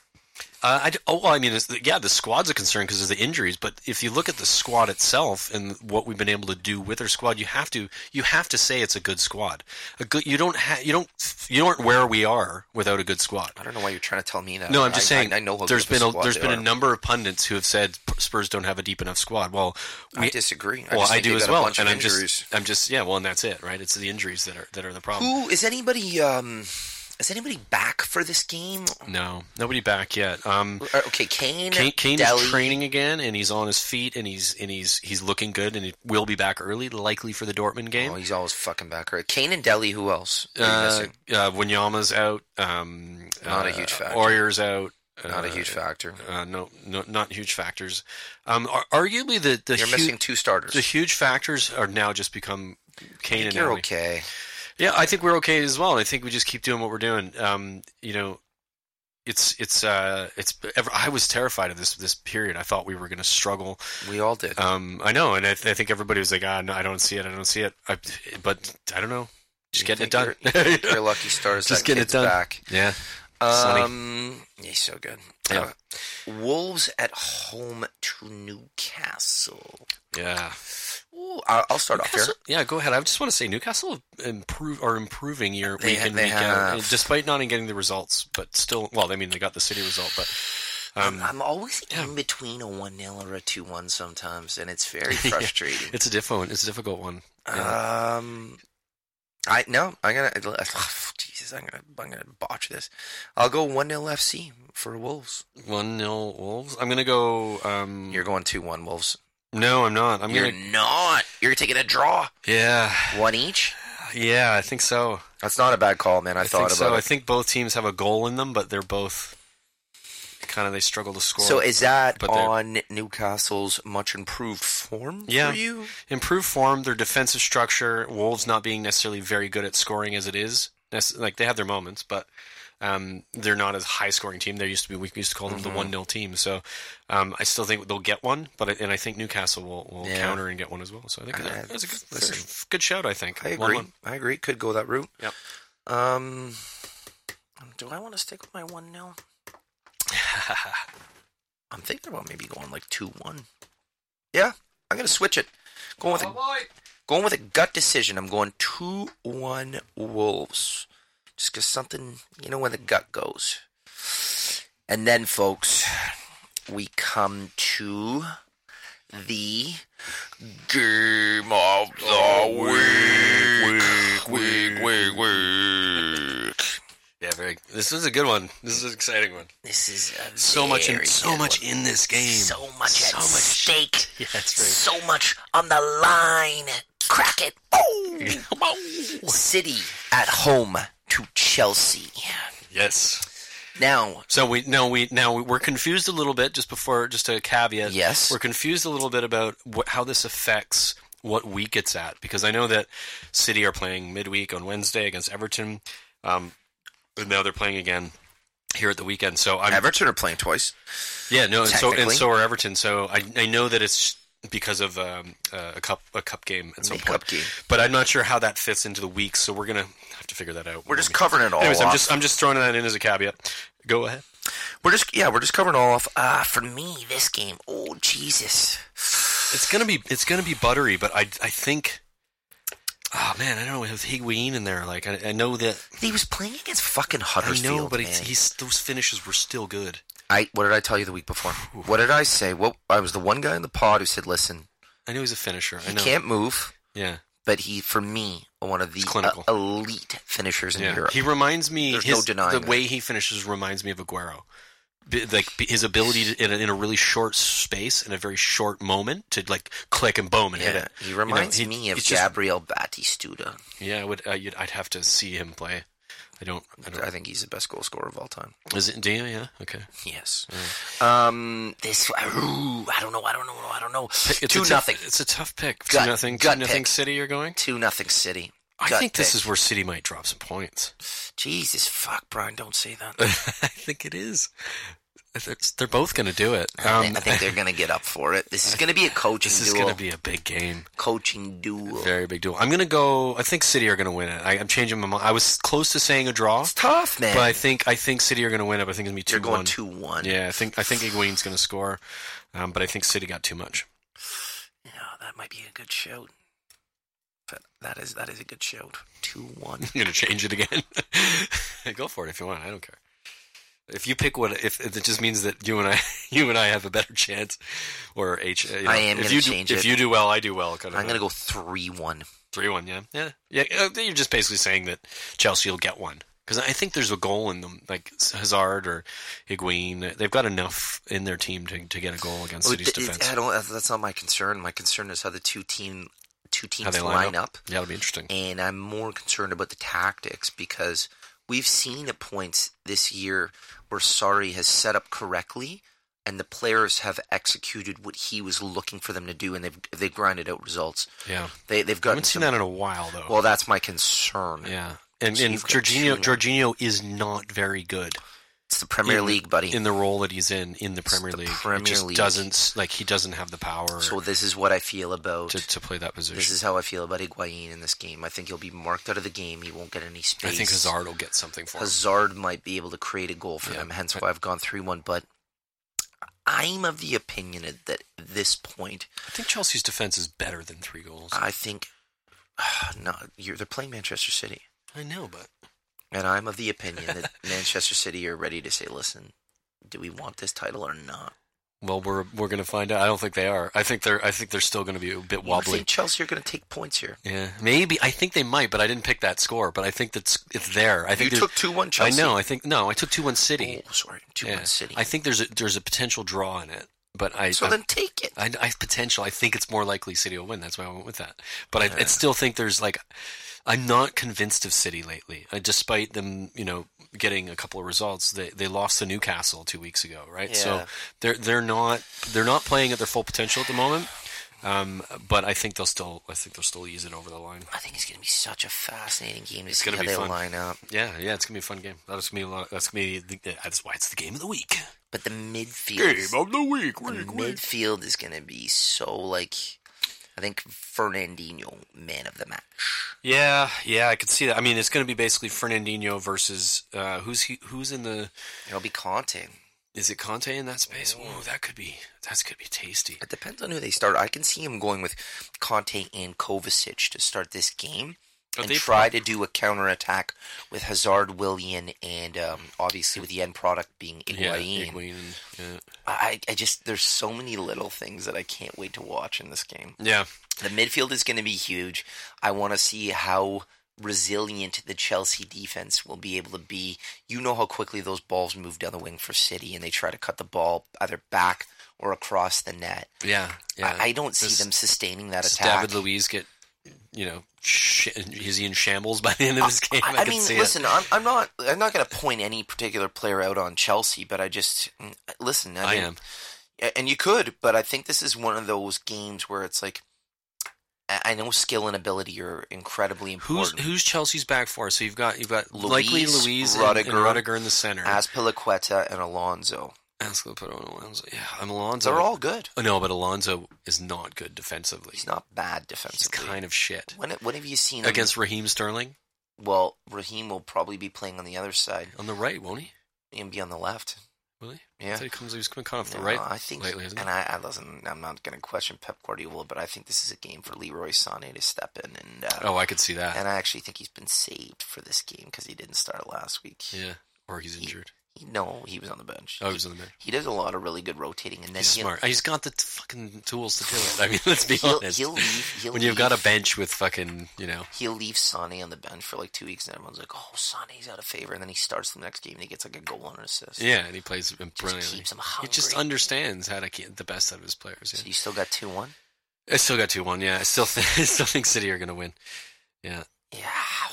Speaker 1: Uh, I d oh, well, I mean, it's, yeah, the squad's a concern because of the injuries. But if you look at the squad itself and what we've been able to do with our squad, you have to you have to say it's a good squad. A good you don't ha- you don't you aren't where we are without a good squad.
Speaker 4: I don't know why you're trying to tell me that.
Speaker 1: No, I'm just
Speaker 4: I-
Speaker 1: saying.
Speaker 4: I, I know how
Speaker 1: there's
Speaker 4: good
Speaker 1: been
Speaker 4: of
Speaker 1: a,
Speaker 4: squad
Speaker 1: there's
Speaker 4: they
Speaker 1: been a
Speaker 4: are.
Speaker 1: number of pundits who have said Spurs don't have a deep enough squad. Well,
Speaker 4: I
Speaker 1: we-
Speaker 4: disagree. I
Speaker 1: well,
Speaker 4: just
Speaker 1: I
Speaker 4: think
Speaker 1: do
Speaker 4: they've
Speaker 1: as
Speaker 4: got a
Speaker 1: well,
Speaker 4: bunch
Speaker 1: and
Speaker 4: of
Speaker 1: I'm just
Speaker 4: injuries.
Speaker 1: I'm just yeah. Well, and that's it, right? It's the injuries that are that are the problem.
Speaker 4: Who is anybody? Um, is anybody back for this game?
Speaker 1: No, nobody back yet. Um,
Speaker 4: Uh, Okay, Kane.
Speaker 1: Kane, Kane
Speaker 4: Dele,
Speaker 1: is training again, and he's on his feet, and he's and he's he's looking good, and he will be back early, likely for the Dortmund
Speaker 4: Oh,
Speaker 1: game.
Speaker 4: he's always fucking back. Right? Kane and Delhi. Who else? Are you
Speaker 1: uh,
Speaker 4: missing?
Speaker 1: uh, Wanyama's out. Um,
Speaker 4: Not a
Speaker 1: uh,
Speaker 4: huge factor.
Speaker 1: Aurier's out.
Speaker 4: Not a
Speaker 1: uh,
Speaker 4: huge factor.
Speaker 1: Uh, no, no, not huge factors. Um, ar- arguably the the
Speaker 4: You're
Speaker 1: hu-
Speaker 4: missing two starters.
Speaker 1: the huge factors are now just become Kane and
Speaker 4: you're
Speaker 1: Ellie.
Speaker 4: okay.
Speaker 1: Yeah, I think we're okay as well. I think we just keep doing what we're doing. Um, you know, it's it's uh, it's. ever- I was terrified of this this period. I thought we were going to struggle.
Speaker 4: We all did.
Speaker 1: Um, I know, and I, I think everybody was like, "Ah, no, I don't see it. I don't see it." I, but I don't know. Just
Speaker 4: You
Speaker 1: getting it
Speaker 4: think
Speaker 1: done.
Speaker 4: You're, you think you're lucky stars.
Speaker 1: Just
Speaker 4: that
Speaker 1: getting it
Speaker 4: kid's
Speaker 1: done.
Speaker 4: Back.
Speaker 1: [laughs] yeah. Sonny.
Speaker 4: Um, he's so good.
Speaker 1: Yeah.
Speaker 4: Uh, Wolves at home to Newcastle.
Speaker 1: Yeah.
Speaker 4: Ooh, I- I'll start off here.
Speaker 1: Newcastle- Yeah, go ahead. I just want to say Newcastle improve are improving year
Speaker 4: They
Speaker 1: week
Speaker 4: ha-
Speaker 1: in
Speaker 4: they
Speaker 1: week out,
Speaker 4: have.
Speaker 1: despite not getting the results, but still. Well, I mean, they got the city result, but um,
Speaker 4: I'm always
Speaker 1: yeah.
Speaker 4: in between a 1 0 or a 2 1 sometimes, and it's
Speaker 1: [laughs]
Speaker 4: very frustrating.
Speaker 1: it's a different. It's a difficult one. Yeah.
Speaker 4: Um, I no, I'm gonna [sighs] Jesus, I'm gonna I'm gonna botch this. I'll go one 0 FC for Wolves.
Speaker 1: One 0 Wolves. I'm gonna go. Um,
Speaker 4: You're going two one Wolves.
Speaker 1: no, I'm not. I'm
Speaker 4: You're
Speaker 1: gonna.
Speaker 4: not. You're taking a draw.
Speaker 1: Yeah,
Speaker 4: One each.
Speaker 1: yeah. I think so.
Speaker 4: That's not a bad call, man. I,
Speaker 1: I,
Speaker 4: thought
Speaker 1: think
Speaker 4: about
Speaker 1: so.
Speaker 4: it.
Speaker 1: I think both teams have a goal in them, but they're both kind of they struggle to score.
Speaker 4: so is that
Speaker 1: but they're-
Speaker 4: on Newcastle's much improved form
Speaker 1: Yeah.
Speaker 4: for you?
Speaker 1: improved form, their defensive structure, Wolves not being necessarily very good at scoring as it is. That's- Like they have their moments, but um, they're not as high scoring team. They used to be. We used to call them the one 0 team. So um, I still think they'll get one, but I, and I think Newcastle will, will
Speaker 4: Yeah.
Speaker 1: counter and get one as well. So I think
Speaker 4: Uh,
Speaker 1: that, that's a good,
Speaker 4: listen.
Speaker 1: fair- good shout. I think.
Speaker 4: I agree.
Speaker 1: One, one.
Speaker 4: I agree. Could go that route.
Speaker 1: Yep.
Speaker 4: Um, do I want to stick with my one 0 [laughs] I'm thinking about maybe going like two one. Yeah, I'm gonna switch it. Going with a, going with a gut decision. I'm going two one Wolves. Just because something, you know, where the gut goes. And then, folks, we come to the game of the week. Week, week, week.
Speaker 1: Yeah, very. This is a good one. This is an exciting one.
Speaker 4: This is a
Speaker 1: So much in
Speaker 4: very
Speaker 1: so
Speaker 4: good
Speaker 1: much
Speaker 4: one.
Speaker 1: in this game.
Speaker 4: so much
Speaker 1: so
Speaker 4: at
Speaker 1: much.
Speaker 4: stake.
Speaker 1: [laughs] Yeah, that's right.
Speaker 4: So much on the line. Crack it. Oh! City at home to Chelsea.
Speaker 1: yes.
Speaker 4: Now,
Speaker 1: So we no we now we- we're confused a little bit just before just a caveat.
Speaker 4: Yes.
Speaker 1: we're confused a little bit about what, how this affects what week it's at because I know that City are playing midweek on Wednesday against Everton, um, and now they're playing again here at the weekend. So I'm
Speaker 4: Everton are playing twice.
Speaker 1: yeah no and so and
Speaker 4: Technically.
Speaker 1: so are Everton. So I I know that it's because of um, uh, a cup a cup game at some
Speaker 4: The
Speaker 1: point,
Speaker 4: cup game.
Speaker 1: but I'm not sure how that fits into the week. So we're gonna have to figure that out.
Speaker 4: We're just covering it all
Speaker 1: Anyways, I'm
Speaker 4: off.
Speaker 1: just I'm just throwing that in as a caveat. Go ahead.
Speaker 4: we're just yeah, we're just covering it all off. Ah, for me, this game. Oh Jesus.
Speaker 1: It's gonna be it's gonna be buttery, but I I think. Oh man, I don't know. We have Higuain in there. Like I, I know that
Speaker 4: He was playing against fucking
Speaker 1: I
Speaker 4: Huddersfield.
Speaker 1: know, but it's,
Speaker 4: man.
Speaker 1: he's those finishes were still good.
Speaker 4: I what did I tell you the week before? What did I say? Well, I was the one guy in the pod who said, "Listen,
Speaker 1: I know he's a finisher. I
Speaker 4: he
Speaker 1: know.
Speaker 4: can't move,
Speaker 1: yeah,
Speaker 4: but he, for me, one of the
Speaker 1: He's clinical.
Speaker 4: uh, elite finishers in
Speaker 1: yeah.
Speaker 4: Europe."
Speaker 1: He reminds me.
Speaker 4: There's
Speaker 1: his,
Speaker 4: no denying
Speaker 1: the
Speaker 4: that.
Speaker 1: way he finishes reminds me of Aguero. B- like b- his ability to, in, a, in a really short space in a very short moment to like click and boom and hit
Speaker 4: Yeah,
Speaker 1: it.
Speaker 4: he
Speaker 1: You know,
Speaker 4: reminds
Speaker 1: he-
Speaker 4: me of
Speaker 1: it's just-
Speaker 4: Gabriel Batistuta.
Speaker 1: yeah, I would uh, you'd, I'd have to see him play. I don't. I don't.
Speaker 4: I think he's the best goal scorer of all time.
Speaker 1: Is it? Do you? Yeah. Okay.
Speaker 4: Yes. Um. This. Ooh, I don't know. I don't know. I don't know.
Speaker 1: It's
Speaker 4: two
Speaker 1: a tough-
Speaker 4: nothing.
Speaker 1: It's a tough pick.
Speaker 4: Gut-
Speaker 1: two nothing.
Speaker 4: gut
Speaker 1: two nothing.
Speaker 4: pick.
Speaker 1: City are going.
Speaker 4: Two nothing. City.
Speaker 1: I
Speaker 4: Gut
Speaker 1: think this
Speaker 4: pick.
Speaker 1: is where City might drop some points. [laughs]
Speaker 4: Jesus fuck, Brian. Don't say that.
Speaker 1: I think it is. It's- they're both going to do it.
Speaker 4: I thi- I think
Speaker 1: [laughs]
Speaker 4: they're gonna get up for it. This is gonna be a coaching
Speaker 1: Um, this is
Speaker 4: duel.
Speaker 1: going to be a big game,
Speaker 4: coaching duel.
Speaker 1: very big duel. I'm going to go. I think City are going to win it. I, I'm changing my mind. I was close to saying a draw,
Speaker 4: It's tough, man.
Speaker 1: but I think I think City are going to win it. but I think it's going to be
Speaker 4: You're
Speaker 1: two
Speaker 4: going
Speaker 1: one.
Speaker 4: two one.
Speaker 1: Yeah, I think I think Higuain's going to score, um, but I think City got too much.
Speaker 4: Yeah, that might be a good shout. But that is that is a good shout. Two
Speaker 1: [laughs]
Speaker 4: one.
Speaker 1: I'm going to change it again. [laughs] Go for it if you want. I don't care. If you pick what, if if it just means that you and I, [laughs] you and I have a better chance, or H. You know,
Speaker 4: I am
Speaker 1: if
Speaker 4: gonna
Speaker 1: you do-
Speaker 4: change
Speaker 1: If
Speaker 4: it.
Speaker 1: you do well, I do well. Kind of
Speaker 4: I'm gonna go three one.
Speaker 1: three one. Yeah, yeah, yeah. uh, You're just basically saying that Chelsea will get one because I think there's a goal in them, like Hazard or Higuain. They've got enough in their team to, to get a goal against
Speaker 4: Oh,
Speaker 1: City's
Speaker 4: it- it-
Speaker 1: defense.
Speaker 4: I don't, that's not my concern. My concern is how the two team two teams
Speaker 1: How they
Speaker 4: line, up.
Speaker 1: Yeah, it'll be interesting.
Speaker 4: and I'm more concerned about the tactics because we've seen at points this year where Sari has set up correctly and the players have executed what he was looking for them to do, and they've they've grinded out results.
Speaker 1: Yeah.
Speaker 4: They they've
Speaker 1: I
Speaker 4: gotten
Speaker 1: haven't seen
Speaker 4: some-
Speaker 1: that in a while though.
Speaker 4: Well, that's my concern.
Speaker 1: yeah. And,
Speaker 4: So
Speaker 1: and
Speaker 4: you've got two
Speaker 1: Jorginho,
Speaker 4: now.
Speaker 1: Jorginho is not very good.
Speaker 4: It's the Premier
Speaker 1: in-
Speaker 4: League, buddy.
Speaker 1: In the role that he's in in the Premier
Speaker 4: the
Speaker 1: League,
Speaker 4: Premier
Speaker 1: it just
Speaker 4: League.
Speaker 1: doesn't like he doesn't have the power
Speaker 4: so this is what I feel about.
Speaker 1: to, to play that position.
Speaker 4: This is how I feel about Higuain in this game. I think he'll be marked out of the game. He won't get any
Speaker 1: I
Speaker 4: space.
Speaker 1: think Hazard will get something for him.
Speaker 4: Hazard might be able to create a goal for
Speaker 1: Yeah.
Speaker 4: them. Hence why I've gone three-one. But I'm of the opinion that at this point,
Speaker 1: I think Chelsea's defense is better than three goals.
Speaker 4: I think [sighs] no, you're, they're playing Manchester City,
Speaker 1: I know, but
Speaker 4: and I'm of the
Speaker 1: [laughs]
Speaker 4: opinion that Manchester City are ready to say, "Listen, do we want this title or not?"
Speaker 1: well, we're we're gonna find out. I don't think they are. I think they're I think they're still gonna be a bit
Speaker 4: I
Speaker 1: wobbly.
Speaker 4: think Chelsea are going to take points here.
Speaker 1: Yeah, maybe I think they might, but I didn't pick that score. But I think that's it's there. I
Speaker 4: You
Speaker 1: think there's-
Speaker 4: took two-one
Speaker 1: I
Speaker 4: Chelsea.
Speaker 1: know. I think no. I took two one City.
Speaker 4: Oh, sorry, two-one
Speaker 1: Yeah.
Speaker 4: City.
Speaker 1: I think there's a there's a potential draw in it, but I
Speaker 4: so
Speaker 1: I,
Speaker 4: then take it.
Speaker 1: I, I potential. I think it's more likely City will win. That's why I went with that. But I, I
Speaker 4: Yeah.
Speaker 1: still think there's like I'm not convinced of City lately, uh, despite them you know getting a couple of results. They they lost to Newcastle two weeks ago, right? So
Speaker 4: Yeah.
Speaker 1: they're they're not they're not playing at their full potential at the moment. Um, but I think they'll still I think they'll still ease it over the line.
Speaker 4: I think it's going to be such a fascinating game to
Speaker 1: It's
Speaker 4: see
Speaker 1: gonna
Speaker 4: how
Speaker 1: be
Speaker 4: they
Speaker 1: fun.
Speaker 4: line up.
Speaker 1: Yeah, yeah, it's gonna be a fun game. That's gonna be a lot. That's gonna be the, that's why it's the game of the week.
Speaker 4: But the midfield, is-
Speaker 1: of the week.
Speaker 4: the midfield is going to be so like. I think Fernandinho, man of the match.
Speaker 1: Yeah, yeah, I could see that. I mean, it's going to be basically Fernandinho versus uh, who's he, who's in the
Speaker 4: It'll be Conte.
Speaker 1: is it Conte in that space? Whoa, that could be that's could be tasty.
Speaker 4: It depends on who they start. I can see him going with Conte and Kovacic to start this game
Speaker 1: But
Speaker 4: and
Speaker 1: they
Speaker 4: try to do a counter attack with Hazard, Willian, and um, obviously with the end product being
Speaker 1: Yeah,
Speaker 4: Iguain.
Speaker 1: Higuain, yeah.
Speaker 4: I, I just there's so many little things that I can't wait to watch in this game.
Speaker 1: yeah,
Speaker 4: The midfield is going to be huge. I want to see how resilient the Chelsea defense will be able to be. You know how quickly those balls move down the wing for City, and they try to cut the ball either back or across the net.
Speaker 1: yeah, yeah.
Speaker 4: I, I don't
Speaker 1: Does-
Speaker 4: see them sustaining that
Speaker 1: Does
Speaker 4: attack.
Speaker 1: David [laughs] Luiz get you know sh- is he in shambles by the end of this game?
Speaker 4: Oh, I, I
Speaker 1: can
Speaker 4: mean,
Speaker 1: see it.
Speaker 4: listen, I'm, I'm not I'm not going to point any particular player out on Chelsea, but I just mm, listen. I,
Speaker 1: I
Speaker 4: mean,
Speaker 1: am.
Speaker 4: and you could, but I think this is one of those games where it's like. I I know skill and ability are incredibly
Speaker 1: Who's
Speaker 4: important.
Speaker 1: who's Chelsea's back for? So you've got you've got likely
Speaker 4: Luiz,
Speaker 1: Louise and, and
Speaker 4: Rudiger,
Speaker 1: Rudiger in the center.
Speaker 4: Aspilicueta and Alonso.
Speaker 1: Aspilicueta and Alonso. Yeah, I'm Alonso.
Speaker 4: They're all good.
Speaker 1: Oh, no, but Alonso is not good defensively.
Speaker 4: He's not bad
Speaker 1: He's
Speaker 4: defensively.
Speaker 1: kind of shit.
Speaker 4: When, when have you seen him?
Speaker 1: Against Raheem Sterling
Speaker 4: Well, Raheem will probably be playing on the other side
Speaker 1: on the right, won't he?
Speaker 4: and be on the left.
Speaker 1: Will he? I
Speaker 4: Yeah.
Speaker 1: thought he comes, he's coming kind off the
Speaker 4: No,
Speaker 1: right
Speaker 4: I think,
Speaker 1: lately, isn't he?
Speaker 4: and I, I listen. I'm not going to question Pep Guardiola, but I think this is a game for Leroy Sané to step in, and uh,
Speaker 1: oh, I could see that.
Speaker 4: and I actually think he's been saved for this game because he didn't start last week.
Speaker 1: yeah. Or he's injured.
Speaker 4: He- no, he was on the bench.
Speaker 1: Oh, he was on the bench.
Speaker 4: He does a lot of really good rotating, and then
Speaker 1: He's
Speaker 4: he'll,
Speaker 1: smart. [laughs] He's got the t- fucking tools to do it. I mean, [laughs] let's be
Speaker 4: He'll-
Speaker 1: honest.
Speaker 4: he'll leave- he'll
Speaker 1: when you've got a
Speaker 4: leave.
Speaker 1: bench with fucking, you know,
Speaker 4: he'll leave Sané on the bench for like two weeks, and everyone's like, "Oh, Sané's out of favor," and then he starts the next game and he gets like a goal and an assist.
Speaker 1: yeah, and he plays brilliantly.
Speaker 4: keeps him
Speaker 1: he just
Speaker 4: hungry.
Speaker 1: understands how to get the best out of his players.
Speaker 4: So
Speaker 1: Yeah.
Speaker 4: you still got two one.
Speaker 1: I still got two one. Yeah, I still think, [laughs] I still think City are going to win. Yeah,
Speaker 4: Yeah.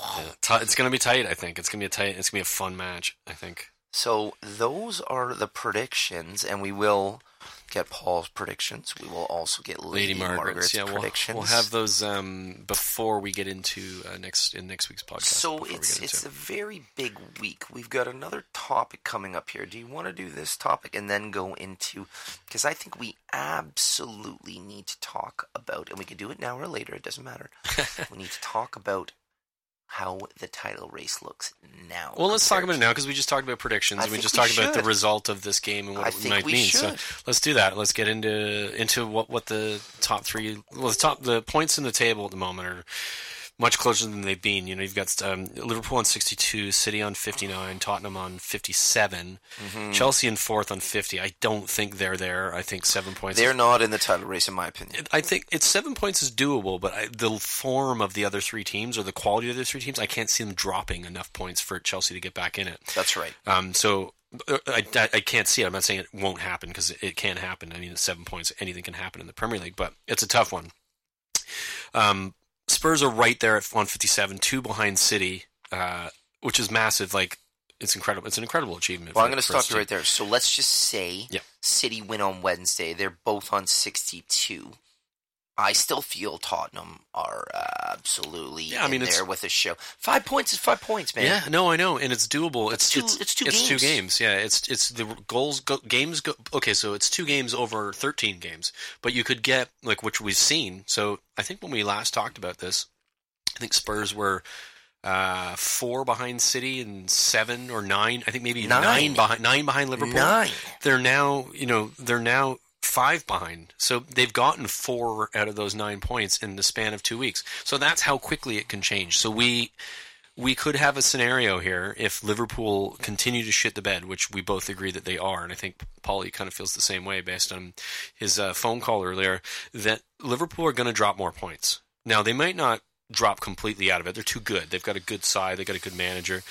Speaker 4: Oh,
Speaker 1: yeah. Ti- it's going to be tight. I think it's going to be a tight. It's going to be a fun match. I think.
Speaker 4: So those are the predictions, and we will get Paul's predictions. We will also get Lady,
Speaker 1: Lady Margaret's,
Speaker 4: Margaret's,
Speaker 1: yeah, we'll,
Speaker 4: predictions.
Speaker 1: we'll have those um, before we get into uh, next in next week's podcast.
Speaker 4: so
Speaker 1: before we
Speaker 4: it's
Speaker 1: get
Speaker 4: it's a
Speaker 1: into-
Speaker 4: very big week. We've got another topic coming up here. Do you want to do this topic and then go into? Because I think we absolutely need to talk about, and we could do it now or later. It
Speaker 1: [laughs]
Speaker 4: doesn't matter. we need to talk about how the title race looks now.
Speaker 1: well, let's talk about
Speaker 4: compared
Speaker 1: it now because we just talked about predictions
Speaker 4: I
Speaker 1: and we
Speaker 4: think
Speaker 1: just
Speaker 4: we
Speaker 1: talked about the
Speaker 4: should.
Speaker 1: result of this game and what
Speaker 4: I
Speaker 1: it
Speaker 4: think
Speaker 1: might
Speaker 4: we
Speaker 1: mean. So
Speaker 4: should.
Speaker 1: let's do that. Let's get into into what what the top three, well, the top the points in the table at the moment are much closer than they've been. You know, you've got um, Liverpool on sixty two, City on fifty nine, Tottenham on fifty
Speaker 4: Mm-hmm.
Speaker 1: Chelsea in fourth on fifty. I don't think they're there. I think seven points.
Speaker 4: They're not in the title race, in my opinion.
Speaker 1: I think it's seven points is doable, but I, the form of the other three teams or the quality of the other three teams, I can't see them dropping enough points for Chelsea to get back in it.
Speaker 4: That's right.
Speaker 1: Um, so uh, I, I, I can't see it. I'm not saying it won't happen because it, it can happen. I mean, it's seven points. Anything can happen in the Premier League, but it's a tough one. Um, Spurs are right there at 157, two behind City, uh, which is massive. Like it's incredible. It's an incredible achievement.
Speaker 4: Well,
Speaker 1: for-
Speaker 4: I'm going to
Speaker 1: for
Speaker 4: stop
Speaker 1: us
Speaker 4: you right there. So let's just say
Speaker 1: Yeah.
Speaker 4: City win on Wednesday. They're both on 62. I still feel Tottenham are uh, absolutely
Speaker 1: Yeah, I mean,
Speaker 4: in
Speaker 1: it's-
Speaker 4: there with this show. Five points is five points, man.
Speaker 1: Yeah, no, I know, and it's doable. It's
Speaker 4: two-
Speaker 1: it's,
Speaker 4: it's two
Speaker 1: it's
Speaker 4: games.
Speaker 1: two games. Yeah, it's it's the goals go, games go. Okay, so it's two games over thirteen games, but you could get like which we've seen. So I think when we last talked about this, I think Spurs were uh, four behind City and seven or nine. I think maybe
Speaker 4: Nine.
Speaker 1: nine, behind nine behind Liverpool.
Speaker 4: Nine.
Speaker 1: They're now you know they're now five behind. So they've gotten four out of those nine points in the span of two weeks. So that's how quickly it can change. So we we could have a scenario here if Liverpool continue to shit the bed, which we both agree that they are, and I think Paulie kind of feels the same way based on his uh, phone call earlier that Liverpool are going to drop more points. Now they might not drop completely out of it. They're too good. They've got a good side. They've got a good manager.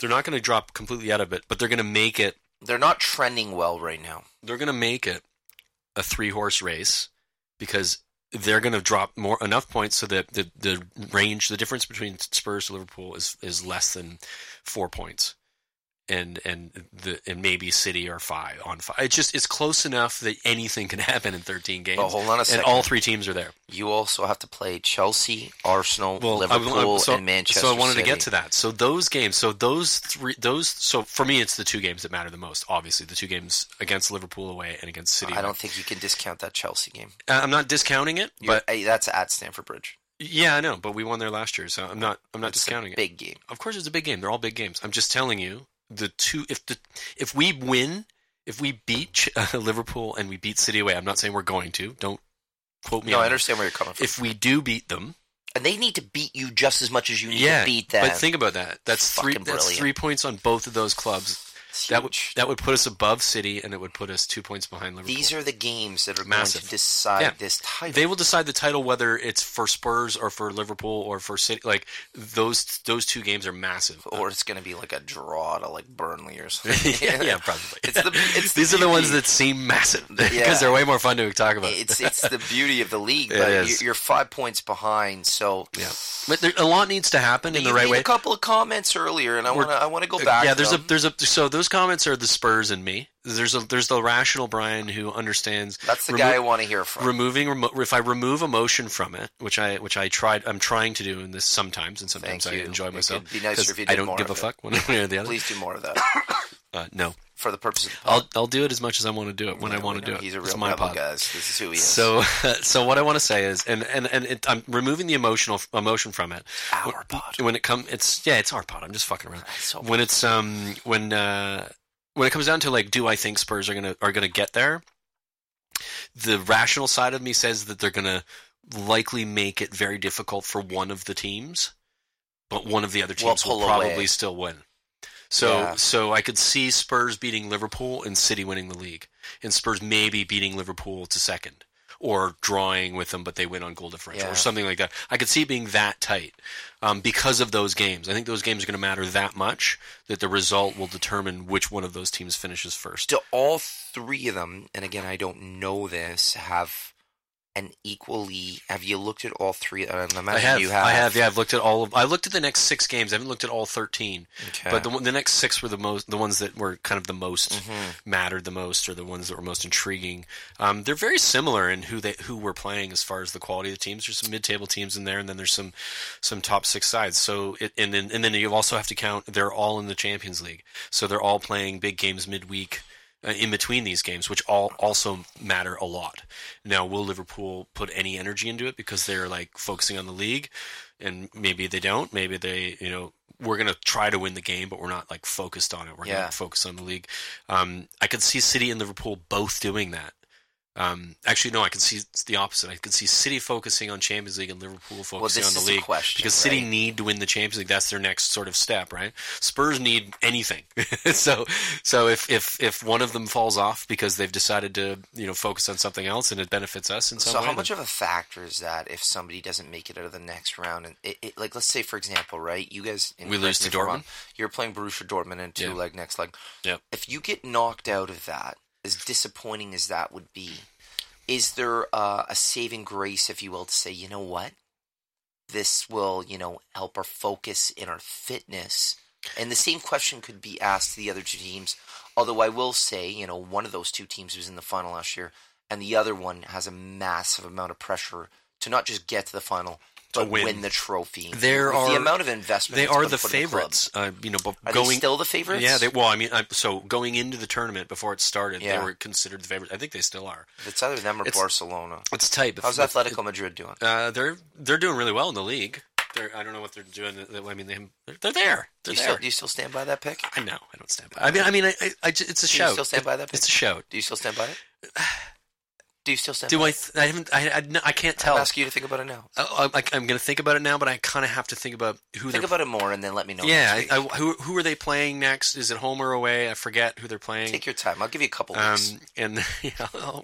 Speaker 1: They're not going to drop completely out of it, but they're going to make it
Speaker 4: They're not trending well right now.
Speaker 1: they're going to make it a three horse race because they're going to drop more enough points so that the, the range, the difference between Spurs to Liverpool is, is less than four points. And and the and maybe City are five on five. It's just it's close enough that anything can [laughs] happen in thirteen games.
Speaker 4: But hold on a
Speaker 1: and
Speaker 4: second.
Speaker 1: all three teams are there.
Speaker 4: You also have to play Chelsea, Arsenal,
Speaker 1: I- I-
Speaker 4: Liverpool,
Speaker 1: so,
Speaker 4: and Manchester.
Speaker 1: So I wanted
Speaker 4: City.
Speaker 1: to get to that. So those games, so those three, those. So for me, it's the two games that matter the most. Obviously, the two games against Liverpool away and against City.
Speaker 4: I don't think you can discount that Chelsea game.
Speaker 1: Uh, I'm not discounting it,
Speaker 4: You're-
Speaker 1: but
Speaker 4: hey, that's at Stamford Bridge.
Speaker 1: yeah, I know. But we won there last year, so I'm not. I'm not
Speaker 4: It's a
Speaker 1: discounting it.
Speaker 4: Big game.
Speaker 1: Of course, it's a big game. They're all big games. I'm just telling you the two. If the if we win, if we beat Ch- [laughs] uh, Liverpool and we beat City away, I'm not saying we're going to. Don't quote me.
Speaker 4: No,
Speaker 1: on
Speaker 4: I
Speaker 1: it.
Speaker 4: understand where you're coming from.
Speaker 1: If we do beat them,
Speaker 4: and they need to beat you just as much as you need
Speaker 1: yeah,
Speaker 4: to beat them.
Speaker 1: But think about that. That's three.
Speaker 4: Fucking
Speaker 1: That's
Speaker 4: brilliant.
Speaker 1: three points on both of those clubs.
Speaker 4: It's
Speaker 1: That would
Speaker 4: huge.
Speaker 1: that would put us above City, and it would put us two points behind Liverpool.
Speaker 4: These are the games that are going
Speaker 1: Massive.
Speaker 4: to decide
Speaker 1: Yeah.
Speaker 4: this title.
Speaker 1: they will decide the title whether it's for Spurs or for Liverpool or for City. Like those those two games are
Speaker 4: [laughs]
Speaker 1: massive. [laughs]
Speaker 4: or it's going to be like a draw to like Burnley or something.
Speaker 1: yeah,
Speaker 4: [laughs]
Speaker 1: yeah, probably.
Speaker 4: It's the, it's the
Speaker 1: These are the ones
Speaker 4: beauty.
Speaker 1: that seem massive [laughs] because
Speaker 4: Yeah.
Speaker 1: they're way more fun to talk about.
Speaker 4: It's it's the beauty of the league,
Speaker 1: It
Speaker 4: but you're,
Speaker 1: is.
Speaker 4: you're five points behind. So
Speaker 1: yeah, but there, a lot needs to happen in
Speaker 4: You
Speaker 1: the right
Speaker 4: made
Speaker 1: way.
Speaker 4: A couple of comments earlier, and I
Speaker 1: We're- Uh,
Speaker 4: want to I want to go back.
Speaker 1: yeah,
Speaker 4: to
Speaker 1: there's
Speaker 4: them.
Speaker 1: a there's a so those comments are the Spurs and me. There's a there's the rational Brian who understands.
Speaker 4: that's the
Speaker 1: remo-
Speaker 4: guy I want to hear from.
Speaker 1: removing remo- if I remove emotion from it, which I which I tried I'm trying to do in this sometimes and sometimes
Speaker 4: Thank
Speaker 1: I
Speaker 4: you.
Speaker 1: enjoy
Speaker 4: It
Speaker 1: myself
Speaker 4: could be nicer
Speaker 1: 'cause
Speaker 4: if you
Speaker 1: I
Speaker 4: did
Speaker 1: don't
Speaker 4: more
Speaker 1: give a
Speaker 4: of it.
Speaker 1: fuck one way or the other.
Speaker 4: Please do more of
Speaker 1: [coughs]
Speaker 4: that
Speaker 1: Uh, no,
Speaker 4: for the purpose of the
Speaker 1: I'll I'll do it as much as I want to do it when I
Speaker 4: Yeah,
Speaker 1: want
Speaker 4: we
Speaker 1: to do
Speaker 4: know
Speaker 1: it.
Speaker 4: He's a
Speaker 1: It's
Speaker 4: real
Speaker 1: my
Speaker 4: rebel,
Speaker 1: pod.
Speaker 4: guys. This is who he is.
Speaker 1: So, [laughs] so what I want to say is, and and and it, I'm removing the emotional emotion from it.
Speaker 4: Our pod.
Speaker 1: When it come, it's yeah, it's our pod. I'm just fucking around.
Speaker 4: So-
Speaker 1: When it's um when uh when it comes down to like, do I think Spurs are gonna are gonna get there? The rational side of me says that they're gonna likely make it very difficult for one of the teams, but one of the other
Speaker 4: Well,
Speaker 1: teams will
Speaker 4: pull
Speaker 1: probably
Speaker 4: away.
Speaker 1: still win. So
Speaker 4: Yeah.
Speaker 1: so I could see Spurs beating Liverpool and City winning the league, and Spurs maybe beating Liverpool to second or drawing with them, but they win on goal differential
Speaker 4: Yeah.
Speaker 1: or something like that. I could see it being that tight um, because of those games. I think those games are going to matter that much that the result will determine which one of those teams finishes first.
Speaker 4: do all three of them and again i don't know this have an equally have you looked at all three i imagine
Speaker 1: I have,
Speaker 4: you have
Speaker 1: I have, yeah. I've looked at all of. I looked at the next six games. I haven't looked at all thirteen,
Speaker 4: Okay.
Speaker 1: but the one- the next six were the most, the ones that were kind of the most
Speaker 4: Mhm.
Speaker 1: mattered the most, or the ones that were most intriguing. Um, they're very similar in who they who we're playing as far as the quality of the teams. There's some mid table teams in there, and then there's some some top six sides. So it, and then and then you also have to count they're all in the Champions League, so they're all playing big games midweek uh, in between these games, which all also matter a lot. Now, will Liverpool put any energy into it because they're like focusing on the league, and maybe they don't. Maybe they, you know, we're gonna try to win the game, but we're not like focused on it. We're
Speaker 4: Yeah.
Speaker 1: not focused on the league. Um, I could see City and Liverpool both doing that. Um, actually, no, I could see it's the opposite. I could see City focusing on Champions League and Liverpool focusing
Speaker 4: this
Speaker 1: on the
Speaker 4: is the
Speaker 1: league
Speaker 4: question,
Speaker 1: because City
Speaker 4: right?
Speaker 1: need to win the Champions League. That's their next sort of step, right? Spurs need anything. [laughs] so, so if if if one of them falls off because they've decided to you know focus on something else and it benefits us in some
Speaker 4: so
Speaker 1: way,
Speaker 4: how much
Speaker 1: then-
Speaker 4: of a factor is that if somebody doesn't make it out of the next round and it, it, like let's say for example right you guys and
Speaker 1: We lose
Speaker 4: correct me
Speaker 1: to
Speaker 4: if I'm wrong,
Speaker 1: Dortmund?
Speaker 4: you're playing Borussia Dortmund in two
Speaker 1: Yeah.
Speaker 4: leg next leg
Speaker 1: Yep.
Speaker 4: if you get knocked out of that as disappointing as that would be is there uh, a saving grace if you will to say you know what this will you know help our focus in our fitness And the same question could be asked to the other two teams. Although I will say, you know, one of those two teams was in the final last year, and the other one has a massive amount of pressure to not just get to the final, but
Speaker 1: win.
Speaker 4: win. the trophy.
Speaker 1: There
Speaker 4: With the
Speaker 1: are-
Speaker 4: amount of investment.
Speaker 1: They
Speaker 4: that's
Speaker 1: are
Speaker 4: been
Speaker 1: the
Speaker 4: put in club.
Speaker 1: favorites. Uh, you know, but
Speaker 4: Are they
Speaker 1: going
Speaker 4: still the favorites?
Speaker 1: Yeah. They, well, I mean, I, so going into the tournament before it started,
Speaker 4: Yeah.
Speaker 1: they were considered the favorites. I think they still are.
Speaker 4: It's either them or
Speaker 1: It's-
Speaker 4: Barcelona.
Speaker 1: It's tight. but-
Speaker 4: How's Atletico Madrid doing?
Speaker 1: Uh, they're they're doing really well in the league. They're, I don't know what they're doing. I mean, they, they're, they're there.
Speaker 4: Do
Speaker 1: They're there.
Speaker 4: you, still, do you still stand by that pick?
Speaker 1: I know. I don't stand by. I mean, I mean, I, I, I ju- it's a
Speaker 4: Do
Speaker 1: show.
Speaker 4: you still stand by that pick?
Speaker 1: It's a show.
Speaker 4: Do you still stand by it? [sighs] Do you still stand
Speaker 1: Do
Speaker 4: by
Speaker 1: I? Th- I haven't. I, I, no, I can't
Speaker 4: it?
Speaker 1: tell.
Speaker 4: I'll ask you to think about it now.
Speaker 1: I, I, I'm going to think about it now, but I kind of have to think about who
Speaker 4: Think
Speaker 1: they're.
Speaker 4: about it more and then let me know.
Speaker 1: yeah,
Speaker 4: next
Speaker 1: I, I,
Speaker 4: week.
Speaker 1: who who are they playing next? Is it home or away? I forget who they're playing.
Speaker 4: Take your time. I'll give you a couple
Speaker 1: um,
Speaker 4: weeks.
Speaker 1: and [laughs] yeah,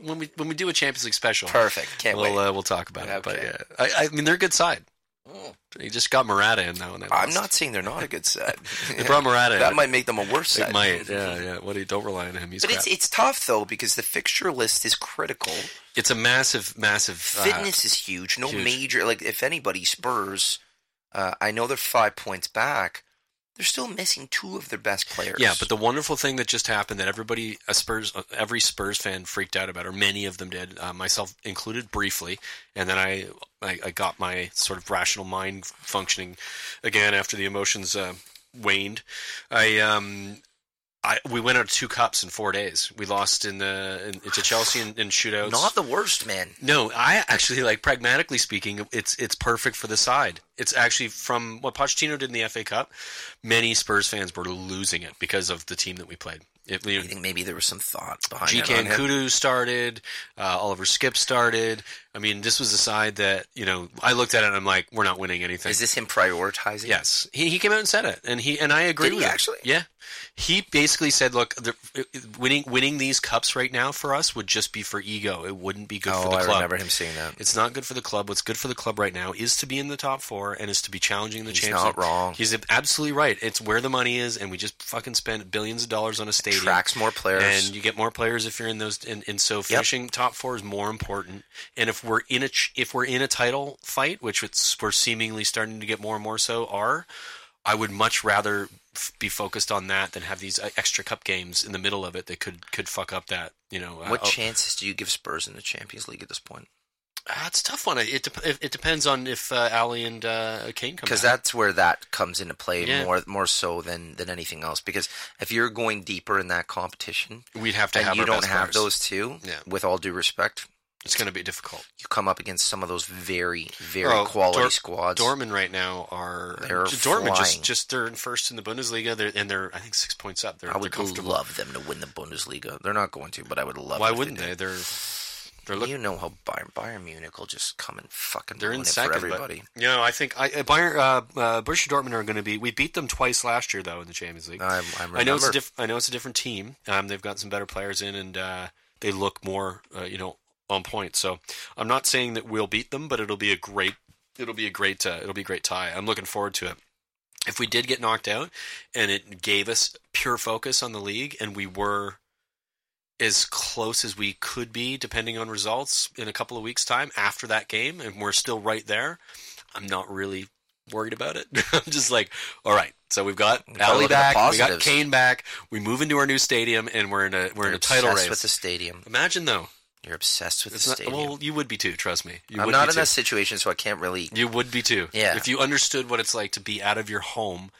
Speaker 1: when we when we do a Champions League special,
Speaker 4: Perfect. Can't
Speaker 1: we'll
Speaker 4: wait.
Speaker 1: Uh, we'll talk about it. But
Speaker 4: Okay.
Speaker 1: yeah, I, I mean, they're a good side.
Speaker 4: Mm.
Speaker 1: They just got Murata in though, and they
Speaker 4: I'm
Speaker 1: lost.
Speaker 4: not saying they're not a good [laughs] side.
Speaker 1: They brought Murata. in.
Speaker 4: that might make them a worse
Speaker 1: It
Speaker 4: side.
Speaker 1: might, yeah, yeah. What do you don't rely on him? He's
Speaker 4: But
Speaker 1: crap.
Speaker 4: it's
Speaker 1: It's,
Speaker 4: it's tough though because the fixture list is critical.
Speaker 1: a massive, massive uh,
Speaker 4: Fitness is Uh-huh. huge. No
Speaker 1: huge.
Speaker 4: major like if anybody Spurs, uh, I know they're five points back. They're still missing two of their best players.
Speaker 1: Yeah, but the wonderful thing that just happened that everybody, a Spurs, uh, every Spurs fan freaked out about, or many of them did, uh, myself included, briefly, and then I, I, I got my sort of rational mind functioning again after the emotions uh, waned. I, um, I, we went out of two cups in four days. We lost in the in, to Chelsea in, in shootouts.
Speaker 4: not the worst, man.
Speaker 1: No, I actually like pragmatically speaking, it's it's perfect for the side. It's actually from what Pochettino did in the FA Cup. Many Spurs fans were losing it because of the team that we played. It, you
Speaker 4: I think maybe there was some thought behind it.
Speaker 1: GK
Speaker 4: on
Speaker 1: and
Speaker 4: him.
Speaker 1: Kudu started, uh, Oliver Skip started. I mean, this was a side that you know I looked at it and I'm like, we're not winning anything.
Speaker 4: Is this him prioritizing?
Speaker 1: Yes, he, he came out and said it, and he and I agree
Speaker 4: Did he
Speaker 1: with him.
Speaker 4: actually?
Speaker 1: Yeah, he basically said, "Look, the, winning winning these cups right now for us would just be for ego. It wouldn't be good
Speaker 4: Oh,
Speaker 1: for the
Speaker 4: I
Speaker 1: club."
Speaker 4: remember him saying that.
Speaker 1: It's not good for the club. What's good for the club right now is to be in the top four and is to be challenging the
Speaker 4: He's
Speaker 1: Champions
Speaker 4: not
Speaker 1: League.
Speaker 4: wrong.
Speaker 1: He's absolutely right. It's where the money is, and we just fucking spend billions of dollars on a stadium.
Speaker 4: Tracks more players.
Speaker 1: And you get more players if you're in those. And, and so finishing top four is more important. And if we're in a ch- if we're in a title fight, which it's, we're seemingly starting to get more and more so, are I would much rather f- be focused on that than have these uh, extra cup games in the middle of it that could could fuck up that you know uh,
Speaker 4: what
Speaker 1: oh,
Speaker 4: chances do you give Spurs in the Champions League at this point?
Speaker 1: Ah, it's a tough one. It, dep- it, it depends on if uh, Ali and uh, Kane come
Speaker 4: Because
Speaker 1: back.
Speaker 4: that's where that comes into play
Speaker 1: Yeah.
Speaker 4: more more so than than anything else. Because if you're going deeper in that competition
Speaker 1: we'd have to
Speaker 4: and
Speaker 1: have
Speaker 4: you
Speaker 1: our
Speaker 4: don't
Speaker 1: best
Speaker 4: have
Speaker 1: players.
Speaker 4: those two,
Speaker 1: Yeah.
Speaker 4: with all due respect,
Speaker 1: It's going to be difficult.
Speaker 4: you come up against some of those very very
Speaker 1: Oh,
Speaker 4: quality
Speaker 1: Dor-
Speaker 4: squads.
Speaker 1: Dortmund right now are
Speaker 4: They're
Speaker 1: Dortmund just
Speaker 4: flying.
Speaker 1: just they're in first in the Bundesliga. They're and they're I think six points up. They're,
Speaker 4: I would
Speaker 1: they're comfortable.
Speaker 4: love them to win the Bundesliga. They're not going to, but I would love.
Speaker 1: Why
Speaker 4: it if
Speaker 1: wouldn't
Speaker 4: they?
Speaker 1: they?
Speaker 4: did.
Speaker 1: They're they're looking.
Speaker 4: you know how Bayern, Bayern Munich will just come and fucking
Speaker 1: They're
Speaker 4: ruin
Speaker 1: in
Speaker 4: it
Speaker 1: second,
Speaker 4: for everybody.
Speaker 1: but you know I think I, uh, Bayern, uh, uh, Borussia Dortmund are going to be. We beat them twice last year though in the Champions League.
Speaker 4: I'm, I'm
Speaker 1: I know it's a
Speaker 4: remember.
Speaker 1: diff- I know it's a different team. Um, they've got some better players in, and uh, they look more, uh, you know, on point. So I'm not saying that we'll beat them, but it'll be a great, it'll be a great, uh, it'll be a great tie. I'm looking forward to it. If we did get knocked out, and it gave us pure focus on the league, and we were as close as we could be, depending on results in a couple of weeks' time after that game, and we're still right there, I'm not really worried about it. [laughs] I'm just like, all right, so we've got
Speaker 4: We gotta
Speaker 1: Ali
Speaker 4: look at
Speaker 1: back,
Speaker 4: the
Speaker 1: we got
Speaker 4: positives.
Speaker 1: Kane back, we move into our new stadium, and we're in a we're
Speaker 4: You're
Speaker 1: in a title
Speaker 4: obsessed
Speaker 1: race.
Speaker 4: with the stadium.
Speaker 1: Imagine though,
Speaker 4: You're obsessed with
Speaker 1: it's
Speaker 4: the
Speaker 1: not,
Speaker 4: stadium.
Speaker 1: well, you would be too. Trust me, you
Speaker 4: I'm
Speaker 1: would
Speaker 4: not
Speaker 1: be
Speaker 4: in
Speaker 1: too.
Speaker 4: that situation, so I can't really.
Speaker 1: You would be too.
Speaker 4: Yeah.
Speaker 1: If you understood what it's like to be out of your home,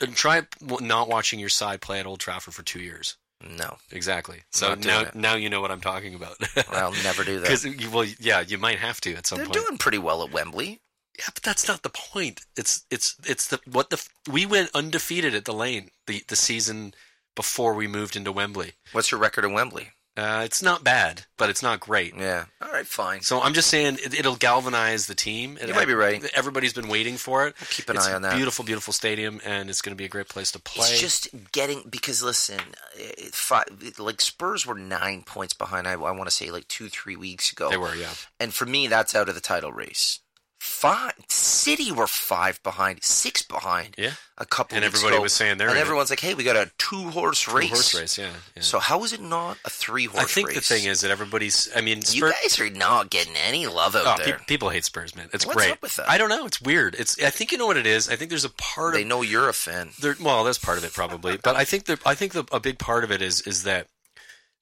Speaker 1: and try w- not watching your side play at Old Trafford for two years.
Speaker 4: No,
Speaker 1: Exactly. So
Speaker 4: not doing
Speaker 1: now
Speaker 4: it.
Speaker 1: now you know what I'm talking about.
Speaker 4: I'll never do
Speaker 1: [laughs]
Speaker 4: that.
Speaker 1: Because well, yeah, you might have to at some
Speaker 4: They're
Speaker 1: point.
Speaker 4: doing pretty well at Wembley.
Speaker 1: Yeah, but that's not the point. It's it's it's the what the f- we went undefeated at the lane the the season before we moved into Wembley.
Speaker 4: What's your record at Wembley?
Speaker 1: Uh, it's not bad, but it's not great.
Speaker 4: Yeah. All right, fine.
Speaker 1: So I'm just saying it, it'll galvanize the team. It-
Speaker 4: You might be right.
Speaker 1: Everybody's been waiting for it.
Speaker 4: keep an
Speaker 1: It's
Speaker 4: eye on that.
Speaker 1: Beautiful, beautiful stadium, and it's going to be a great place to play.
Speaker 4: It's just getting because listen, uh, it, five, like Spurs were nine points behind. I, I want to say like two, three weeks ago.
Speaker 1: they were, yeah.
Speaker 4: and for me, that's out of the title race. Five, six City were five behind, six behind.
Speaker 1: Yeah.
Speaker 4: a couple.
Speaker 1: And
Speaker 4: weeks
Speaker 1: everybody
Speaker 4: ago.
Speaker 1: was saying they're
Speaker 4: and
Speaker 1: in it.
Speaker 4: everyone's like, "Hey, we got a two horse race."
Speaker 1: Horse race, yeah. yeah.
Speaker 4: So how is it not a three horse?
Speaker 1: I think the
Speaker 4: race?
Speaker 1: thing is that everybody's. I mean,
Speaker 4: you
Speaker 1: Spurs.
Speaker 4: guys are not getting any love out
Speaker 1: Oh, pe-
Speaker 4: there.
Speaker 1: people hate Spurs, man. It's
Speaker 4: What's
Speaker 1: great.
Speaker 4: up with that?
Speaker 1: I don't know. It's weird. It's. I think you know what it is. I think there's a part
Speaker 4: They
Speaker 1: of
Speaker 4: know you're a fan.
Speaker 1: there, well, that's part of it probably, but I think the I think the, a big part of it is is that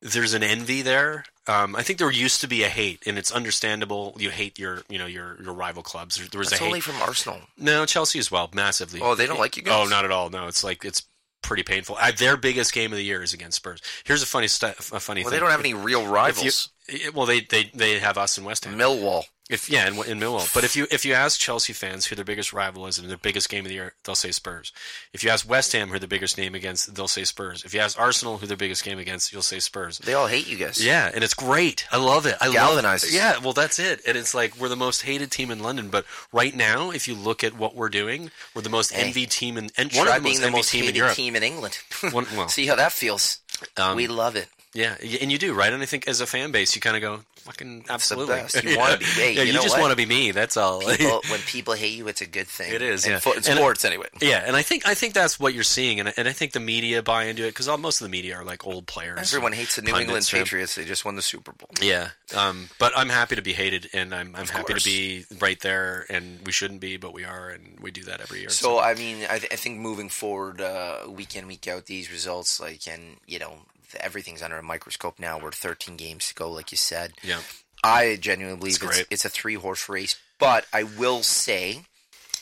Speaker 1: there's an envy there. Um, I think there used to be a hate, and it's understandable. You hate your you know your your rival clubs. There, there was
Speaker 4: It's
Speaker 1: a hate.
Speaker 4: only from Arsenal.
Speaker 1: no, Chelsea as well, massively.
Speaker 4: Oh, they don't like you guys?
Speaker 1: Oh, not at all. No, it's like it's pretty painful. I, their biggest game of the year is against Spurs. Here's a funny stu- a funny
Speaker 4: Well,
Speaker 1: thing.
Speaker 4: they don't have any real
Speaker 1: If you-
Speaker 4: rivals.
Speaker 1: it- well, they, they they have us in West Ham.
Speaker 4: Millwall.
Speaker 1: If yeah, in, in Millwall. But if you if you ask Chelsea fans who their biggest rival is and their biggest game of the year, they'll say Spurs. If you ask West Ham who their biggest name against, they'll say Spurs. If you ask Arsenal who their biggest game against, you'll say Spurs.
Speaker 4: They all hate you guys.
Speaker 1: Yeah, and it's great. I love it. I love
Speaker 4: Galvanizes.
Speaker 1: it. Yeah, well, that's it. And it's like we're the most hated team in London. But right now, if you look at what we're doing, we're the most
Speaker 4: Hey,
Speaker 1: envied team in and sure,
Speaker 4: Try
Speaker 1: the
Speaker 4: being
Speaker 1: most
Speaker 4: the
Speaker 1: envied
Speaker 4: most
Speaker 1: team in
Speaker 4: hated
Speaker 1: Europe.
Speaker 4: team in England. [laughs]
Speaker 1: One- well,
Speaker 4: See how that feels.
Speaker 1: um,
Speaker 4: we love it.
Speaker 1: yeah, y- and you do right. And I think as a fan base, you kind of go, "Fucking absolutely." [laughs]
Speaker 4: best. You wanna be- hey,
Speaker 1: yeah,
Speaker 4: you
Speaker 1: you,
Speaker 4: know
Speaker 1: just
Speaker 4: what?
Speaker 1: want to be me. That's all. [laughs]
Speaker 4: People, when people hate you, it's a good thing.
Speaker 1: It is,
Speaker 4: In,
Speaker 1: yeah.
Speaker 4: fo- in
Speaker 1: And- [laughs]
Speaker 4: sports, anyway.
Speaker 1: Yeah, and I think I think that's what you're seeing, and I, and I think the media buy into it because most of the media are like old players.
Speaker 4: Everyone hates the New
Speaker 1: Pundits,
Speaker 4: England
Speaker 1: yeah.
Speaker 4: Patriots. They just won the Super Bowl.
Speaker 1: Yeah, um, but I'm happy to be hated, and I'm I'm happy
Speaker 4: course.
Speaker 1: to be right there, and we shouldn't be, but we are, and we do that every year.
Speaker 4: So I mean, I, th- I think moving forward, uh, week in week out, these results, like, and you know, th- everything's under a microscope now. We're 13 games to go, like you said.
Speaker 1: yeah,
Speaker 4: I genuinely believe
Speaker 1: It's
Speaker 4: it's,
Speaker 1: great.
Speaker 4: it's a three horse race, but I will say,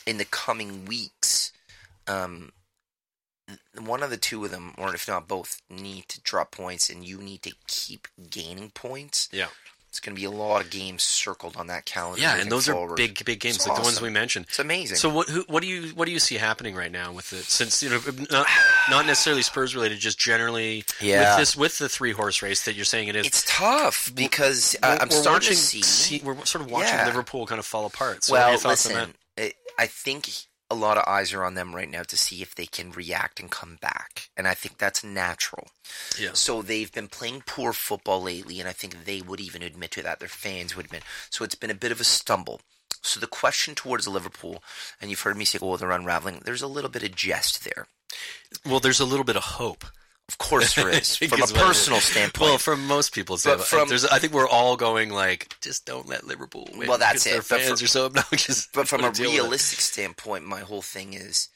Speaker 4: in the coming weeks, um, th- one of the two of them, or if not both, need to drop points, and you need to keep gaining points.
Speaker 1: yeah,
Speaker 4: It's going to be a lot of games circled on that calendar.
Speaker 1: yeah,
Speaker 4: moving
Speaker 1: and those are
Speaker 4: forward.
Speaker 1: big big games,
Speaker 4: It's
Speaker 1: like the ones
Speaker 4: awesome.
Speaker 1: we mentioned.
Speaker 4: It's amazing.
Speaker 1: So what who, what do you what do you see happening right now with the since you know not, not necessarily Spurs related, just generally
Speaker 4: Yeah.
Speaker 1: with this with the three horse race that you're saying it is.
Speaker 4: It's tough because uh,
Speaker 1: we're-
Speaker 4: I'm
Speaker 1: we're
Speaker 4: starting to
Speaker 1: watching-
Speaker 4: see.
Speaker 1: we're sort of watching
Speaker 4: Yeah.
Speaker 1: Liverpool kind of fall apart. So what are
Speaker 4: well,
Speaker 1: your thoughts on that?
Speaker 4: listen, I I think a lot of eyes are on them right now to see if they can react and come back, and I think that's natural.
Speaker 1: Yeah.
Speaker 4: So they've been playing poor football lately, and I think they would even admit to that. Their fans would admit. So it's been a bit of a stumble. So the question towards Liverpool, and you've heard me say, "Oh, they're unraveling." There's a little bit of jest there.
Speaker 1: Well, there's a little bit of hope.
Speaker 4: Of course,
Speaker 1: [laughs]
Speaker 4: there is from a
Speaker 1: Is what it
Speaker 4: personal
Speaker 1: is.
Speaker 4: standpoint.
Speaker 1: Well, from most people's
Speaker 4: But
Speaker 1: but
Speaker 4: from-
Speaker 1: there's, I think we're all going like, just don't let Liverpool win.
Speaker 4: Well, that's
Speaker 1: because
Speaker 4: it.
Speaker 1: Their
Speaker 4: But
Speaker 1: fans
Speaker 4: fr-
Speaker 1: are so obnoxious.
Speaker 4: [laughs] but from a
Speaker 1: What deal with it.
Speaker 4: realistic standpoint, my whole thing is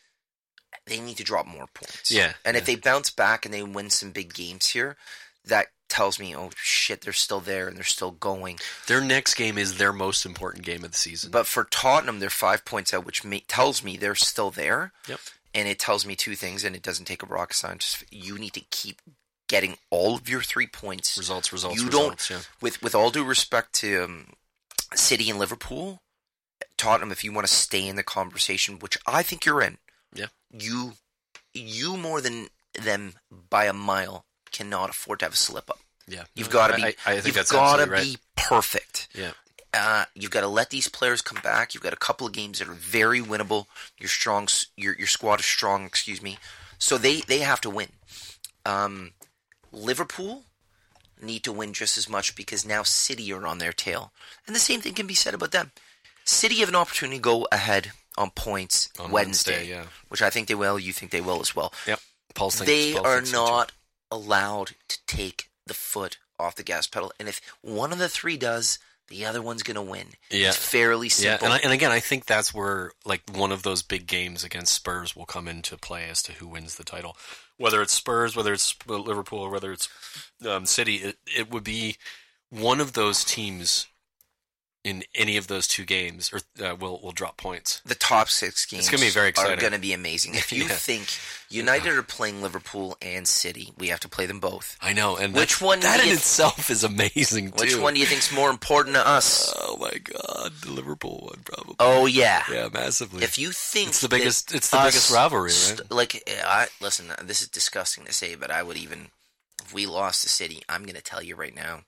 Speaker 4: they need to drop more points.
Speaker 1: Yeah,
Speaker 4: And if
Speaker 1: yeah.
Speaker 4: they bounce back and they win some big games here, that tells me, oh shit, they're still there and they're still going.
Speaker 1: their next game is their most important game of the season.
Speaker 4: But for Tottenham, they're five points out, which ma- tells me they're still there.
Speaker 1: Yep.
Speaker 4: And it tells me two things, and it doesn't take a rocket scientist. You need to keep getting all of your three points.
Speaker 1: results, results,
Speaker 4: you
Speaker 1: results.
Speaker 4: don't.
Speaker 1: Yeah.
Speaker 4: With with all due respect to um, City and Liverpool, Tottenham, if you want to stay in the conversation, which I think you're in,
Speaker 1: Yeah.
Speaker 4: you you more than them by a mile cannot afford to have a slip up.
Speaker 1: Yeah.
Speaker 4: You've got to
Speaker 1: Mm, I-
Speaker 4: be.
Speaker 1: I, I think
Speaker 4: you've
Speaker 1: that's
Speaker 4: got to
Speaker 1: absolutely right.
Speaker 4: be perfect.
Speaker 1: Yeah.
Speaker 4: Uh, you've got to let these players come back. You've got a couple of games that are very winnable. Your strong, s- your your squad is strong. Excuse me. So they they have to win. Um, Liverpool need to win just as much because now City are on their tail, and the same thing can be said about them. City have an opportunity to go ahead on points
Speaker 1: On
Speaker 4: Wednesday,
Speaker 1: Wednesday, yeah.
Speaker 4: which I think they will. You think they will as well.
Speaker 1: Yep. Paul's thinking.
Speaker 4: They
Speaker 1: Paul
Speaker 4: are
Speaker 1: thinks so too.
Speaker 4: not allowed to take the foot off the gas pedal, and if one of the three does, the other one's going to win.
Speaker 1: Yeah.
Speaker 4: It's fairly
Speaker 1: Yeah,
Speaker 4: simple.
Speaker 1: and, I, and again, I think that's where like one of those big games against Spurs will come into play as to who wins the title. Whether it's Spurs, whether it's Liverpool, or whether it's um, City, it, it would be one of those teams in any of those two games, or uh, will will drop points.
Speaker 4: the top six games
Speaker 1: gonna be very
Speaker 4: are
Speaker 1: exciting.
Speaker 4: going to be amazing.
Speaker 1: [laughs]
Speaker 4: If you
Speaker 1: Yeah.
Speaker 4: think United are playing Liverpool and City, we have to play them both.
Speaker 1: I know, and
Speaker 4: Which
Speaker 1: that's-
Speaker 4: one
Speaker 1: that
Speaker 4: do
Speaker 1: in
Speaker 4: you-
Speaker 1: itself is amazing.
Speaker 4: Which
Speaker 1: too.
Speaker 4: one do you think's more important to us?
Speaker 1: Oh my God, the Liverpool one probably.
Speaker 4: Oh yeah.
Speaker 1: yeah, massively.
Speaker 4: If you think
Speaker 1: It's the
Speaker 4: that
Speaker 1: biggest- it's the
Speaker 4: us
Speaker 1: biggest rivalry, right?
Speaker 4: st- like I listen, this is disgusting to say, but I would even if we lost to City, I'm going to tell you right now.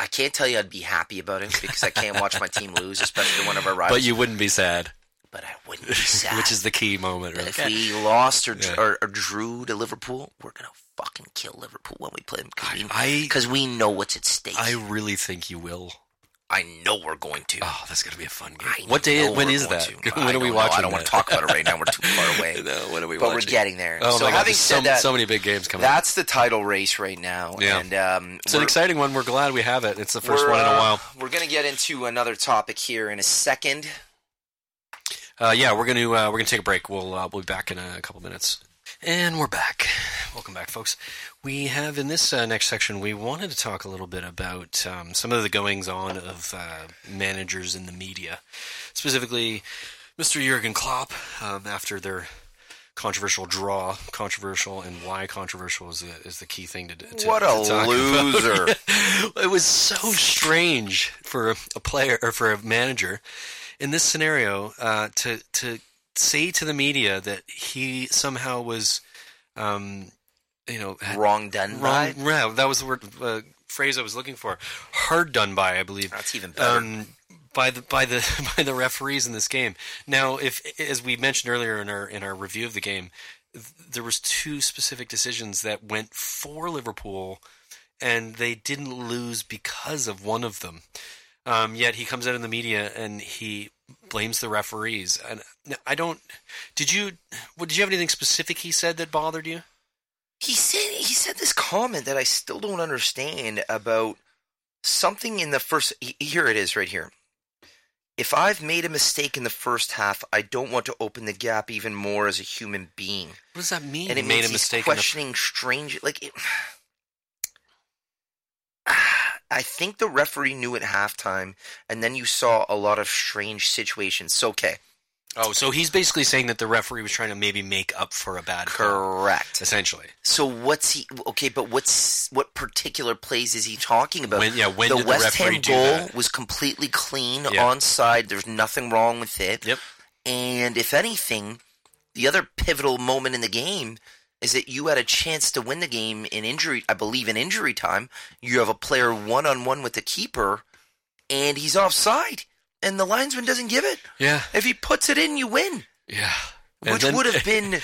Speaker 4: I can't tell you I'd be happy about it because I can't
Speaker 1: [laughs]
Speaker 4: watch my team lose, especially to one of our rivals.
Speaker 1: but you wouldn't be sad,
Speaker 4: but I wouldn't be
Speaker 1: [laughs]
Speaker 4: sad.
Speaker 1: which is the key moment.
Speaker 4: But
Speaker 1: Right?
Speaker 4: if we lost or,
Speaker 1: Yeah.
Speaker 4: or, or drew to Liverpool, we're gonna fucking kill Liverpool when we play them
Speaker 1: I-
Speaker 4: because we, know what's at stake.
Speaker 1: I
Speaker 4: I,
Speaker 1: really think you will.
Speaker 4: I know we're going to.
Speaker 1: Oh, that's gonna be a fun game.
Speaker 4: I
Speaker 1: what day?
Speaker 4: know
Speaker 1: When
Speaker 4: we're
Speaker 1: is
Speaker 4: going
Speaker 1: that?
Speaker 4: to.
Speaker 1: [laughs]
Speaker 4: I
Speaker 1: When are we
Speaker 4: don't know.
Speaker 1: watching?
Speaker 4: I don't want
Speaker 1: that?
Speaker 4: to talk about it right now. We're
Speaker 1: [laughs]
Speaker 4: too far away.
Speaker 1: no, when are we?
Speaker 4: but
Speaker 1: watching?
Speaker 4: we're getting there.
Speaker 1: Oh
Speaker 4: so
Speaker 1: my God,
Speaker 4: having
Speaker 1: there's
Speaker 4: said
Speaker 1: so,
Speaker 4: that,
Speaker 1: so many big games coming. up.
Speaker 4: that's the title race right now.
Speaker 1: Yeah.
Speaker 4: And um,
Speaker 1: It's an
Speaker 4: we're-
Speaker 1: exciting one. We're glad we have it. It's the 1st
Speaker 4: we're,
Speaker 1: one in a
Speaker 4: uh,
Speaker 1: while.
Speaker 4: We're gonna get into another topic here in a second.
Speaker 1: Uh, yeah, we're gonna uh, we're gonna take a break. We'll uh, we'll be back in a couple minutes, and we're back. Welcome back, folks. We have in this uh, next section we wanted to talk a little bit about um, some of the goings on of uh, managers in the media, specifically Mr. Jurgen Klopp um, after their controversial draw, controversial, and why controversial is the, is the key thing to, to
Speaker 4: what
Speaker 1: to talk
Speaker 4: a
Speaker 1: about.
Speaker 4: loser!
Speaker 1: [laughs] it was so strange for a player or for a manager in this scenario uh, to to say to the media that he somehow was, um, you know, had
Speaker 4: Wrong done
Speaker 1: wrong.
Speaker 4: by.
Speaker 1: Yeah, that was the word uh, phrase I was looking for. Hard done by, I believe
Speaker 4: That's even better.
Speaker 1: um, by the by the [laughs] by the referees in this game. Now, if as we mentioned earlier in our in our review of the game, th- there was two specific decisions that went for Liverpool, and they didn't lose because of one of them. Um, yet he comes out in the media and he blames the referees. And I don't. Did you? What, did you have anything specific he said that bothered you?
Speaker 4: he said he said this comment that I still don't understand about something in the first. he- Here it is, right here. If I've made a mistake in the first half, I don't want to open the gap even more as a human being.
Speaker 1: What does that mean?
Speaker 4: and it
Speaker 1: He
Speaker 4: made a mistake.
Speaker 1: in the-
Speaker 4: Questioning strange, like it, [sighs] I think the referee knew at halftime, and then you saw a lot of strange situations. So okay,
Speaker 1: oh, so he's basically saying that the referee was trying to maybe make up for a bad call.
Speaker 4: correct.
Speaker 1: essentially.
Speaker 4: So what's he? Okay, but what's what particular plays is he talking about?
Speaker 1: When- yeah, when
Speaker 4: the
Speaker 1: did the
Speaker 4: West
Speaker 1: referee
Speaker 4: Ham
Speaker 1: do
Speaker 4: goal
Speaker 1: that?
Speaker 4: was completely clean,
Speaker 1: Yeah.
Speaker 4: onside. There's nothing wrong with it.
Speaker 1: Yep.
Speaker 4: And if anything, the other pivotal moment in the game is that you had a chance to win the game in injury, I believe in injury time. You have a player one on one with the keeper, and he's offside, and the linesman doesn't give it.
Speaker 1: Yeah.
Speaker 4: If he puts it in, you win,
Speaker 1: Yeah.
Speaker 4: which would
Speaker 1: [laughs]
Speaker 4: have been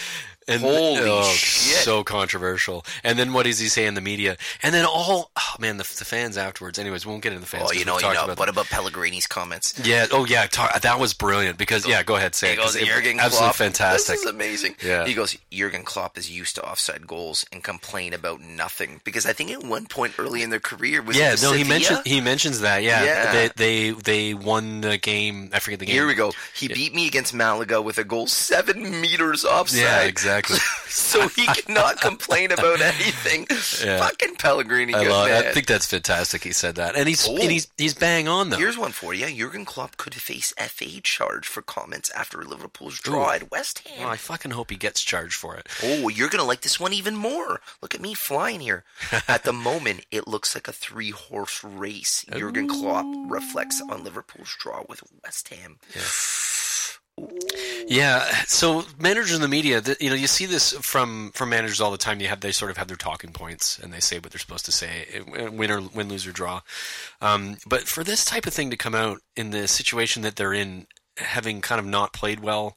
Speaker 1: and-
Speaker 4: holy
Speaker 1: oh,
Speaker 4: shit.
Speaker 1: so controversial. And then what does he say in the media? And then all oh man, the, the fans afterwards. Anyways, we won't get into the fans.
Speaker 4: Oh,
Speaker 1: 'cause
Speaker 4: you
Speaker 1: we've
Speaker 4: know, you
Speaker 1: talked
Speaker 4: know.
Speaker 1: about
Speaker 4: what about Pellegrini's comments?
Speaker 1: that. yeah. Oh yeah. Talk, that was brilliant because yeah. Go ahead, say
Speaker 4: He
Speaker 1: it. 'cause
Speaker 4: goes,
Speaker 1: it-
Speaker 4: Jurgen Klopp.
Speaker 1: absolutely fantastic.
Speaker 4: This is amazing.
Speaker 1: Yeah.
Speaker 4: He goes, Jurgen Klopp is used to offside goals and complain about nothing because I think at one point early in their career was it
Speaker 1: yeah,
Speaker 4: with
Speaker 1: no, he
Speaker 4: Sevilla?
Speaker 1: mentioned he mentions that. Yeah,
Speaker 4: Yeah.
Speaker 1: They, they they won the game. I forget the game.
Speaker 4: Here we go. He beat me against Malaga with a goal seven meters offside.
Speaker 1: Yeah, exactly.
Speaker 4: [laughs] so he cannot complain about anything.
Speaker 1: [laughs] Yeah.
Speaker 4: Fucking Pellegrini.
Speaker 1: I
Speaker 4: good
Speaker 1: love. I
Speaker 4: man.
Speaker 1: think that's fantastic. He said that, and he's
Speaker 4: Oh.
Speaker 1: and he's he's bang on though.
Speaker 4: Here's one for you. Jurgen Klopp could face FA charge for comments after Liverpool's draw
Speaker 1: Ooh.
Speaker 4: at West Ham.
Speaker 1: Well, I fucking hope he gets charged for it.
Speaker 4: Oh, you're going to like this one even more. Look at me
Speaker 1: [laughs]
Speaker 4: flying here. At the moment, it looks like a three horse race. Jurgen Klopp reflects on Liverpool's draw with West Ham.
Speaker 1: Yeah. So managers in the media, th you know, you see this from from managers all the time. You have they sort of have their talking points and they say what they're supposed to say, eh, win or win, lose or draw. Um, but for this type of thing to come out in the situation that they're in, having kind of not played well,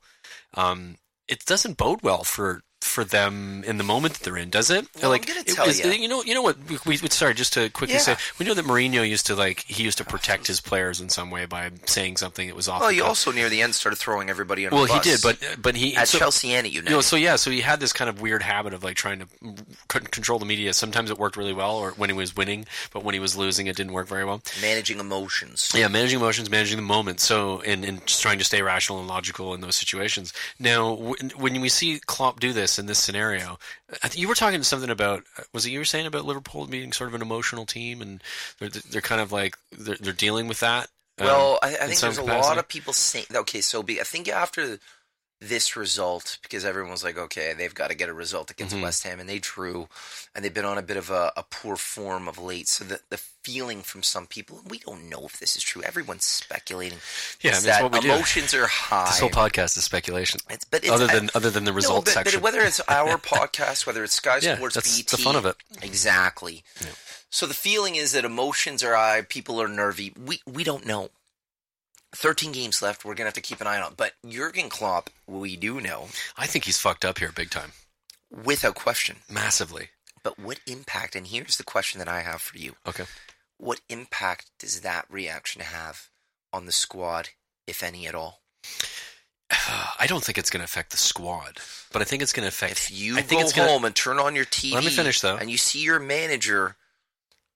Speaker 1: um, it doesn't bode well for for them in the moment that they're in, does it?
Speaker 4: Well, I'm gonna
Speaker 1: it
Speaker 4: tell
Speaker 1: was-
Speaker 4: ya.
Speaker 1: you know, you know what? We, we sorry, just to quickly
Speaker 4: Yeah.
Speaker 1: say, we know that Mourinho used to like he used to protect his players in some way by saying something that was off.
Speaker 4: Well,
Speaker 1: the
Speaker 4: you
Speaker 1: cuff.
Speaker 4: Oh, also near the end started throwing everybody under
Speaker 1: well,
Speaker 4: the
Speaker 1: he did,
Speaker 4: bus.
Speaker 1: but but he
Speaker 4: at
Speaker 1: so-
Speaker 4: Chelsea and at United.
Speaker 1: you know, so yeah, so he had this kind of weird habit of like trying to c- control the media. Sometimes it worked really well, or when he was winning, but when he was losing, it didn't work very well.
Speaker 4: managing emotions.
Speaker 1: Yeah, managing emotions, managing the moment. So, and, and just trying to stay rational and logical in those situations. Now, when, when we see Klopp do this in this scenario, I think you were talking something about, was it you were saying about Liverpool being sort of an emotional team and they're, they're kind of like, they're, they're dealing with that? um,
Speaker 4: Well, I, I
Speaker 1: in
Speaker 4: think
Speaker 1: some
Speaker 4: there's a lot
Speaker 1: capacity?
Speaker 4: of people saying. Okay, so be, I think after this result, because everyone was like, okay, they've got to get a result against
Speaker 1: Mhm.
Speaker 4: West Ham, and they drew, and they've been on a bit of a, a poor form of late. So the, the feeling from some people, and we don't know if this is true. Everyone's speculating.
Speaker 1: Yeah, I
Speaker 4: is
Speaker 1: mean, it's
Speaker 4: that
Speaker 1: what we do.
Speaker 4: emotions are high.
Speaker 1: This whole podcast is speculation.
Speaker 4: It's- but it's,
Speaker 1: other
Speaker 4: I-
Speaker 1: than other than the
Speaker 4: No,
Speaker 1: result
Speaker 4: but, but
Speaker 1: section, [laughs]
Speaker 4: whether it's our podcast, whether it's Sky
Speaker 1: Yeah,
Speaker 4: Sports
Speaker 1: that's
Speaker 4: BT,
Speaker 1: the fun of it.
Speaker 4: Exactly. So the feeling is that emotions are high, people are nervy. We we don't know. Thirteen games left. We're gonna have to keep an eye on. it. But Jurgen Klopp, we do know
Speaker 1: I think he's fucked up here big time,
Speaker 4: without question.
Speaker 1: massively.
Speaker 4: But what impact? And here's the question that I have for you:
Speaker 1: Okay.
Speaker 4: What impact does that reaction have on the squad, if any at all?
Speaker 1: [sighs] I don't think it's going to affect the squad, but I think it's going to affect
Speaker 4: If you
Speaker 1: I think
Speaker 4: go
Speaker 1: it's gonna-
Speaker 4: home and turn on your TV,
Speaker 1: Let me finish, though.
Speaker 4: and you see your manager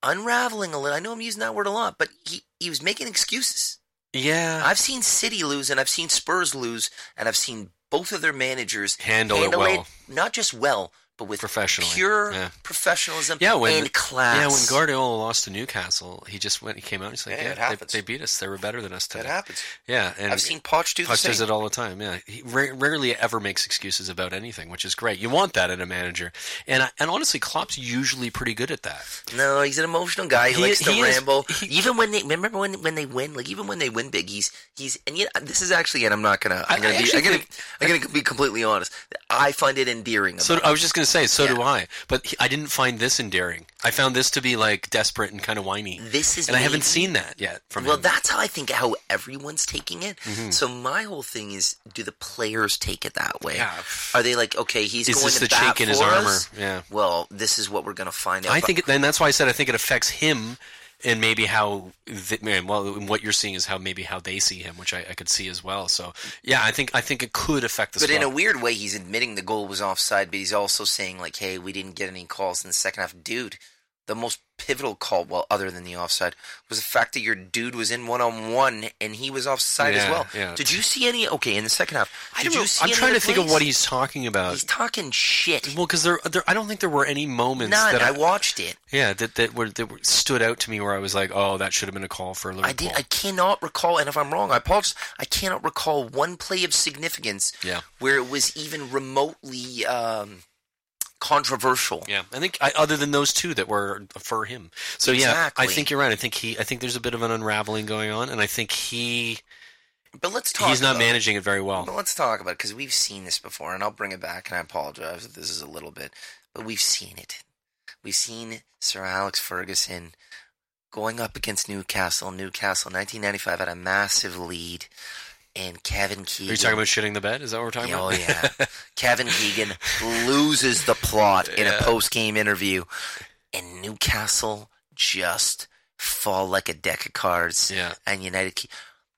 Speaker 4: unraveling a little. I know I'm using that word a lot, but he, he was making excuses.
Speaker 1: yeah,
Speaker 4: I've seen City lose, and I've seen Spurs lose, and I've seen both of their managers
Speaker 1: Handle it well.
Speaker 4: not just well, but with
Speaker 1: Professionally,
Speaker 4: pure
Speaker 1: yeah.
Speaker 4: professionalism
Speaker 1: yeah. When
Speaker 4: and class.
Speaker 1: yeah, when Guardiola lost to Newcastle, he just went. He came out. and He's like,
Speaker 4: Yeah, it
Speaker 1: yeah, they,
Speaker 4: happens.
Speaker 1: they beat us. They were better than us
Speaker 4: that
Speaker 1: today.
Speaker 4: happens.
Speaker 1: Yeah, and
Speaker 4: I've seen Poch do the
Speaker 1: Puck does
Speaker 4: same.
Speaker 1: it all the time. Yeah, he ra- rarely ever makes excuses about anything, which is great. You want that in a manager, and I, and honestly, Klopp's usually pretty good at that.
Speaker 4: No, he's an emotional guy. He,
Speaker 1: He-
Speaker 4: likes to
Speaker 1: he is-
Speaker 4: ramble.
Speaker 1: he-
Speaker 4: even when they remember when when they win, like even when they win big, he's he's and yet uh, this is actually and I'm not gonna
Speaker 1: I-
Speaker 4: I'm gonna
Speaker 1: I
Speaker 4: be
Speaker 1: actually
Speaker 4: I'm gonna,
Speaker 1: think-
Speaker 4: I'm gonna be completely honest. I find it endearing.
Speaker 1: So
Speaker 4: about
Speaker 1: I was just gonna say, so do
Speaker 4: Yeah.
Speaker 1: I. But he- I didn't find this endearing. I found this to be like desperate and kind of whiny.
Speaker 4: This is
Speaker 1: and I
Speaker 4: me.
Speaker 1: haven't seen that yet from
Speaker 4: well,
Speaker 1: him. Mm-hmm.
Speaker 4: that's how I think how everyone's taking it. So my whole thing is, do the players take it that way?
Speaker 1: Yeah.
Speaker 4: Are they like, okay, he's
Speaker 1: Is
Speaker 4: going
Speaker 1: this
Speaker 4: to
Speaker 1: the
Speaker 4: bat
Speaker 1: chink in his
Speaker 4: for
Speaker 1: armor?
Speaker 4: us?
Speaker 1: Yeah.
Speaker 4: Well, this is what we're gonna find out.
Speaker 1: I
Speaker 4: But
Speaker 1: think, it- and that's why I said I think it affects him, and maybe how, th- man, well, and what you're seeing is how maybe how they see him, which I, I could see as well. So yeah, I think I think it could affect the.
Speaker 4: But in
Speaker 1: squad.
Speaker 4: a weird way, he's admitting the goal was offside, but he's also saying like, "Hey, we didn't get any calls in the second half, dude." The most pivotal call, well, other than the offside, was the fact that your dude was in one on one and he was offside as
Speaker 1: Yeah,
Speaker 4: well.
Speaker 1: yeah.
Speaker 4: Did you see any? Okay, in the second half,
Speaker 1: I
Speaker 4: did
Speaker 1: don't
Speaker 4: you
Speaker 1: know.
Speaker 4: see
Speaker 1: I'm
Speaker 4: any
Speaker 1: trying
Speaker 4: other
Speaker 1: to think of
Speaker 4: plays?
Speaker 1: what he's talking about.
Speaker 4: He's talking shit.
Speaker 1: Well, because there, there, I don't think there were any moments
Speaker 4: None.
Speaker 1: that
Speaker 4: I watched it.
Speaker 1: yeah, that that were that were, stood out to me where I was like, oh, that should have been a call for Liverpool.
Speaker 4: I did. I cannot recall, and if I'm wrong, I apologize. I cannot recall one play of significance
Speaker 1: Yeah.
Speaker 4: where it was even remotely um, controversial.
Speaker 1: yeah, I think I, other than those two that were for him. So yeah, I
Speaker 4: Exactly.
Speaker 1: think you're right. I think he, I think there's a bit of an unraveling going on, and I think he
Speaker 4: But let's talk.
Speaker 1: he's not
Speaker 4: about-
Speaker 1: managing it very well.
Speaker 4: But let's talk about it because we've seen this before, and I'll bring it back. And I apologize if this is a little bit, but we've seen it. We've seen Sir Alex Ferguson going up against Newcastle. Newcastle, 1995, had a massive lead, and Kevin Keegan.
Speaker 1: Are you talking about shitting the bed? Is that what we're talking
Speaker 4: Oh
Speaker 1: about?
Speaker 4: yeah, Kevin Keegan loses the plot in a post-game interview, and Newcastle just fall like a deck of cards.
Speaker 1: Yeah.
Speaker 4: and United. Ke-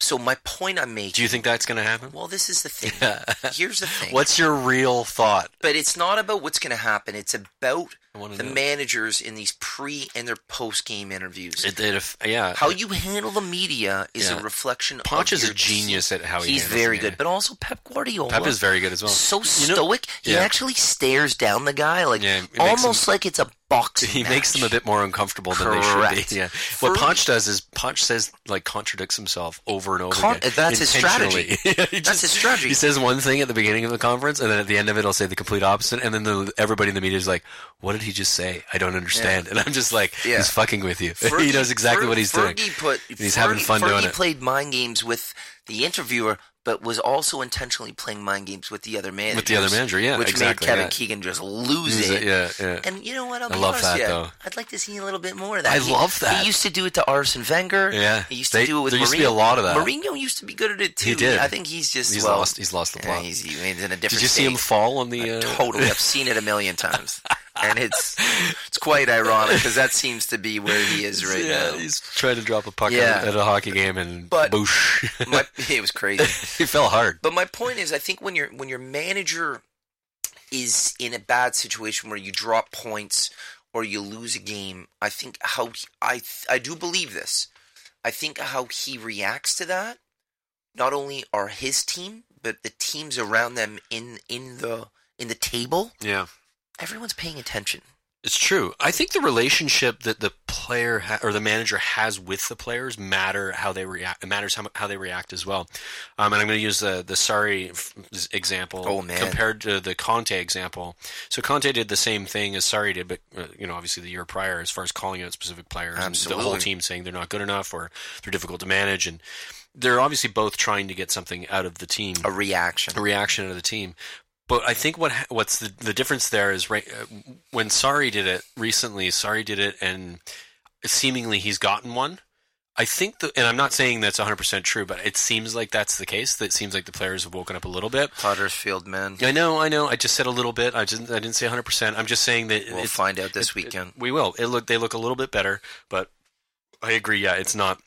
Speaker 4: So my point I'm making.
Speaker 1: [laughs] Do you think that's going to happen?
Speaker 4: Well, this is the thing.
Speaker 1: Yeah.
Speaker 4: Here's the thing.
Speaker 1: What's your real thought?
Speaker 4: but it's not about what's going to happen. It's about
Speaker 1: I wanna
Speaker 4: the
Speaker 1: know.
Speaker 4: managers in these pre and their post game interviews.
Speaker 1: It, it, if- yeah,
Speaker 4: how you handle the media is
Speaker 1: Yeah.
Speaker 4: a reflection.
Speaker 1: Poch
Speaker 4: of
Speaker 1: is a
Speaker 4: your-
Speaker 1: genius at how he
Speaker 4: He's
Speaker 1: handles
Speaker 4: very
Speaker 1: it.
Speaker 4: good, but also Pep Guardiola.
Speaker 1: Pep is very good
Speaker 4: [laughs]
Speaker 1: as well.
Speaker 4: So
Speaker 1: You know-
Speaker 4: stoic, he
Speaker 1: Yeah.
Speaker 4: actually stares down the guy like
Speaker 1: Yeah, it makes
Speaker 4: almost like it's a boxing.
Speaker 1: He makes them a
Speaker 4: match.
Speaker 1: bit more uncomfortable than they should
Speaker 4: Correct.
Speaker 1: be. Yeah.
Speaker 4: For-
Speaker 1: What Ponch does is Ponch says like contradicts himself over and over
Speaker 4: Con-
Speaker 1: again.
Speaker 4: that's his
Speaker 1: intentionally. [laughs] He
Speaker 4: That's his strategy.
Speaker 1: He says one thing at the beginning of the conference, and then at the end of it, I'll say the complete opposite. And then the, everybody in the media is like, "What did he just say? I don't understand." And I'm just like,
Speaker 4: Yeah.
Speaker 1: "He's fucking with you. [laughs] he
Speaker 4: Fergie-
Speaker 1: knows exactly
Speaker 4: Fer-
Speaker 1: what he's
Speaker 4: Fergie
Speaker 1: doing.
Speaker 4: Put,
Speaker 1: And he's having
Speaker 4: Fergie-
Speaker 1: fun
Speaker 4: Fergie
Speaker 1: doing it."
Speaker 4: played mind games with the interviewer, but was also intentionally playing mind games with the other manager.
Speaker 1: the other manager, yeah,
Speaker 4: which
Speaker 1: exactly,
Speaker 4: made Kevin
Speaker 1: yeah.
Speaker 4: Keegan just lose,
Speaker 1: He's
Speaker 4: it.
Speaker 1: a- yeah, yeah.
Speaker 4: And you know what? I'll
Speaker 1: I
Speaker 4: be
Speaker 1: love
Speaker 4: honest
Speaker 1: that,
Speaker 4: with you.
Speaker 1: though.
Speaker 4: I'd like to see a little bit more of that.
Speaker 1: I
Speaker 4: He-
Speaker 1: love that.
Speaker 4: He used to do it to Arsene Wenger.
Speaker 1: Yeah.
Speaker 4: He used to
Speaker 1: They-
Speaker 4: do it with
Speaker 1: there
Speaker 4: Mourinho.
Speaker 1: used to be a lot of that.
Speaker 4: Mourinho used to be good at it too.
Speaker 1: He did.
Speaker 4: I think he's just
Speaker 1: He's
Speaker 4: well,
Speaker 1: lost. He's lost the
Speaker 4: yeah,
Speaker 1: plot.
Speaker 4: he's, he's in a different.
Speaker 1: Did you see him
Speaker 4: stage.
Speaker 1: fall on the?
Speaker 4: Uh,
Speaker 1: Uh,
Speaker 4: totally. I've seen it a million times, and it's it's quite ironic because that seems to be where he is right
Speaker 1: [laughs] yeah,
Speaker 4: now.
Speaker 1: he's trying to drop a puck
Speaker 4: Yeah.
Speaker 1: at, at a hockey game and
Speaker 4: But-
Speaker 1: boosh.
Speaker 4: my, it was crazy.
Speaker 1: [laughs] he fell hard.
Speaker 4: But my point is, I think when your when your manager is in a bad situation where you drop points or you lose a game, I think how he- I I do believe this. I think how he reacts to that, not only are his team, but the teams around them in in the in the table,
Speaker 1: Yeah.
Speaker 4: everyone's paying attention.
Speaker 1: It's true. I think the relationship that the player ha- or the manager has with the players matter how they react. It matters how, mu- how they react as well. Um, and I'm going to use the the Sari f- example
Speaker 4: Oh, man.
Speaker 1: compared to the Conte example. So Conte did the same thing as Sari did, but uh, you know, obviously the year prior, as far as calling out specific players, and the whole
Speaker 4: Absolutely.
Speaker 1: team saying they're not good enough or they're difficult to manage, and they're obviously both trying to get something out of the team
Speaker 4: A reaction.
Speaker 1: a reaction of the team. But I think what ha- what's the, the difference there is right uh, when Sari did it recently. Sari did it, and seemingly he's gotten one. I think the, and I'm not saying that's 100 percent true, but it seems like that's the case. That it seems like the players have woken up a little bit.
Speaker 4: Huddersfield, man.
Speaker 1: I know, I know. I just said a little bit. I didn't. I didn't say 100. percent I'm just saying that
Speaker 4: We'll
Speaker 1: it's-
Speaker 4: find out this
Speaker 1: it- it-
Speaker 4: weekend.
Speaker 1: we will. It look. They look a little bit better, but I agree. Yeah, it's not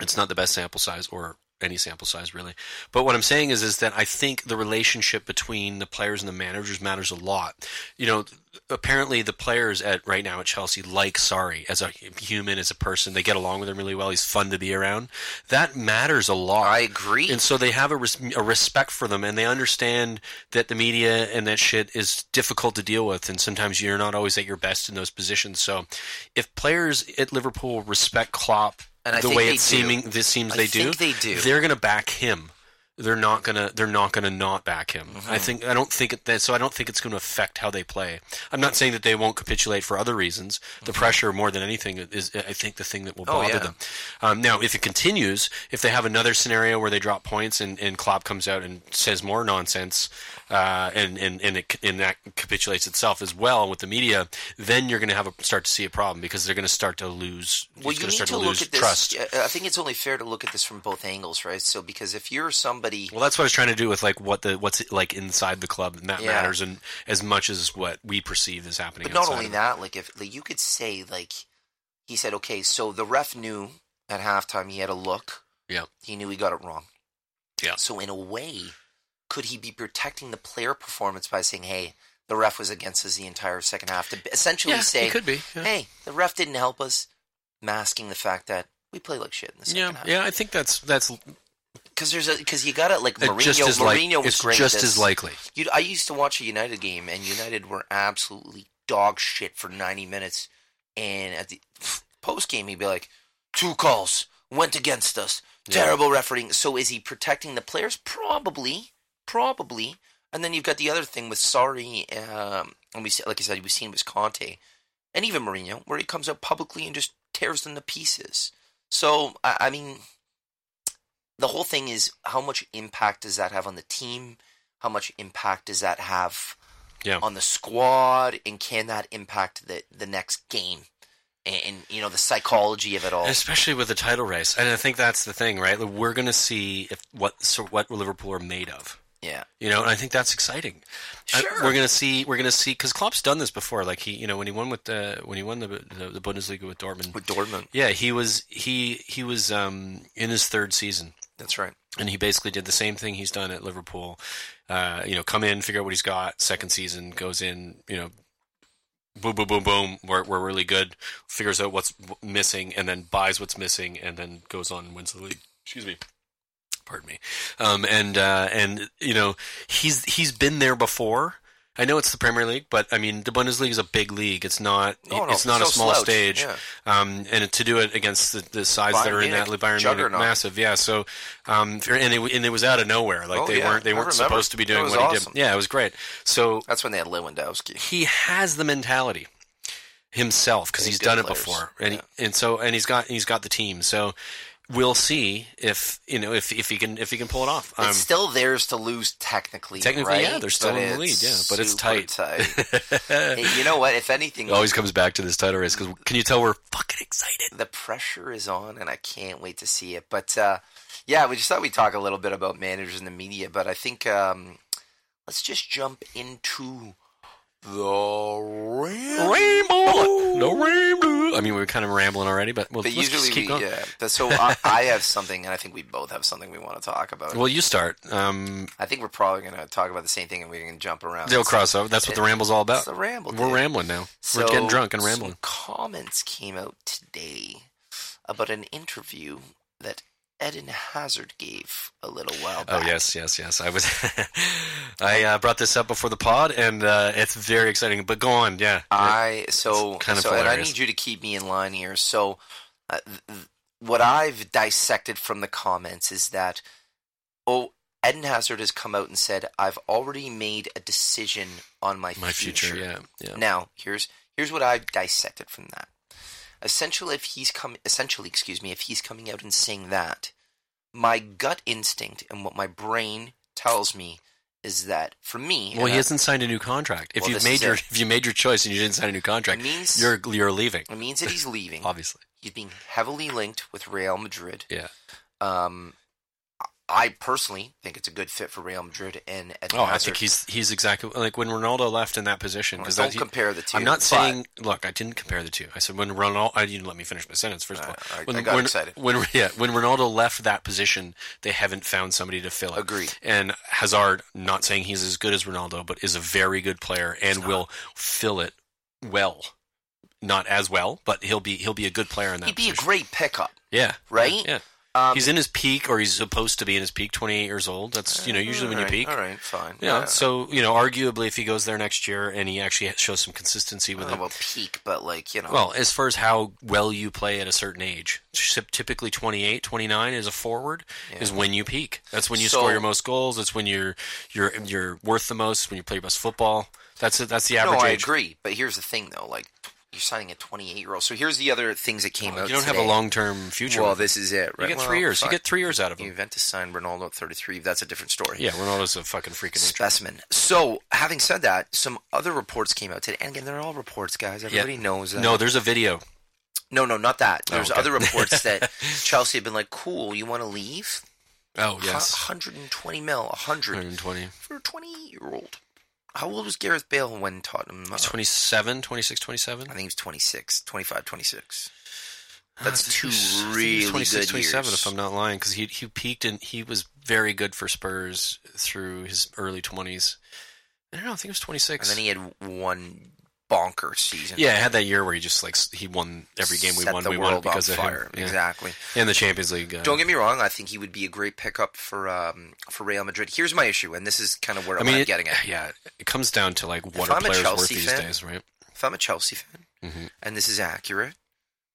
Speaker 1: it's not the best sample size or any sample size really. But what I'm saying is is that I think the relationship between the players and the managers matters a lot. You know, apparently the players at right now at Chelsea like Sari as a human, as a person. They get along with him really well. He's fun to be around. That matters a lot.
Speaker 4: I agree.
Speaker 1: And so they have a, res- a respect for them, and they understand that the media and that shit is difficult to deal with, and sometimes you're not always at your best in those positions. So, if players at Liverpool respect Klopp
Speaker 4: And I
Speaker 1: the
Speaker 4: think
Speaker 1: way
Speaker 4: they
Speaker 1: it
Speaker 4: do.
Speaker 1: seeming this seems
Speaker 4: I
Speaker 1: they
Speaker 4: think
Speaker 1: do,
Speaker 4: they do.
Speaker 1: they're gonna back him. They're not gonna. They're not gonna not back him.
Speaker 4: Mm-hmm.
Speaker 1: I think. I don't think it, that. So I don't think it's gonna affect how they play. I'm not saying that they won't capitulate for other reasons. The pressure, more than anything, is I think the thing that will
Speaker 4: Mm-hmm. Oh,
Speaker 1: bother
Speaker 4: yeah.
Speaker 1: them. Um, now, if it continues, if they have another scenario where they drop points and, and Klopp comes out and says more nonsense, uh, and and and, it, and that capitulates itself as well with the media, then you're gonna have a start to see a problem because they're gonna start to lose.
Speaker 4: well,
Speaker 1: he's
Speaker 4: you
Speaker 1: gonna
Speaker 4: need
Speaker 1: start
Speaker 4: to
Speaker 1: lose
Speaker 4: look at this.
Speaker 1: trust.
Speaker 4: yeah, I think it's only fair to look at this from both angles, right? So, because if you're somebody,
Speaker 1: Well, that's what I was trying to do with like what the what's like inside the club, and that
Speaker 4: Yeah.
Speaker 1: matters, and as much as what we perceive is happening.
Speaker 4: but not
Speaker 1: outside
Speaker 4: only
Speaker 1: of it.
Speaker 4: that, like if like you could say, like he said, okay, so the ref knew at halftime he had a look.
Speaker 1: Yeah.
Speaker 4: he knew he got it wrong.
Speaker 1: Yeah.
Speaker 4: So in a way, could he be protecting the player performance by saying, "Hey, the ref was against us the entire second half"? To essentially
Speaker 1: yeah,
Speaker 4: say,
Speaker 1: it could be. Yeah.
Speaker 4: "Hey, the ref didn't help us," masking the fact that we play like shit in the second
Speaker 1: yeah,
Speaker 4: half.
Speaker 1: yeah, I think that's that's
Speaker 4: Because there's a because you got to like
Speaker 1: it
Speaker 4: Mourinho.
Speaker 1: just as like,
Speaker 4: Mourinho was
Speaker 1: it's
Speaker 4: great.
Speaker 1: just
Speaker 4: this-
Speaker 1: as likely.
Speaker 4: You, I used to watch a United game, and United were absolutely dog shit for 90 minutes. And at the post game, he'd be like, two calls went against us.
Speaker 1: Yeah.
Speaker 4: Terrible refereeing. So is he protecting the players? Probably, probably. And then you've got the other thing with Sari, um, and we see- like I said, we've seen it with Conte, and even Mourinho, where he comes out publicly and just tears them to pieces. So I, I mean, the whole thing is how much impact does that have on the team? How much impact does that have
Speaker 1: Yeah.
Speaker 4: on the squad? And can that impact the, the next game? And, and, you know, the psychology of it all.
Speaker 1: Especially with the title race, and I think that's the thing, right? Like, We're going to see if what so what Liverpool are made of.
Speaker 4: yeah.
Speaker 1: You know, and I think that's exciting. I-
Speaker 4: Sure.
Speaker 1: we're gonna see. We're gonna see because Klopp's done this before. Like he, you know, when he won with the when he won the the, the Bundesliga with Dortmund.
Speaker 4: With Dortmund.
Speaker 1: Yeah, he was he he was um, in his third season,
Speaker 4: That's right.
Speaker 1: and he basically did the same thing he's done at Liverpool. Uh, you know, come in, figure out what he's got. Second season goes in. You know, boom, boom, boom, boom. We're we're really good. Figures out what's w- missing, and then buys what's missing, and then goes on and wins the league. Excuse me. Pardon me. Um, and uh, and you know he's he's been there before. I know it's the Premier League, but I mean the Bundesliga is a big league. It's not
Speaker 4: Oh, No, no,
Speaker 1: it's not
Speaker 4: no
Speaker 1: a small
Speaker 4: slouch.
Speaker 1: stage.
Speaker 4: Yeah.
Speaker 1: Um, and to do it against the, the sides that
Speaker 4: Bayern
Speaker 1: are in that
Speaker 4: Munich,
Speaker 1: league, Bayern Munich,
Speaker 4: juggernaut.
Speaker 1: massive, yeah. So, um, and it, and it was out of nowhere. Like
Speaker 4: Oh,
Speaker 1: they
Speaker 4: yeah.
Speaker 1: weren't they
Speaker 4: I
Speaker 1: weren't
Speaker 4: remember.
Speaker 1: supposed to be
Speaker 4: It
Speaker 1: doing
Speaker 4: was
Speaker 1: what
Speaker 4: awesome.
Speaker 1: he did. Yeah, it was great. So
Speaker 4: That's when they had Lewandowski.
Speaker 1: he has the mentality himself because
Speaker 4: He's
Speaker 1: he's
Speaker 4: good
Speaker 1: done it
Speaker 4: players.
Speaker 1: before, and he, and so and he's got he's got the team. So we'll see if you know if if he can if he can pull it off. Um,
Speaker 4: it's still theirs to lose technically.
Speaker 1: Technically,
Speaker 4: right?
Speaker 1: yeah, they're still in the lead,
Speaker 4: it's
Speaker 1: yeah, but it's
Speaker 4: super
Speaker 1: tight. [laughs]
Speaker 4: Hey, you know what? If anything,
Speaker 1: it always comes back to this title race because can you tell we're fucking excited?
Speaker 4: the pressure is on, and I can't wait to see it. But uh, yeah, we just thought we'd talk a little bit about managers in the media, but I think um, let's just jump into the Rams.
Speaker 1: Rainbow, no rainbow. I mean, we were kind of rambling already, but we'll
Speaker 4: But
Speaker 1: let's just
Speaker 4: usually,
Speaker 1: keep
Speaker 4: we,
Speaker 1: going.
Speaker 4: yeah. but So I, I have something, and I think we both have something we want to talk about.
Speaker 1: Well, you start. Um,
Speaker 4: I think we're probably going to talk about the same thing, and we're going to jump around.
Speaker 1: They'll cross over. That's what the ramble's all about.
Speaker 4: It's the ramble.
Speaker 1: We're
Speaker 4: dude.
Speaker 1: rambling now. We're getting drunk and rambling.
Speaker 4: Some comments came out today about an interview that Eden Hazard gave a little while
Speaker 1: Oh
Speaker 4: back.
Speaker 1: yes, yes, yes. I was. [laughs] I uh, brought this up before the pod, and uh, it's very exciting. But go on, yeah.
Speaker 4: I so
Speaker 1: It's kind of
Speaker 4: so, and I
Speaker 1: hilarious.
Speaker 4: need you to keep me in line here. So, uh, th- th- what I've dissected from the comments is that oh, Eden Hazard has come out and said, "I've already made a decision on my
Speaker 1: my future,
Speaker 4: future
Speaker 1: yeah, yeah.
Speaker 4: Now, here's here's what I've dissected from that. Essentially, if he's come, essentially, excuse me, if he's coming out and saying that, my gut instinct and what my brain tells me is that for me,
Speaker 1: well,
Speaker 4: and
Speaker 1: he
Speaker 4: I-
Speaker 1: hasn't signed a new contract. If
Speaker 4: Well,
Speaker 1: you've
Speaker 4: this
Speaker 1: made
Speaker 4: is
Speaker 1: your
Speaker 4: it.
Speaker 1: if you made your choice and you didn't sign a new contract,
Speaker 4: It means-
Speaker 1: you're you're leaving,
Speaker 4: it means that he's leaving.
Speaker 1: obviously.
Speaker 4: he's being heavily linked with Real Madrid.
Speaker 1: Yeah,
Speaker 4: Um, I personally think it's a good fit for Real Madrid and Eden
Speaker 1: Oh, I
Speaker 4: Hazard.
Speaker 1: think he's he's exactly like when Ronaldo left in that position. Because
Speaker 4: Don't compare the two.
Speaker 1: I'm not
Speaker 4: but-
Speaker 1: saying. Look, I didn't compare the two. I said when Ronaldo. I didn't let me finish my sentence. First of
Speaker 4: Uh,
Speaker 1: all,
Speaker 4: I-
Speaker 1: when,
Speaker 4: I got
Speaker 1: when,
Speaker 4: excited.
Speaker 1: When [laughs] yeah, when Ronaldo left that position, they haven't found somebody to fill it.
Speaker 4: Agreed.
Speaker 1: And Hazard, not saying he's as good as Ronaldo, but is a very good player and will fill it well. Not as well, but he'll be he'll be a good player in that.
Speaker 4: he'd be a
Speaker 1: position.
Speaker 4: great pickup.
Speaker 1: yeah,
Speaker 4: right?
Speaker 1: Yeah.
Speaker 4: Um,
Speaker 1: he's in his peak, or he's supposed to be in his peak. Twenty eight years old. That's you know usually when you
Speaker 4: Alright,
Speaker 1: peak.
Speaker 4: All right, fine.
Speaker 1: Yeah,
Speaker 4: Uh,
Speaker 1: so you know, arguably, if he goes there next year and he actually shows some consistency
Speaker 4: I
Speaker 1: with
Speaker 4: don't know
Speaker 1: it,
Speaker 4: about peak, but like you know,
Speaker 1: well, as far as how well you play at a certain age, Ty- typically 28, 29 as a forward is when you peak. That's when you
Speaker 4: So-
Speaker 1: score your most goals. That's when you're you're you're worth the most. When you play your best football. That's it. That's the
Speaker 4: no,
Speaker 1: average
Speaker 4: I
Speaker 1: age.
Speaker 4: agree. But here's the thing, though, like you're signing a 28 year old. So here's the other things that came
Speaker 1: You
Speaker 4: out.
Speaker 1: don't have a
Speaker 4: today.
Speaker 1: long term future.
Speaker 4: Well,
Speaker 1: with it.
Speaker 4: this is it.
Speaker 1: you
Speaker 4: Right?
Speaker 1: get
Speaker 4: Well,
Speaker 1: three years.
Speaker 4: fuck.
Speaker 1: You get three years out of him.
Speaker 4: Juventus signed Ronaldo at 33. That's a different story.
Speaker 1: Yeah, Ronaldo's a fucking freaking nature.
Speaker 4: Specimen. So, having said that, some other reports came out today, and again, they're all reports, guys. Everybody knows that.
Speaker 1: No, there's a video.
Speaker 4: no, no, not that.
Speaker 1: Oh,
Speaker 4: There's
Speaker 1: okay. [laughs]
Speaker 4: other reports that Chelsea have been like, "Cool, you want to leave?
Speaker 1: Oh
Speaker 4: Hu-
Speaker 1: yes,
Speaker 4: 120 mil, 100
Speaker 1: 120,
Speaker 4: for a 20 year old. How old was Gareth Bale when Tottenham? uh,
Speaker 1: 27, 26, 27.
Speaker 4: I think he was 26, 25, 26. That's
Speaker 1: Uh,
Speaker 4: two
Speaker 1: I think he was
Speaker 4: really
Speaker 1: 26,
Speaker 4: good years.
Speaker 1: 27, if I'm not lying, because he he peaked and he was very good for Spurs through his early 20s. I don't know. I think it was 26.
Speaker 4: and then he had one bonker season.
Speaker 1: yeah, I had that year where he just like s- he won every game we
Speaker 4: Set
Speaker 1: won.
Speaker 4: the
Speaker 1: we won it
Speaker 4: world
Speaker 1: because
Speaker 4: on
Speaker 1: of
Speaker 4: fire.
Speaker 1: him. Yeah.
Speaker 4: Exactly.
Speaker 1: And the Champions League. Uh,
Speaker 4: Don't get me wrong. I think he would be a great pickup for um, for Real Madrid. Here's my issue, and this is kind of where
Speaker 1: I mean,
Speaker 4: I'm
Speaker 1: it-
Speaker 4: getting
Speaker 1: [laughs]
Speaker 4: at.
Speaker 1: Yeah, it comes down to like what
Speaker 4: If
Speaker 1: are
Speaker 4: I'm a
Speaker 1: players worth
Speaker 4: Chelsea
Speaker 1: these
Speaker 4: fan-
Speaker 1: days, right?
Speaker 4: If I'm a Chelsea fan,
Speaker 1: hmm
Speaker 4: and this is accurate,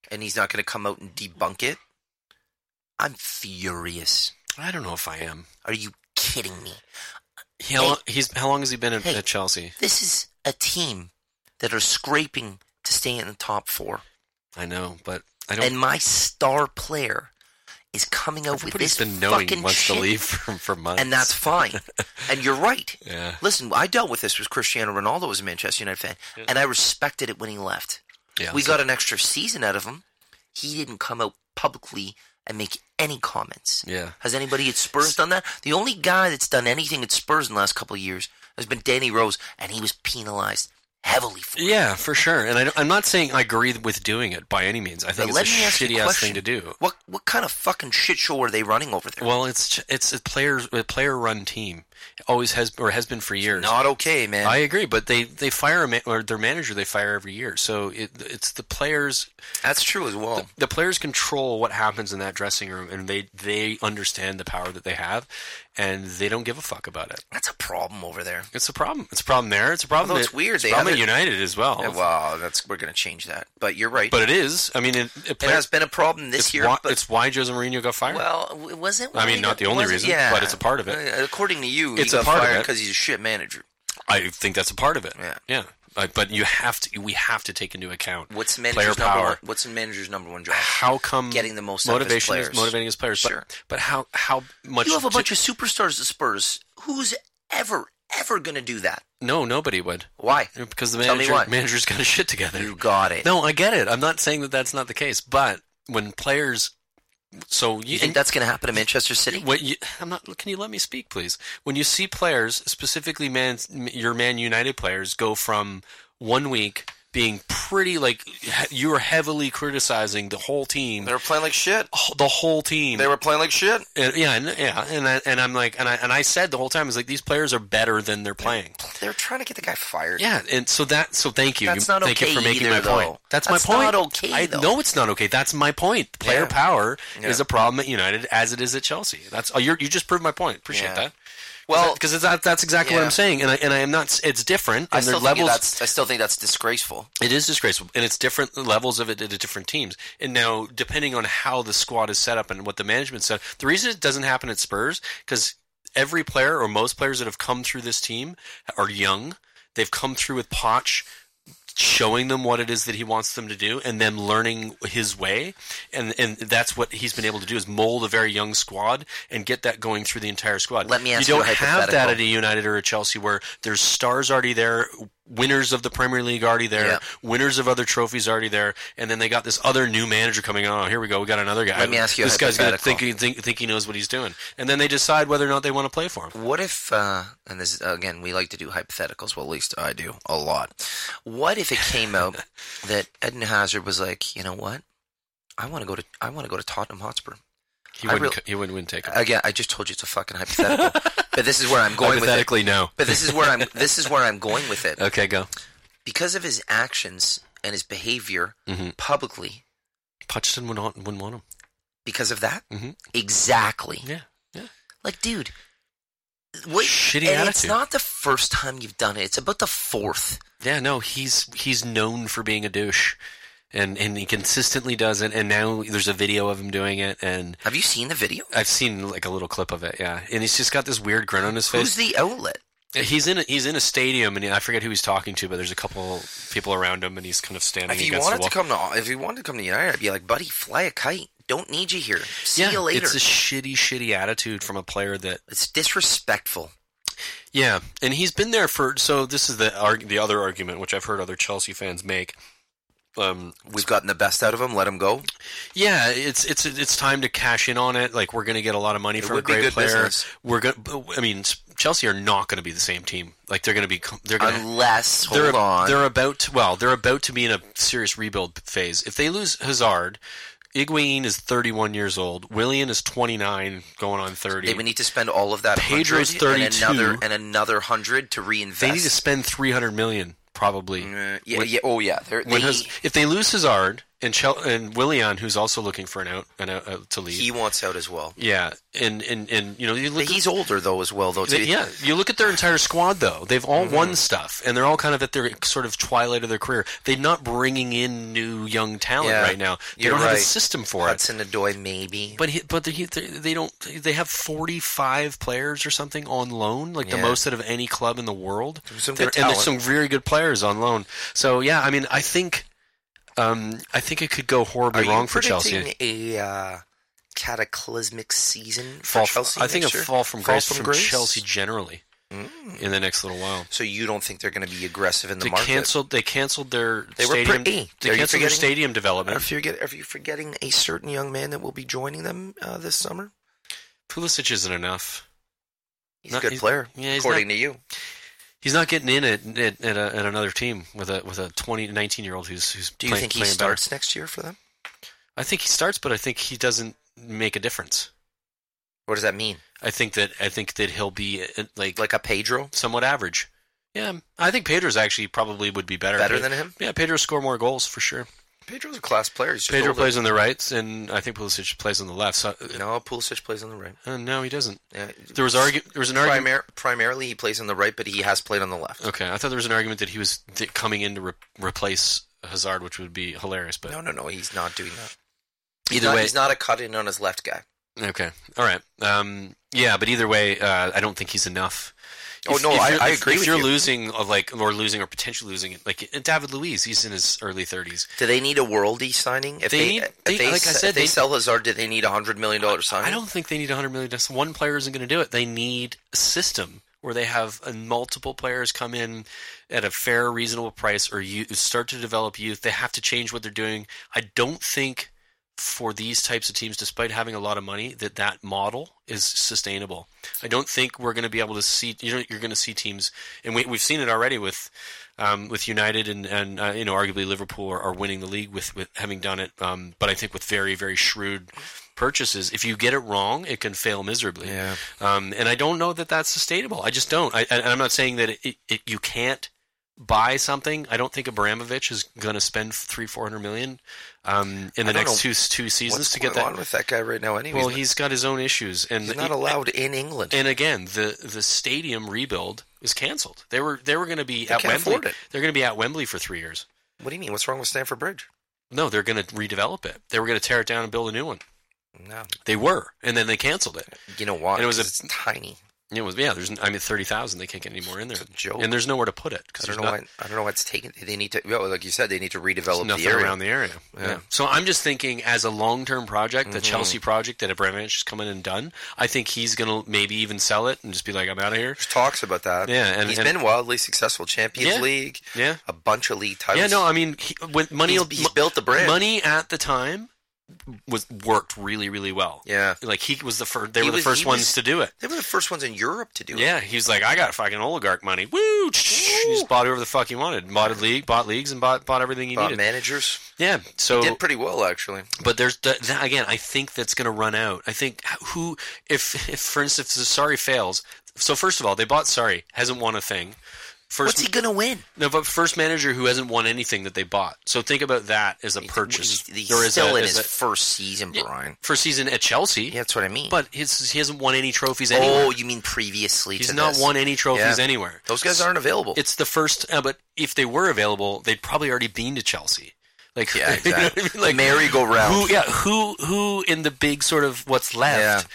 Speaker 4: and he's not going to come out and debunk it, I'm furious.
Speaker 1: I don't know if I am.
Speaker 4: Are you kidding me?
Speaker 1: How,
Speaker 4: Hey.
Speaker 1: long, he's, how long has he been at,
Speaker 4: Hey.
Speaker 1: at Chelsea?
Speaker 4: This is a team that are scraping to stay in the top four.
Speaker 1: I know, but I don't.
Speaker 4: And my star player is coming out with
Speaker 1: Everybody's
Speaker 4: this
Speaker 1: been knowing he
Speaker 4: fucking
Speaker 1: wants
Speaker 4: shit,
Speaker 1: to leave [laughs] for, for months,
Speaker 4: and
Speaker 1: [laughs]
Speaker 4: that's fine. and you're right.
Speaker 1: yeah,
Speaker 4: Listen, I dealt with this with Cristiano Ronaldo as a Manchester United fan, and I respected it when he left.
Speaker 1: yeah.
Speaker 4: we
Speaker 1: that's
Speaker 4: got an extra season out of him. He didn't come out publicly and make any comments.
Speaker 1: Yeah.
Speaker 4: Has anybody at Spurs done that? The only guy that's done anything at Spurs in the last couple of years has been Danny Rose, and he was penalized heavily for it.
Speaker 1: Yeah, for sure. And I, am not saying I agree with doing it by any means. I think
Speaker 4: But
Speaker 1: it's
Speaker 4: let
Speaker 1: a
Speaker 4: me ask you
Speaker 1: shitty
Speaker 4: a
Speaker 1: ass thing
Speaker 4: question.
Speaker 1: to do.
Speaker 4: What what kind of fucking shit show are they running over there?
Speaker 1: Well, it's it's a player a player run team. It always has or has been for years.
Speaker 4: Not okay, man.
Speaker 1: I agree, but they they fire a ma- or their manager they fire every year. So it, it's the players
Speaker 4: That's true as well.
Speaker 1: the players control what happens in that dressing room and they they understand the power that they have and they don't give a fuck about it.
Speaker 4: That's a problem over there.
Speaker 1: It's a problem. It's a problem there. It's a problem.
Speaker 4: Although it's
Speaker 1: at- a
Speaker 4: weird, they
Speaker 1: problem at
Speaker 4: haven't-
Speaker 1: United as well.
Speaker 4: Yeah, well, that's we're gonna change that. But you're right.
Speaker 1: but it is. I mean, it, it,
Speaker 4: it
Speaker 1: players,
Speaker 4: has been a problem this
Speaker 1: it's
Speaker 4: year.
Speaker 1: why,
Speaker 4: but
Speaker 1: it's why Jose Mourinho got fired.
Speaker 4: Well, it wasn't.
Speaker 1: I mean,
Speaker 4: really-
Speaker 1: not the only
Speaker 4: wasn't-
Speaker 1: reason,
Speaker 4: yeah.
Speaker 1: but it's a part of it.
Speaker 4: Uh, According to you,
Speaker 1: It's
Speaker 4: he
Speaker 1: a
Speaker 4: got
Speaker 1: part of
Speaker 4: fired
Speaker 1: it.
Speaker 4: because he's a shit manager.
Speaker 1: I think that's a part of it.
Speaker 4: Yeah.
Speaker 1: yeah. Uh, but you have to. We have to take into account
Speaker 4: What's the
Speaker 1: player
Speaker 4: manager's number
Speaker 1: power.
Speaker 4: one? What's the manager's number one job?
Speaker 1: How come
Speaker 4: Getting the most out of his
Speaker 1: motivation
Speaker 4: players.
Speaker 1: is motivating his players?
Speaker 4: Sure.
Speaker 1: But, but how how much?
Speaker 4: You have a bunch of superstars at Spurs. Who's ever ever going to do that?
Speaker 1: no, nobody would
Speaker 4: Why?
Speaker 1: because the
Speaker 4: Tell me
Speaker 1: manager
Speaker 4: why.
Speaker 1: manager's got his shit together.
Speaker 4: You got it.
Speaker 1: No, I get it. I'm not saying that that's not the case, but when players, so
Speaker 4: you
Speaker 1: you,
Speaker 4: think that's going to happen to Manchester City?
Speaker 1: What you, I'm not. Can you let me speak, please? When you see players, specifically Man, your Man United players, go from one week being pretty like he- you were heavily criticizing the whole team,
Speaker 4: were playing like shit.
Speaker 1: the whole team.
Speaker 4: were playing like shit.
Speaker 1: and, yeah, and, yeah, and I, and I'm like, and I and I said the whole time is like these players are better than they're playing.
Speaker 4: They were trying to get the guy fired.
Speaker 1: Yeah, and so that so thank you.
Speaker 4: That's
Speaker 1: You-
Speaker 4: not
Speaker 1: thank you
Speaker 4: okay
Speaker 1: for making my
Speaker 4: either,
Speaker 1: point.
Speaker 4: though.
Speaker 1: That's,
Speaker 4: That's
Speaker 1: my point.
Speaker 4: not okay,
Speaker 1: I
Speaker 4: though.
Speaker 1: know it's not okay. That's my point. Player
Speaker 4: Yeah.
Speaker 1: power
Speaker 4: Yeah.
Speaker 1: is a problem at United as it is at Chelsea. That's oh, you're, you just proved my point. Appreciate
Speaker 4: Yeah.
Speaker 1: that.
Speaker 4: Well,
Speaker 1: because that, that's exactly what
Speaker 4: yeah.
Speaker 1: I'm saying, and I and I am not. It's different,
Speaker 4: I
Speaker 1: and their
Speaker 4: still, think
Speaker 1: levels.
Speaker 4: that's, I still think that's disgraceful.
Speaker 1: It is disgraceful, and it's different levels of it to different teams. And now, depending on how the squad is set up and what the management said, the reason it doesn't happen at Spurs because every player or most players that have come through this team are young. They've come through with Poch showing them what it is that he wants them to do and them learning his way and and that's what he's been able to do is mold a very young squad and get that going through the entire squad
Speaker 4: Let me ask
Speaker 1: you
Speaker 4: you
Speaker 1: don't
Speaker 4: a
Speaker 1: have that
Speaker 4: hypothetical.
Speaker 1: at a united or a chelsea where there's stars already there winners of the Premier League already there,
Speaker 4: Yeah.
Speaker 1: winners of other trophies already there, and then they got this other new manager coming on. Oh, here we go, we got another guy.
Speaker 4: Let me ask you a
Speaker 1: This guy's gonna think
Speaker 4: hypothetical.
Speaker 1: he think, think he knows what he's doing, and then they decide whether or not they want to play for him.
Speaker 4: What if, uh, and this again, we like to do hypotheticals. Well, at least I do a lot. What if it
Speaker 1: [laughs]
Speaker 4: came out that Eden Hazard was like, you know what? I want to go to I want to go to Tottenham Hotspur.
Speaker 1: He
Speaker 4: I
Speaker 1: wouldn't
Speaker 4: real-
Speaker 1: co- he wouldn't, wouldn't take him.
Speaker 4: Again, I just told you it's a fucking
Speaker 1: [laughs]
Speaker 4: hypothetical, but this is where I'm going with it.
Speaker 1: Hypothetically, no.
Speaker 4: But this is
Speaker 1: [laughs]
Speaker 4: where I'm this is where I'm going with it
Speaker 1: Okay, go.
Speaker 4: because of his actions and his behavior
Speaker 1: hmm
Speaker 4: publicly.
Speaker 1: Hutchinson would not, wouldn't want him.
Speaker 4: Because of that,
Speaker 1: hmm
Speaker 4: exactly.
Speaker 1: Yeah, yeah.
Speaker 4: Like, dude, what?
Speaker 1: Shitty
Speaker 4: and It's
Speaker 1: attitude.
Speaker 4: not the first time you've done it. It's about the fourth.
Speaker 1: Yeah, no, he's he's known for being a douche, and and he consistently does it. And now there's a video of him doing it, and
Speaker 4: Have you seen the video?
Speaker 1: I've seen like a little clip of it. Yeah, and he's just got this weird grin on his face.
Speaker 4: Who's the outlet?
Speaker 1: He's in a, he's in a stadium, and I forget who he's talking to, but there's a couple people around him, and he's kind of standing
Speaker 4: If you
Speaker 1: against the
Speaker 4: wanted
Speaker 1: wall.
Speaker 4: to come to, if you wanted to come to United, I'd be like, buddy, fly a kite. Don't need you here. See
Speaker 1: yeah,
Speaker 4: you later.
Speaker 1: it's a shitty, shitty attitude from a player that
Speaker 4: it's disrespectful.
Speaker 1: Yeah, and he's been there for. So this is the arg- the other argument, which I've heard other Chelsea fans make. Um,
Speaker 4: We've gotten the best out of him. Let him go.
Speaker 1: yeah, it's it's it's time to cash in on it. Like we're going to get a lot of money
Speaker 4: It
Speaker 1: from a
Speaker 4: would be
Speaker 1: great
Speaker 4: good
Speaker 1: player.
Speaker 4: business.
Speaker 1: We're going. I mean, Chelsea are not going to be the same team. Like they're going to be. com- They're going. to
Speaker 4: Unless,
Speaker 1: they're,
Speaker 4: hold on.
Speaker 1: they're about to, well, they're about to be in a serious rebuild phase. If they lose Hazard, Higuain is 31 years old. Willian is 29, going on 30.
Speaker 4: They would need to spend all of that.
Speaker 1: Pedro's
Speaker 4: 100
Speaker 1: 32.
Speaker 4: and another and another hundred to reinvest.
Speaker 1: They need to spend 300 million probably.
Speaker 4: Uh, yeah,
Speaker 1: When-
Speaker 4: yeah, oh yeah. They're, they,
Speaker 1: When Haz- if they lose Hazard and Chel- and Willian, who's also looking for an out, an out uh, to leave,
Speaker 4: he wants out as well.
Speaker 1: yeah, and, and and you know you
Speaker 4: But
Speaker 1: look
Speaker 4: he's older though as well though.
Speaker 1: they-
Speaker 4: too.
Speaker 1: yeah, you look at their entire squad though. They've all won stuff, and they're all kind of at their sort of twilight of their career. They're not bringing in new young talent
Speaker 4: Yeah,
Speaker 1: right now. They
Speaker 4: you're
Speaker 1: don't have a
Speaker 4: right.
Speaker 1: system for it.
Speaker 4: Hudson Adoy maybe.
Speaker 1: But he, but they, they don't. They have forty five players or something on loan, like the
Speaker 4: Yeah.
Speaker 1: most out of any club in the world.
Speaker 4: Some
Speaker 1: There-
Speaker 4: good
Speaker 1: and there's
Speaker 4: talent.
Speaker 1: some very good players on loan. So yeah, I mean, I think, um, I think it could go
Speaker 4: Are
Speaker 1: horribly
Speaker 4: you
Speaker 1: wrong for
Speaker 4: predicting
Speaker 1: Chelsea.
Speaker 4: A uh, cataclysmic season for
Speaker 1: Fall,
Speaker 4: Chelsea.
Speaker 1: I think a
Speaker 4: next year?
Speaker 1: fall from grace from Chelsea generally
Speaker 4: Mm.
Speaker 1: in the next little while.
Speaker 4: So you don't think they're going to be aggressive in the
Speaker 1: They
Speaker 4: market?
Speaker 1: canceled. They canceled their
Speaker 4: They were
Speaker 1: stadium.
Speaker 4: pretty. Are
Speaker 1: They
Speaker 4: you
Speaker 1: canceled their
Speaker 4: forgetting-
Speaker 1: stadium
Speaker 4: Are you,
Speaker 1: development.
Speaker 4: forget, are you forgetting a certain young man that will be joining them uh, this summer?
Speaker 1: Pulisic isn't enough.
Speaker 4: He's
Speaker 1: Not-
Speaker 4: a good
Speaker 1: he's-
Speaker 4: player,
Speaker 1: yeah, he's
Speaker 4: according to you.
Speaker 1: He's not getting in at at, at, a, at another team with a with a 20, 19 year old who's who's.
Speaker 4: Do you
Speaker 1: playing,
Speaker 4: think he
Speaker 1: playing better.
Speaker 4: starts next year for them?
Speaker 1: I think he starts, but I think he doesn't make a difference.
Speaker 4: What does that mean?
Speaker 1: I think that I think that he'll be uh, like,
Speaker 4: Like a Pedro?
Speaker 1: somewhat average. Yeah, I think Pedro's actually probably would be better.
Speaker 4: Better
Speaker 1: Pe-
Speaker 4: than him?
Speaker 1: Yeah, Pedro score more goals for sure.
Speaker 4: Pedro's a class player. He's just
Speaker 1: Pedro
Speaker 4: older.
Speaker 1: plays on the right, and I think Pulisic plays on the left. So uh,
Speaker 4: No, Pulisic plays on the right.
Speaker 1: uh, no, he doesn't.
Speaker 4: Yeah.
Speaker 1: There was argu- there was an
Speaker 4: Primar-
Speaker 1: argument.
Speaker 4: primarily, he plays on the right, but he has played on the left.
Speaker 1: Okay, I thought there was an argument that he was th- coming in to re- replace Hazard, which would be hilarious. But
Speaker 4: No, no, no. He's not doing that. He's
Speaker 1: either
Speaker 4: not,
Speaker 1: way,
Speaker 4: he's not a cut in on his left guy.
Speaker 1: okay, all right, um, yeah. But either way, uh, I don't think he's enough.
Speaker 4: Oh, no, I-
Speaker 1: you're-
Speaker 4: I
Speaker 1: if-
Speaker 4: agree
Speaker 1: If
Speaker 4: with
Speaker 1: you're
Speaker 4: you.
Speaker 1: losing, of like, or losing, or potentially losing, like and David Luiz, he's in his early thirties.
Speaker 4: Do they need a worldie signing? If
Speaker 1: They
Speaker 4: they,
Speaker 1: need-
Speaker 4: if
Speaker 1: they-
Speaker 4: they
Speaker 1: like I
Speaker 4: s-
Speaker 1: said,
Speaker 4: if they,
Speaker 1: they-
Speaker 4: sell Hazard, do they need a hundred million dollar signing?
Speaker 1: I don't think they need 100 million. Just one player isn't going to do it. They need a system where they have uh, multiple players come in at a fair, reasonable price, or you start to develop youth. They have to change what they're doing. I don't think for these types of teams, despite having a lot of money, that that model is sustainable. I don't think we're going to be able to see. You know, you're going to see teams, and we, we've seen it already with um, with United and and uh, you know arguably Liverpool are, are winning the league with with having done it. Um, but I think with very very shrewd purchases, if you get it wrong, it can fail miserably.
Speaker 4: Yeah.
Speaker 1: Um, and I don't know that that's sustainable. I just don't. I, and I'm not saying that it, it, you can't buy something. I don't think Abramovich is going to spend three four hundred million um, in the
Speaker 4: I don't
Speaker 1: next
Speaker 4: know
Speaker 1: two two seasons
Speaker 4: What's
Speaker 1: to get
Speaker 4: going
Speaker 1: that.
Speaker 4: on with that guy right now? Anyway,
Speaker 1: well, he's got his own issues, and
Speaker 4: he's not allowed in England.
Speaker 1: And again, the the stadium rebuild is canceled. They were they were going to be
Speaker 4: They
Speaker 1: at
Speaker 4: can't
Speaker 1: Wembley.
Speaker 4: afford it.
Speaker 1: They're going to be at Wembley for three years.
Speaker 4: what do you mean? What's wrong with Stamford Bridge?
Speaker 1: No, they're going to redevelop it. They were going to tear it down and build a new one.
Speaker 4: No,
Speaker 1: They were, and then they canceled it.
Speaker 4: you know why?
Speaker 1: And it was a-
Speaker 4: 'Cause it's tiny.
Speaker 1: It was yeah. There's I mean thirty thousand. They can't get any more in there,
Speaker 4: joke.
Speaker 1: and there's nowhere to put it because
Speaker 4: I
Speaker 1: there's
Speaker 4: don't know
Speaker 1: not-
Speaker 4: why. I don't know what's taken. They need to. Well, like you said, they need to redevelop
Speaker 1: nothing
Speaker 4: the area.
Speaker 1: around the area. Yeah.
Speaker 4: Yeah. Mm-hmm.
Speaker 1: So I'm just thinking, as a long-term project, the Chelsea project that Abramovich has come in and done, I think he's going to maybe even sell it and just be like, "I'm out of here."
Speaker 4: There's talks about that.
Speaker 1: Yeah, and-
Speaker 4: he's
Speaker 1: and-
Speaker 4: been wildly successful. Champions
Speaker 1: Yeah.
Speaker 4: League,
Speaker 1: Yeah.
Speaker 4: a bunch of league titles.
Speaker 1: Yeah. No, I mean, he, with money,
Speaker 4: he's,
Speaker 1: will-
Speaker 4: he's built the brand.
Speaker 1: Money at the time was worked really, really well.
Speaker 4: Yeah,
Speaker 1: Like he was the first. They
Speaker 4: He
Speaker 1: were the
Speaker 4: was-
Speaker 1: first
Speaker 4: he
Speaker 1: ones
Speaker 4: was-
Speaker 1: to do it.
Speaker 4: they were the first ones in Europe to do it.
Speaker 1: Yeah, he's like, I got fucking oligarch money. Woo! He just bought whoever the fuck he wanted. Bought a league, bought leagues, and bought bought everything he
Speaker 4: Uh,
Speaker 1: needed.
Speaker 4: managers
Speaker 1: Yeah. So
Speaker 4: did pretty well actually.
Speaker 1: But there's th- that, again. I think that's going to run out. I think who, if, if for instance, if Sorry fails. So first of all, they bought Sorry hasn't won a thing. First,
Speaker 4: What's he gonna win?
Speaker 1: no, but first manager who hasn't won anything that they bought. So think about that as a purchase.
Speaker 4: He's, he's
Speaker 1: There is
Speaker 4: still
Speaker 1: a-
Speaker 4: in
Speaker 1: is
Speaker 4: his
Speaker 1: a-
Speaker 4: first season, Brian.
Speaker 1: for season at Chelsea.
Speaker 4: Yeah, that's what I mean.
Speaker 1: But his, he hasn't won any trophies anywhere.
Speaker 4: oh, you mean previously?
Speaker 1: He's
Speaker 4: to
Speaker 1: not
Speaker 4: this.
Speaker 1: won any trophies
Speaker 4: Yeah.
Speaker 1: anywhere.
Speaker 4: Those guys aren't available.
Speaker 1: It's the first. Uh, but if they were available, they'd probably already been to Chelsea. Like
Speaker 4: yeah,
Speaker 1: [laughs] you know what I
Speaker 4: exactly.
Speaker 1: mean? Like-
Speaker 4: merry-go-round.
Speaker 1: Who, yeah, who, who in the big sort of what's left, i-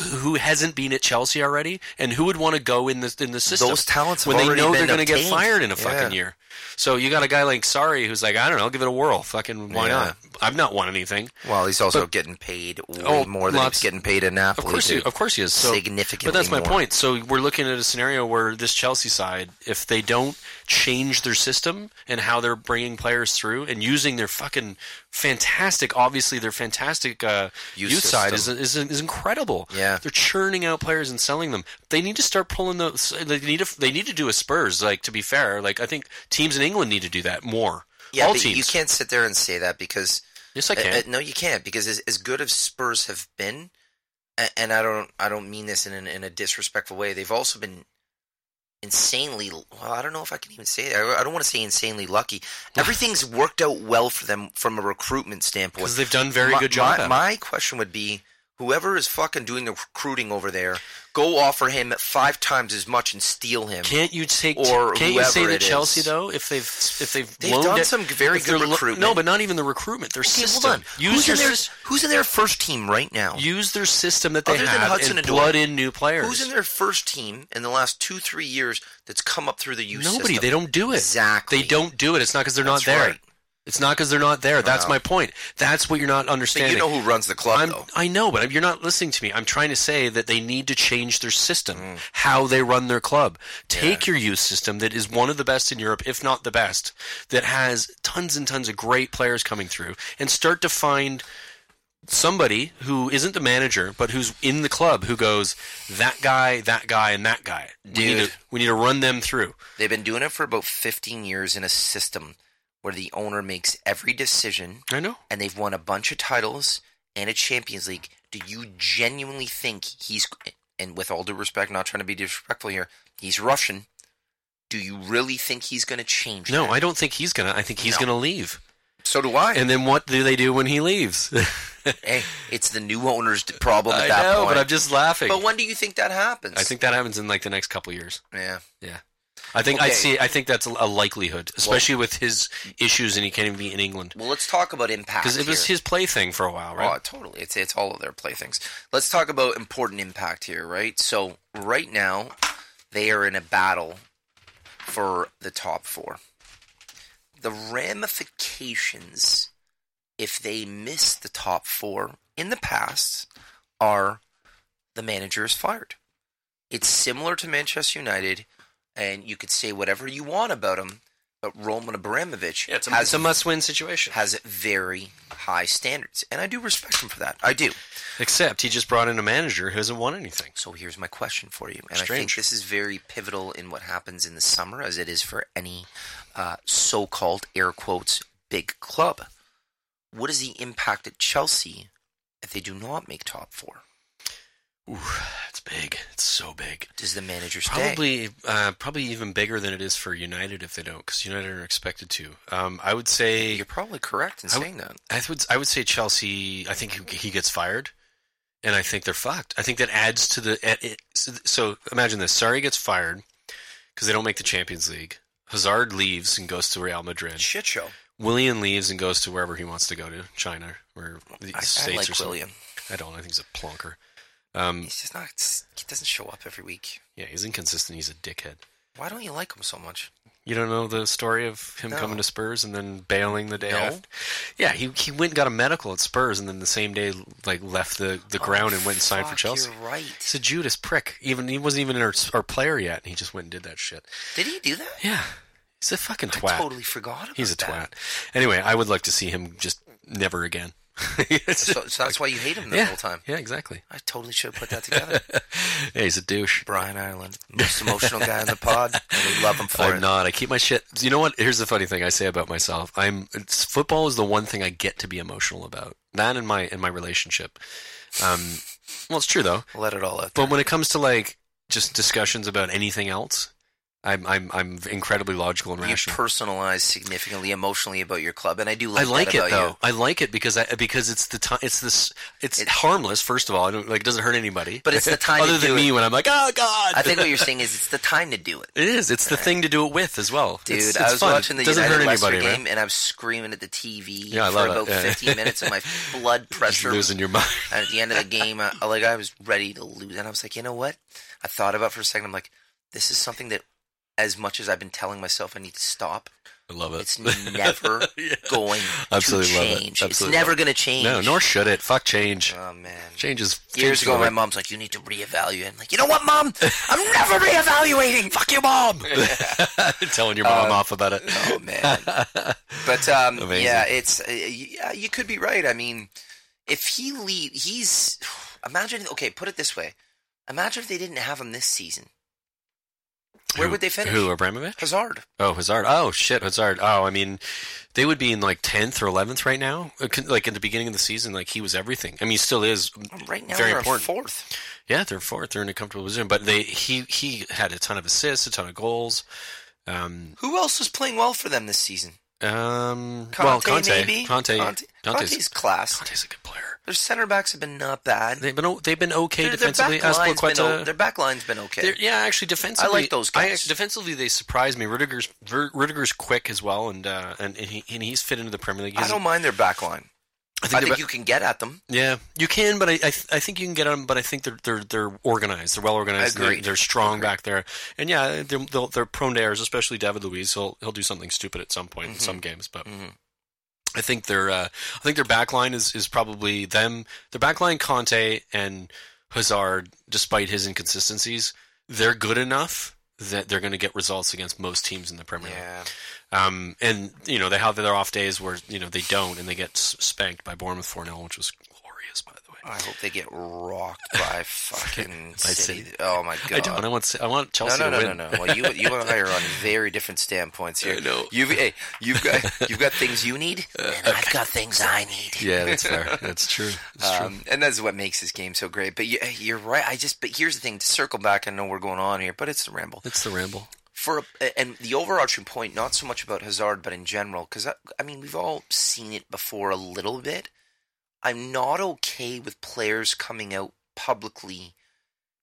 Speaker 1: who hasn't been at Chelsea already, and who would want to go in this in the system?
Speaker 4: Those talents have
Speaker 1: when they
Speaker 4: already
Speaker 1: know
Speaker 4: been
Speaker 1: they're gonna get
Speaker 4: obtained.
Speaker 1: fired in a
Speaker 4: Yeah.
Speaker 1: fucking year. So you got a guy like Sorry who's like, I don't know, give it a whirl. Fucking why
Speaker 4: Yeah.
Speaker 1: not? I've not won anything.
Speaker 4: Well, he's also getting paid way
Speaker 1: Oh,
Speaker 4: more than
Speaker 1: lots-
Speaker 4: he's getting paid in Napoli.
Speaker 1: Of course, he,
Speaker 4: dude.
Speaker 1: of course he is. So,
Speaker 4: Significantly
Speaker 1: But that's my
Speaker 4: more.
Speaker 1: point. So we're looking at a scenario where this Chelsea side, if they don't change their system and how they're bringing players through and using their fucking fantastic, obviously their fantastic uh,
Speaker 4: Youth
Speaker 1: youth side is,
Speaker 4: system.
Speaker 1: is is incredible.
Speaker 4: Yeah.
Speaker 1: they're churning out players and selling them. They need to start pulling those. They need to they need to do a Spurs. Like to be fair, like I think teams in England need to do that more.
Speaker 4: Yeah,
Speaker 1: All
Speaker 4: but
Speaker 1: teams.
Speaker 4: you can't sit there and say that because
Speaker 1: Yes, I
Speaker 4: uh,
Speaker 1: can.
Speaker 4: uh, no, you can't because as, as good as Spurs have been, a- and I don't I don't mean this in an, in a disrespectful way. They've also been insanely well. I don't know if I can even say that. I, I don't want to say insanely lucky.
Speaker 1: [sighs]
Speaker 4: Everything's worked out well for them from a recruitment standpoint.
Speaker 1: Because they've done very
Speaker 4: my,
Speaker 1: good job.
Speaker 4: My,
Speaker 1: at it.
Speaker 4: my question would be whoever is fucking doing the recruiting over there, go offer him five times as much and steal him.
Speaker 1: Can't you take
Speaker 4: Or
Speaker 1: Can't you say
Speaker 4: whoever
Speaker 1: that
Speaker 4: it is.
Speaker 1: Chelsea though, if they've if they've,
Speaker 4: They've
Speaker 1: loaned
Speaker 4: done
Speaker 1: it-
Speaker 4: some very
Speaker 1: if they're
Speaker 4: good
Speaker 1: lo- No,
Speaker 4: recruitment.
Speaker 1: but not even the recruitment. Their
Speaker 4: Okay,
Speaker 1: system.
Speaker 4: hold on.
Speaker 1: Use
Speaker 4: Who's
Speaker 1: their
Speaker 4: in, their,
Speaker 1: sys-
Speaker 4: who's in their first team right now?
Speaker 1: use their system that they
Speaker 4: Other than
Speaker 1: have
Speaker 4: Hudson
Speaker 1: and
Speaker 4: Odoi,
Speaker 1: blood in new players.
Speaker 4: Who's in their first team in the last two, three years that's come up through the youth
Speaker 1: Nobody.
Speaker 4: system?
Speaker 1: They don't do it.
Speaker 4: Exactly.
Speaker 1: They don't do it. It's not because they're
Speaker 4: That's
Speaker 1: not there.
Speaker 4: right.
Speaker 1: It's not because they're not there. That's
Speaker 4: Wow.
Speaker 1: my point. That's what you're not
Speaker 4: So
Speaker 1: understanding.
Speaker 4: you know who runs the club,
Speaker 1: I'm,
Speaker 4: though.
Speaker 1: I know, but you're not listening to me. I'm trying to say that they need to change their system,
Speaker 4: Mm.
Speaker 1: how they run their club. Take your youth system that is one of the best in Europe, if not the best, that has tons and tons of great players coming through, and start to find somebody who isn't the manager, but who's in the club who goes, that guy, that guy, and that guy. We need
Speaker 4: Dude.
Speaker 1: to, we need to run them through.
Speaker 4: They've been doing it for about 15 years in a system where the owner makes every decision,
Speaker 1: I know.
Speaker 4: and they've won a bunch of titles and a Champions League. Do you genuinely think he's? And with all due respect, not trying to be disrespectful here, he's Russian. Do you really think he's going to change?
Speaker 1: No,
Speaker 4: that?
Speaker 1: I don't think he's gonna. I think he's
Speaker 4: No.
Speaker 1: gonna leave.
Speaker 4: So do I.
Speaker 1: And then what do they do when he leaves?
Speaker 4: hey, it's the new owner's d- problem at
Speaker 1: [laughs] I
Speaker 4: that
Speaker 1: know,
Speaker 4: point.
Speaker 1: but I'm just laughing.
Speaker 4: But when do you think that happens?
Speaker 1: I think that happens in like the next couple years.
Speaker 4: Yeah.
Speaker 1: Yeah, I think I
Speaker 4: Okay.
Speaker 1: see. I think that's a likelihood, especially with his issues, and he can't even be in England
Speaker 4: Well, let's talk about impact.
Speaker 1: because it was
Speaker 4: here.
Speaker 1: his plaything for a while,
Speaker 4: Oh,
Speaker 1: right?
Speaker 4: totally. It's it's all of their playthings. Let's talk about important impact here, right? So right now, they are in a battle for the top four. The ramifications if they miss the top four in the past are the manager is fired. It's similar to Manchester United, and you could say whatever you want about him, but Roman Abramovich
Speaker 1: Yeah, it's a,
Speaker 4: has
Speaker 1: it's a must-win situation.
Speaker 4: has very high standards, and I do respect him for that. I do.
Speaker 1: Except he just brought in a manager who hasn't won anything.
Speaker 4: So here's my question for you, and I
Speaker 1: Strange.
Speaker 4: think this is very pivotal in what happens in the summer, as it is for any uh, so-called air quotes big club. What is the impact at Chelsea if they do not make top four?
Speaker 1: Ooh, it's big. It's so big.
Speaker 4: Does the manager stay?
Speaker 1: Probably, uh, probably even bigger than it is for United if they don't, because United are expected to. Um, I would say
Speaker 4: You're probably correct in
Speaker 1: I would-
Speaker 4: saying that.
Speaker 1: I would I would say Chelsea. I think he- he gets fired, and I think they're fucked. I think that adds to the. it- it- So so imagine this: Sarri gets fired because they don't make the Champions League. Hazard leaves and goes to Real Madrid.
Speaker 4: Shit show.
Speaker 1: Willian leaves and goes to wherever he wants to go to China or the
Speaker 4: I, I
Speaker 1: States
Speaker 4: like
Speaker 1: or something.
Speaker 4: William.
Speaker 1: I don't. I think he's a plonker. Um,
Speaker 4: He's just not. He doesn't show up every week.
Speaker 1: yeah, he's inconsistent. He's a dickhead.
Speaker 4: Why don't you like him so much?
Speaker 1: You don't know the story of him
Speaker 4: No.
Speaker 1: coming to Spurs and then bailing the day
Speaker 4: No.
Speaker 1: after. Yeah, he he went and got a medical at Spurs and then the same day like left the, the ground and went and signed for
Speaker 4: Oh, Fuck,
Speaker 1: Chelsea.
Speaker 4: You're right.
Speaker 1: He's a Judas prick. Even he wasn't even our, our player yet, and he just went and did that shit.
Speaker 4: Did he do that?
Speaker 1: Yeah, he's a fucking twat.
Speaker 4: I totally forgot. About
Speaker 1: he's a twat.
Speaker 4: that.
Speaker 1: Anyway, I would like to see him just never again. [laughs] It's
Speaker 4: So, so that's why you hate him the
Speaker 1: yeah,
Speaker 4: whole time.
Speaker 1: Yeah, exactly. [laughs]
Speaker 4: I totally should have put that together. [laughs]
Speaker 1: Yeah, he's a douche.
Speaker 4: Brian Ireland, most emotional guy in the pod. And we love him for
Speaker 1: I'm
Speaker 4: it.
Speaker 1: not. [laughs] I keep my shit. You know what? Here's the funny thing I say about myself. I'm it's, football is the one thing I get to be emotional about. That and my in my relationship. Um, well, it's true though.
Speaker 4: Let it all out.
Speaker 1: But when it comes to like just discussions about anything else, I'm I'm I'm incredibly logical and
Speaker 4: you
Speaker 1: rational.
Speaker 4: personalize significantly emotionally about your club, and I do.
Speaker 1: I
Speaker 4: Like
Speaker 1: like
Speaker 4: that
Speaker 1: it
Speaker 4: about
Speaker 1: though.
Speaker 4: You.
Speaker 1: I like it because I, because it's the time. It's this. It's
Speaker 4: It-
Speaker 1: harmless. First of all, I don't, like it doesn't hurt anybody. [laughs]
Speaker 4: But it's the time to
Speaker 1: other than
Speaker 4: do
Speaker 1: me
Speaker 4: it.
Speaker 1: when I'm like, oh god.
Speaker 4: I think what you're saying is it's the time to do it.
Speaker 1: [laughs] it is. It's the thing to do it with as well,
Speaker 4: Dude,
Speaker 1: It's-
Speaker 4: I
Speaker 1: it's
Speaker 4: was
Speaker 1: fun.
Speaker 4: watching the
Speaker 1: It doesn't
Speaker 4: United
Speaker 1: hurt
Speaker 4: Leicester
Speaker 1: anybody, man.
Speaker 4: game, and I'm screaming at the TV
Speaker 1: Yeah, I
Speaker 4: for
Speaker 1: love it,
Speaker 4: about
Speaker 1: yeah.
Speaker 4: 15 minutes,
Speaker 1: [laughs]
Speaker 4: and my blood
Speaker 1: Just
Speaker 4: pressure.
Speaker 1: losing your mind. [laughs]
Speaker 4: and at the end of the game, I, like I was ready to lose, and I was like, you know what? I thought about it for a second. I'm like, this is something that, as much as I've been telling myself I need to stop,
Speaker 1: I love it.
Speaker 4: it's never
Speaker 1: Yeah.
Speaker 4: going
Speaker 1: Absolutely
Speaker 4: to
Speaker 1: love it.
Speaker 4: change. It's
Speaker 1: Absolutely
Speaker 4: never
Speaker 1: love
Speaker 4: going to
Speaker 1: [laughs]
Speaker 4: change.
Speaker 1: No, nor should it. Fuck change.
Speaker 4: Oh man.
Speaker 1: Change is
Speaker 4: Years
Speaker 1: change
Speaker 4: ago,
Speaker 1: is [laughs]
Speaker 4: my
Speaker 1: like-
Speaker 4: mom's like, "You need to reevaluate." I'm like, "You know
Speaker 1: [laughs]
Speaker 4: what, mom? I'm never reevaluating. Fuck you, mom."
Speaker 1: telling your mom off about it.
Speaker 4: Oh man.
Speaker 1: [laughs]
Speaker 4: But um,
Speaker 1: Amazing.
Speaker 4: yeah, it's uh, yeah, you could be right. I mean, if he lead, he's imagine. Okay, put it this way: imagine if they didn't have him this season. Where
Speaker 1: Who-
Speaker 4: would they finish?
Speaker 1: Who Abramovich?
Speaker 4: Hazard.
Speaker 1: Oh, Hazard. Oh shit, Hazard. Oh, I mean, they would be in like tenth or eleventh right now. Uh, con- Like in the beginning of the season, like he was everything. I mean, he still is.
Speaker 4: Right now,
Speaker 1: very
Speaker 4: they're
Speaker 1: important.
Speaker 4: fourth.
Speaker 1: Yeah, they're fourth. They're in a comfortable position. But they he he had a ton of assists, a ton of goals. Um,
Speaker 4: Who else is playing well for them this season?
Speaker 1: um.
Speaker 4: Conte,
Speaker 1: well, Conte,
Speaker 4: maybe.
Speaker 1: Conte,
Speaker 4: Conte-
Speaker 1: Conte's,
Speaker 4: Conte's class.
Speaker 1: Conte's a good player.
Speaker 4: Their center backs have been not bad.
Speaker 1: They've been o- they've been okay
Speaker 4: Their, their
Speaker 1: defensively.
Speaker 4: back line's been
Speaker 1: Azpilicueta-
Speaker 4: o- their back line's been okay.
Speaker 1: They're- yeah, actually, defensively,
Speaker 4: I like those guys.
Speaker 1: I- defensively, they surprise me. Rudiger's Ver, Rudiger's quick as well, and uh, and and, he, and he's fit into the Premier League.
Speaker 4: I
Speaker 1: He's-
Speaker 4: don't mind their back line. I think,
Speaker 1: they're ba-
Speaker 4: you can get at them.
Speaker 1: yeah, you can, but I I, th- I think you can get them. But I think they're they're they're organized. They're well organized. and They're,
Speaker 4: Agreed.
Speaker 1: they're strong back there, and yeah, they're they'll- they're prone to errors, especially David Luiz. He'll he'll do something stupid at some point in
Speaker 4: Mm-hmm.
Speaker 1: some games, but. I think their uh, I think their back line is, is probably them. Their back line, Conte and Hazard, despite his inconsistencies, they're good enough that they're going to get results against most teams in the Premier League. Um, and you know they have their off days where you know they don't, and they get s- spanked by Bournemouth four 0 which was glorious, by the way.
Speaker 4: I hope they get rocked by
Speaker 1: [laughs]
Speaker 4: fucking
Speaker 1: By
Speaker 4: City.
Speaker 1: City.
Speaker 4: Oh my god!
Speaker 1: I don't. I want. I want
Speaker 4: No,
Speaker 1: Chelsea
Speaker 4: no,
Speaker 1: to
Speaker 4: no,
Speaker 1: win.
Speaker 4: no, no. Well, you you and I are on very different standpoints here.
Speaker 1: [laughs] I know. Uh,
Speaker 4: You've hey, you've got you've got things
Speaker 1: [laughs]
Speaker 4: you need, and I've got things I need.
Speaker 1: Yeah, that's fair. That's
Speaker 4: [laughs]
Speaker 1: true. That's true.
Speaker 4: Um, and that's what makes this game so great. But you, you're right. I just but here's the thing. To circle back, I know we're going on here, but it's the ramble
Speaker 1: It's the ramble.
Speaker 4: for a, and the overarching point. Not so much about Hazard, but in general, because I, I mean we've all seen it before a little bit. I'm not okay with players coming out publicly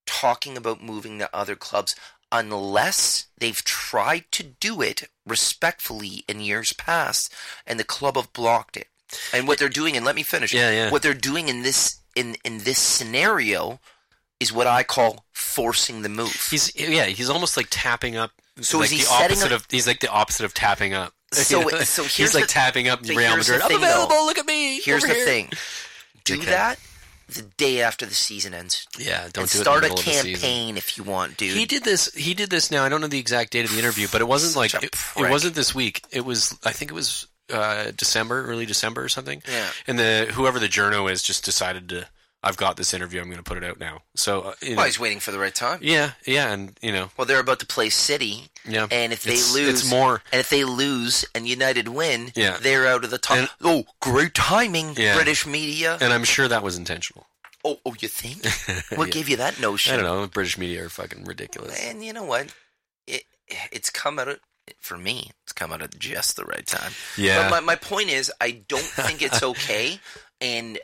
Speaker 4: talking about moving to other clubs unless they've tried to do it respectfully in years past and the club have blocked it. And what they're doing, and let me finish.
Speaker 1: Yeah, yeah.
Speaker 4: What they're doing in this in in this scenario is what I call forcing the move.
Speaker 1: He's yeah. He's almost like tapping up.
Speaker 4: So
Speaker 1: like
Speaker 4: is he
Speaker 1: the
Speaker 4: setting
Speaker 1: opposite
Speaker 4: up-
Speaker 1: of he's like the opposite of tapping up. [laughs]
Speaker 4: So-
Speaker 1: You know,
Speaker 4: so here's
Speaker 1: he's like
Speaker 4: the-
Speaker 1: tapping up
Speaker 4: but
Speaker 1: Real
Speaker 4: here's the
Speaker 1: Madrid. I'm
Speaker 4: thing,
Speaker 1: available.
Speaker 4: though.
Speaker 1: Look at me.
Speaker 4: Here's
Speaker 1: over
Speaker 4: the
Speaker 1: here.
Speaker 4: thing: do
Speaker 1: Dickhead.
Speaker 4: that the day after the season ends.
Speaker 1: Yeah, don't
Speaker 4: and
Speaker 1: do
Speaker 4: start
Speaker 1: it in the
Speaker 4: a
Speaker 1: middle of the season.
Speaker 4: campaign if you want, dude.
Speaker 1: He did this. He did this. Now I don't know the exact date of the interview, but it wasn't like
Speaker 4: a
Speaker 1: it, it
Speaker 4: prick.
Speaker 1: wasn't this week. It was I think it was uh, December, early December or something.
Speaker 4: Yeah.
Speaker 1: And the whoever the journo is just decided to. I've got this interview. I'm going to put it out now. So uh, you
Speaker 4: Well,
Speaker 1: know,
Speaker 4: he's waiting for the right time.
Speaker 1: yeah, yeah, and you know,
Speaker 4: Well, they're about to play City,
Speaker 1: yeah.
Speaker 4: and if they
Speaker 1: It's-
Speaker 4: lose,
Speaker 1: it's more.
Speaker 4: And if they lose, and United win,
Speaker 1: Yeah.
Speaker 4: they're out of the top.
Speaker 1: And-
Speaker 4: oh, great timing,
Speaker 1: Yeah.
Speaker 4: British media.
Speaker 1: And I'm sure that was intentional.
Speaker 4: oh, oh,
Speaker 1: [laughs]
Speaker 4: you think? What gave you that notion?
Speaker 1: I don't know. British media are fucking ridiculous.
Speaker 4: And you know what? It it's come out of for me. It's come out at just the right time.
Speaker 1: Yeah.
Speaker 4: But my, my point is, I don't think
Speaker 1: [laughs]
Speaker 4: it's okay, and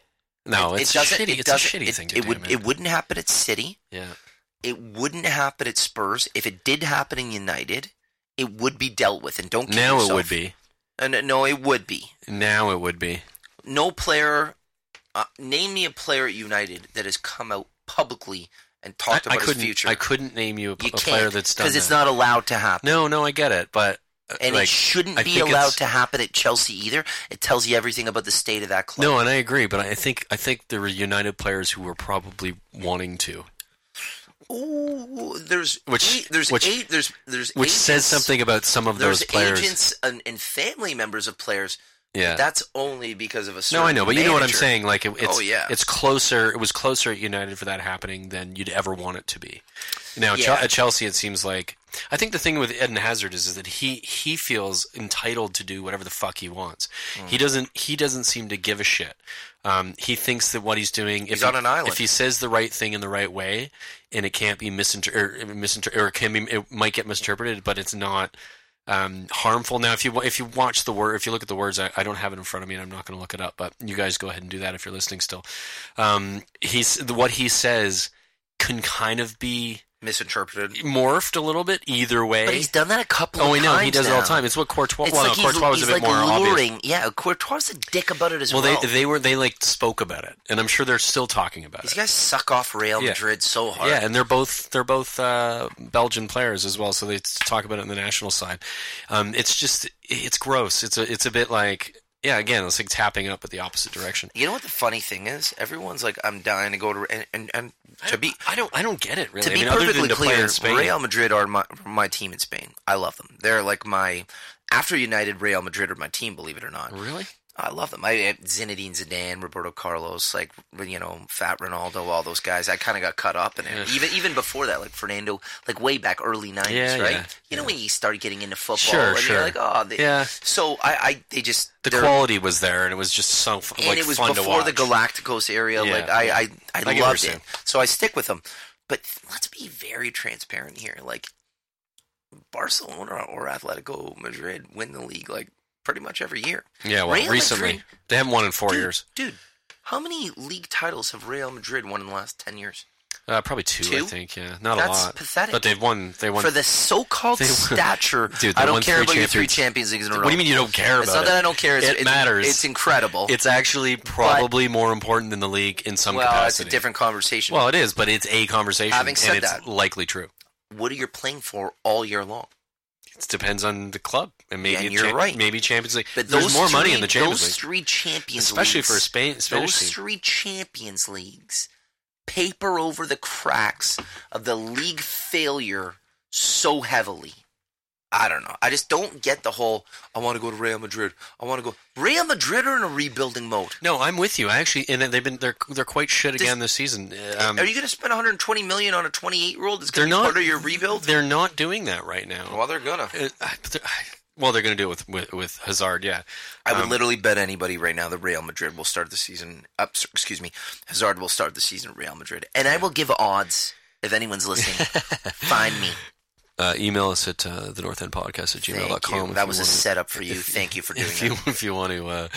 Speaker 1: No,
Speaker 4: it,
Speaker 1: Oh, it's
Speaker 4: it doesn't.
Speaker 1: a shitty.
Speaker 4: it
Speaker 1: it's a
Speaker 4: doesn't.
Speaker 1: shitty
Speaker 4: it,
Speaker 1: thing to
Speaker 4: it
Speaker 1: do.
Speaker 4: would.
Speaker 1: man.
Speaker 4: It wouldn't happen at City.
Speaker 1: yeah,
Speaker 4: It wouldn't happen at Spurs. If it did happen in United, it would be dealt with. And don't kid
Speaker 1: now it
Speaker 4: yourself.
Speaker 1: would be.
Speaker 4: Uh, no, no, it would be.
Speaker 1: Now it would be.
Speaker 4: No player. Uh, name me a player at United that has come out publicly and talked
Speaker 1: I, I
Speaker 4: about his
Speaker 1: couldn't.
Speaker 4: future.
Speaker 1: I couldn't name you a,
Speaker 4: you
Speaker 1: a player
Speaker 4: can't
Speaker 1: that's done
Speaker 4: because it's
Speaker 1: that.
Speaker 4: not allowed to happen.
Speaker 1: No, no, I get it, but uh,
Speaker 4: and
Speaker 1: like,
Speaker 4: it shouldn't
Speaker 1: I
Speaker 4: be
Speaker 1: think
Speaker 4: allowed
Speaker 1: it's-
Speaker 4: to happen at Chelsea either. It tells you everything about the state of that club.
Speaker 1: No, and I agree, but I think I think there were United players who were probably wanting to,
Speaker 4: Ooh, there's
Speaker 1: Which-
Speaker 4: eight, there's
Speaker 1: which-
Speaker 4: eight there's there's
Speaker 1: which says
Speaker 4: agents-
Speaker 1: something about some of
Speaker 4: There's
Speaker 1: those players.
Speaker 4: agents and, and family members of players.
Speaker 1: yeah,
Speaker 4: That's only because of a certain
Speaker 1: no, I know, but you know what I'm
Speaker 4: manager.
Speaker 1: saying. Like, it, it's
Speaker 4: Oh, yeah.
Speaker 1: it's closer. It was closer at United for that happening than you'd ever want it to be. Now at Chel-
Speaker 4: Yeah.
Speaker 1: at Chelsea, it seems like I think the thing with Eden Hazard is, is that he he feels entitled to do whatever the fuck he wants.
Speaker 4: Mm-hmm.
Speaker 1: He doesn't he doesn't seem to give a shit. Um, he thinks that what he's doing if
Speaker 4: He's
Speaker 1: he,
Speaker 4: on an island.
Speaker 1: if he says the right thing in the right way and it can't be misinterpreted or, uh, misinter- or can be it might get misinterpreted, but it's not um, harmful. Now, if you wa- if you watch the word, if you look at the words, I, I don't have it in front of me, and I'm not going to look it up. But you guys go ahead and do that if you're listening still. Um, he's what he says can kind of be
Speaker 4: misinterpreted.
Speaker 1: morphed a little bit either way.
Speaker 4: But he's done that a couple.
Speaker 1: oh,
Speaker 4: of
Speaker 1: I know he
Speaker 4: times
Speaker 1: does it all the
Speaker 4: now.
Speaker 1: time. It's what Courtois.
Speaker 4: It's
Speaker 1: well,
Speaker 4: like
Speaker 1: no,
Speaker 4: he's,
Speaker 1: Courtois was
Speaker 4: he's
Speaker 1: a bit
Speaker 4: like
Speaker 1: more obvious.
Speaker 4: luring. Yeah, Courtois a dick about it as
Speaker 1: Well,
Speaker 4: well.
Speaker 1: they they were they like spoke about it, and I'm sure they're still talking about
Speaker 4: These
Speaker 1: it.
Speaker 4: guys suck off Real
Speaker 1: Yeah.
Speaker 4: Madrid so hard.
Speaker 1: Yeah, and they're both they're both uh, Belgian players as well, so they talk about it on the national side. Um, it's just it's gross. It's a it's a bit like yeah, again, it's like tapping up at the opposite direction.
Speaker 4: You know what the funny thing is? Everyone's like, I'm dying to go to and and, and to be
Speaker 1: I don't I don't get it really.
Speaker 4: to
Speaker 1: I
Speaker 4: be
Speaker 1: mean, other
Speaker 4: perfectly
Speaker 1: than to play
Speaker 4: clear,
Speaker 1: in Spain,
Speaker 4: Real Madrid are my my team in Spain. I love them. They're like my after United, Real Madrid are my team. Believe it or not,
Speaker 1: really?
Speaker 4: I love them. I Zinedine Zidane, Roberto Carlos, like you know, Fat Ronaldo, all those guys. I kind of got caught up in it.
Speaker 1: Yeah.
Speaker 4: Even even before that, like Fernando, like way back early nineties,
Speaker 1: Yeah,
Speaker 4: right?
Speaker 1: yeah,
Speaker 4: you know
Speaker 1: yeah.
Speaker 4: when you start getting into football,
Speaker 1: Sure,
Speaker 4: and
Speaker 1: sure.
Speaker 4: you're like, oh, they,
Speaker 1: Yeah.
Speaker 4: So I, I they just
Speaker 1: The
Speaker 4: they're-
Speaker 1: quality was there, and it was just so f-
Speaker 4: and
Speaker 1: like
Speaker 4: it was
Speaker 1: fun to
Speaker 4: before
Speaker 1: watch.
Speaker 4: the Galacticos area.
Speaker 1: Yeah.
Speaker 4: Like I, I, I,
Speaker 1: get what you're
Speaker 4: loved it,
Speaker 1: saying.
Speaker 4: so I stick with them. But let's be very transparent here. Like Barcelona or Atletico Madrid win the league like pretty much every year.
Speaker 1: yeah, well,
Speaker 4: Real
Speaker 1: recently
Speaker 4: Madrid-
Speaker 1: they haven't won in four
Speaker 4: dude,
Speaker 1: years.
Speaker 4: dude. How many league titles have Real Madrid won in the last ten years?
Speaker 1: Uh, probably two,
Speaker 4: Two?
Speaker 1: I think. Yeah, not
Speaker 4: That's
Speaker 1: a lot.
Speaker 4: pathetic.
Speaker 1: But they've won. They won.
Speaker 4: For the so-called
Speaker 1: They won-
Speaker 4: stature,
Speaker 1: Dude, they
Speaker 4: I don't
Speaker 1: won
Speaker 4: care
Speaker 1: three
Speaker 4: about your three
Speaker 1: Champions-
Speaker 4: Champions Leagues in a row.
Speaker 1: what do you mean you don't care
Speaker 4: It's
Speaker 1: about
Speaker 4: not
Speaker 1: it?
Speaker 4: that I don't care. It's,
Speaker 1: it
Speaker 4: it's-
Speaker 1: matters.
Speaker 4: It's incredible.
Speaker 1: It's actually probably more important than the league in some
Speaker 4: well,
Speaker 1: capacity.
Speaker 4: it's a different conversation.
Speaker 1: Well, it is, but it's a conversation,
Speaker 4: Having said
Speaker 1: and it's
Speaker 4: that-
Speaker 1: likely true.
Speaker 4: what are you playing for all year long?
Speaker 1: It depends on the club, and maybe
Speaker 4: Yeah, and
Speaker 1: it's
Speaker 4: you're
Speaker 1: cha-
Speaker 4: right.
Speaker 1: Maybe Champions League.
Speaker 4: But
Speaker 1: There's
Speaker 4: those
Speaker 1: more money
Speaker 4: three-
Speaker 1: in the Champions
Speaker 4: those
Speaker 1: League,
Speaker 4: three Champions
Speaker 1: especially
Speaker 4: leagues,
Speaker 1: for a Spain, Spanish
Speaker 4: those
Speaker 1: team.
Speaker 4: three Champions leagues paper over the cracks of the league failure so heavily. I don't know. I just don't get the whole. I want to go to Real Madrid. I want to go. Real Madrid are in a rebuilding mode.
Speaker 1: No, I'm with you. I actually, and they've been they're they're quite shit
Speaker 4: Does-
Speaker 1: again this season. Um,
Speaker 4: are you going to spend 120 million on a 28 year old? That's
Speaker 1: they're
Speaker 4: going to be
Speaker 1: not
Speaker 4: part of your rebuild.
Speaker 1: They're not doing that right now.
Speaker 4: they're gonna.
Speaker 1: Uh, I- but they're- I- Well, they're going to do it with, with with Hazard, yeah.
Speaker 4: I would
Speaker 1: Um,
Speaker 4: literally bet anybody right now that Real Madrid will start the season. Up, excuse me, Hazard will start the season at Real Madrid, and I will give odds if
Speaker 1: [laughs]
Speaker 4: anyone's listening. find me.
Speaker 1: Uh, email us at uh, the North End Podcast at
Speaker 4: Thank
Speaker 1: gmail.com.
Speaker 4: you.
Speaker 1: if
Speaker 4: That
Speaker 1: you
Speaker 4: was a
Speaker 1: wanna-
Speaker 4: setup for you. Thank you for doing
Speaker 1: [laughs] If you
Speaker 4: that.
Speaker 1: if you want to uh,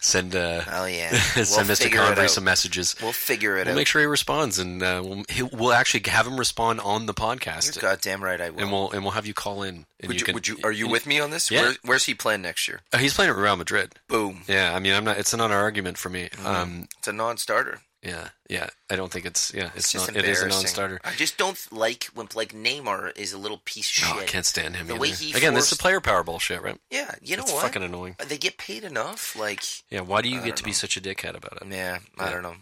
Speaker 1: send uh, [laughs]
Speaker 4: Oh yeah,
Speaker 1: send Mr.
Speaker 4: figure it
Speaker 1: Convery
Speaker 4: out.
Speaker 1: some messages.
Speaker 4: We'll figure it
Speaker 1: We'll
Speaker 4: out.
Speaker 1: make sure he responds, and uh, we'll he- we'll actually have him respond on the podcast,
Speaker 4: You're goddamn right. I will.
Speaker 1: and we'll and we'll have you call in. And
Speaker 4: would you,
Speaker 1: can-
Speaker 4: would you? Are you with me on this?
Speaker 1: Yeah.
Speaker 4: Where, where's he playing next year?
Speaker 1: Uh, he's playing at Real Madrid.
Speaker 4: Boom.
Speaker 1: Yeah, I mean, I'm not. It's not an argument for me.
Speaker 4: Mm-hmm.
Speaker 1: Um,
Speaker 4: It's a non-starter.
Speaker 1: yeah, yeah. I don't think it's. Yeah, it's,
Speaker 4: It's just
Speaker 1: not. It is a
Speaker 4: embarrassing. Ah,
Speaker 1: non-starter.
Speaker 4: I just don't like when like Neymar is a little piece of
Speaker 1: Oh,
Speaker 4: shit.
Speaker 1: I can't stand him.
Speaker 4: The
Speaker 1: either.
Speaker 4: way he
Speaker 1: Again, this is
Speaker 4: forced-
Speaker 1: player power bullshit, right?
Speaker 4: Yeah, you know
Speaker 1: it's
Speaker 4: what?
Speaker 1: fucking annoying.
Speaker 4: They get paid enough. Like,
Speaker 1: Yeah, why do you
Speaker 4: I
Speaker 1: get
Speaker 4: don't
Speaker 1: to be
Speaker 4: know.
Speaker 1: such a dickhead about it?
Speaker 4: yeah, I
Speaker 1: Yeah.
Speaker 4: don't know.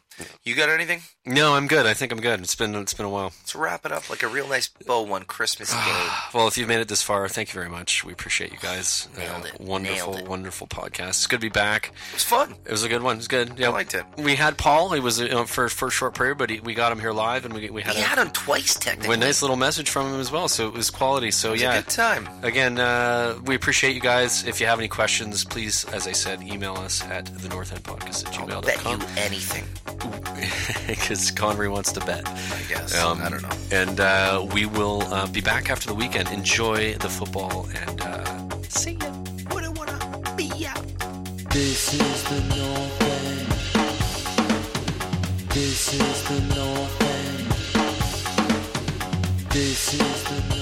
Speaker 4: You got anything?
Speaker 1: No, I'm good. I think I'm good. It's been it's been a while.
Speaker 4: Let's wrap it up like a real nice bow one Christmas
Speaker 1: [sighs]
Speaker 4: day.
Speaker 1: Well, if you've made it this far, thank you very much. We appreciate you guys. Uh,
Speaker 4: Nailed it.
Speaker 1: Wonderful,
Speaker 4: Nailed it.
Speaker 1: wonderful podcast. It's good to be back.
Speaker 4: It was fun.
Speaker 1: It was a good one. It was good. Yeah,
Speaker 4: liked it.
Speaker 1: We had Paul. He was you know, for for a short period, but he, we got him here live, and we we had
Speaker 4: We
Speaker 1: a,
Speaker 4: had him twice
Speaker 1: we
Speaker 4: technically.
Speaker 1: had a nice little message from him as well. So it was quality. So
Speaker 4: It was
Speaker 1: yeah.
Speaker 4: a good time.
Speaker 1: Again, uh, we appreciate you guys. If you have any questions, please, as I said, email us at the North End Podcast at
Speaker 4: I'll bet you
Speaker 1: [laughs] gmail.com.
Speaker 4: anything.
Speaker 1: Because Connery wants to bet.
Speaker 4: I guess.
Speaker 1: Um,
Speaker 4: I don't know.
Speaker 1: And uh, we will uh, be back after the weekend. Enjoy the football and uh, see ya.
Speaker 4: Wouldn't wanna be out.
Speaker 3: This is the North End. This is the North End. This is the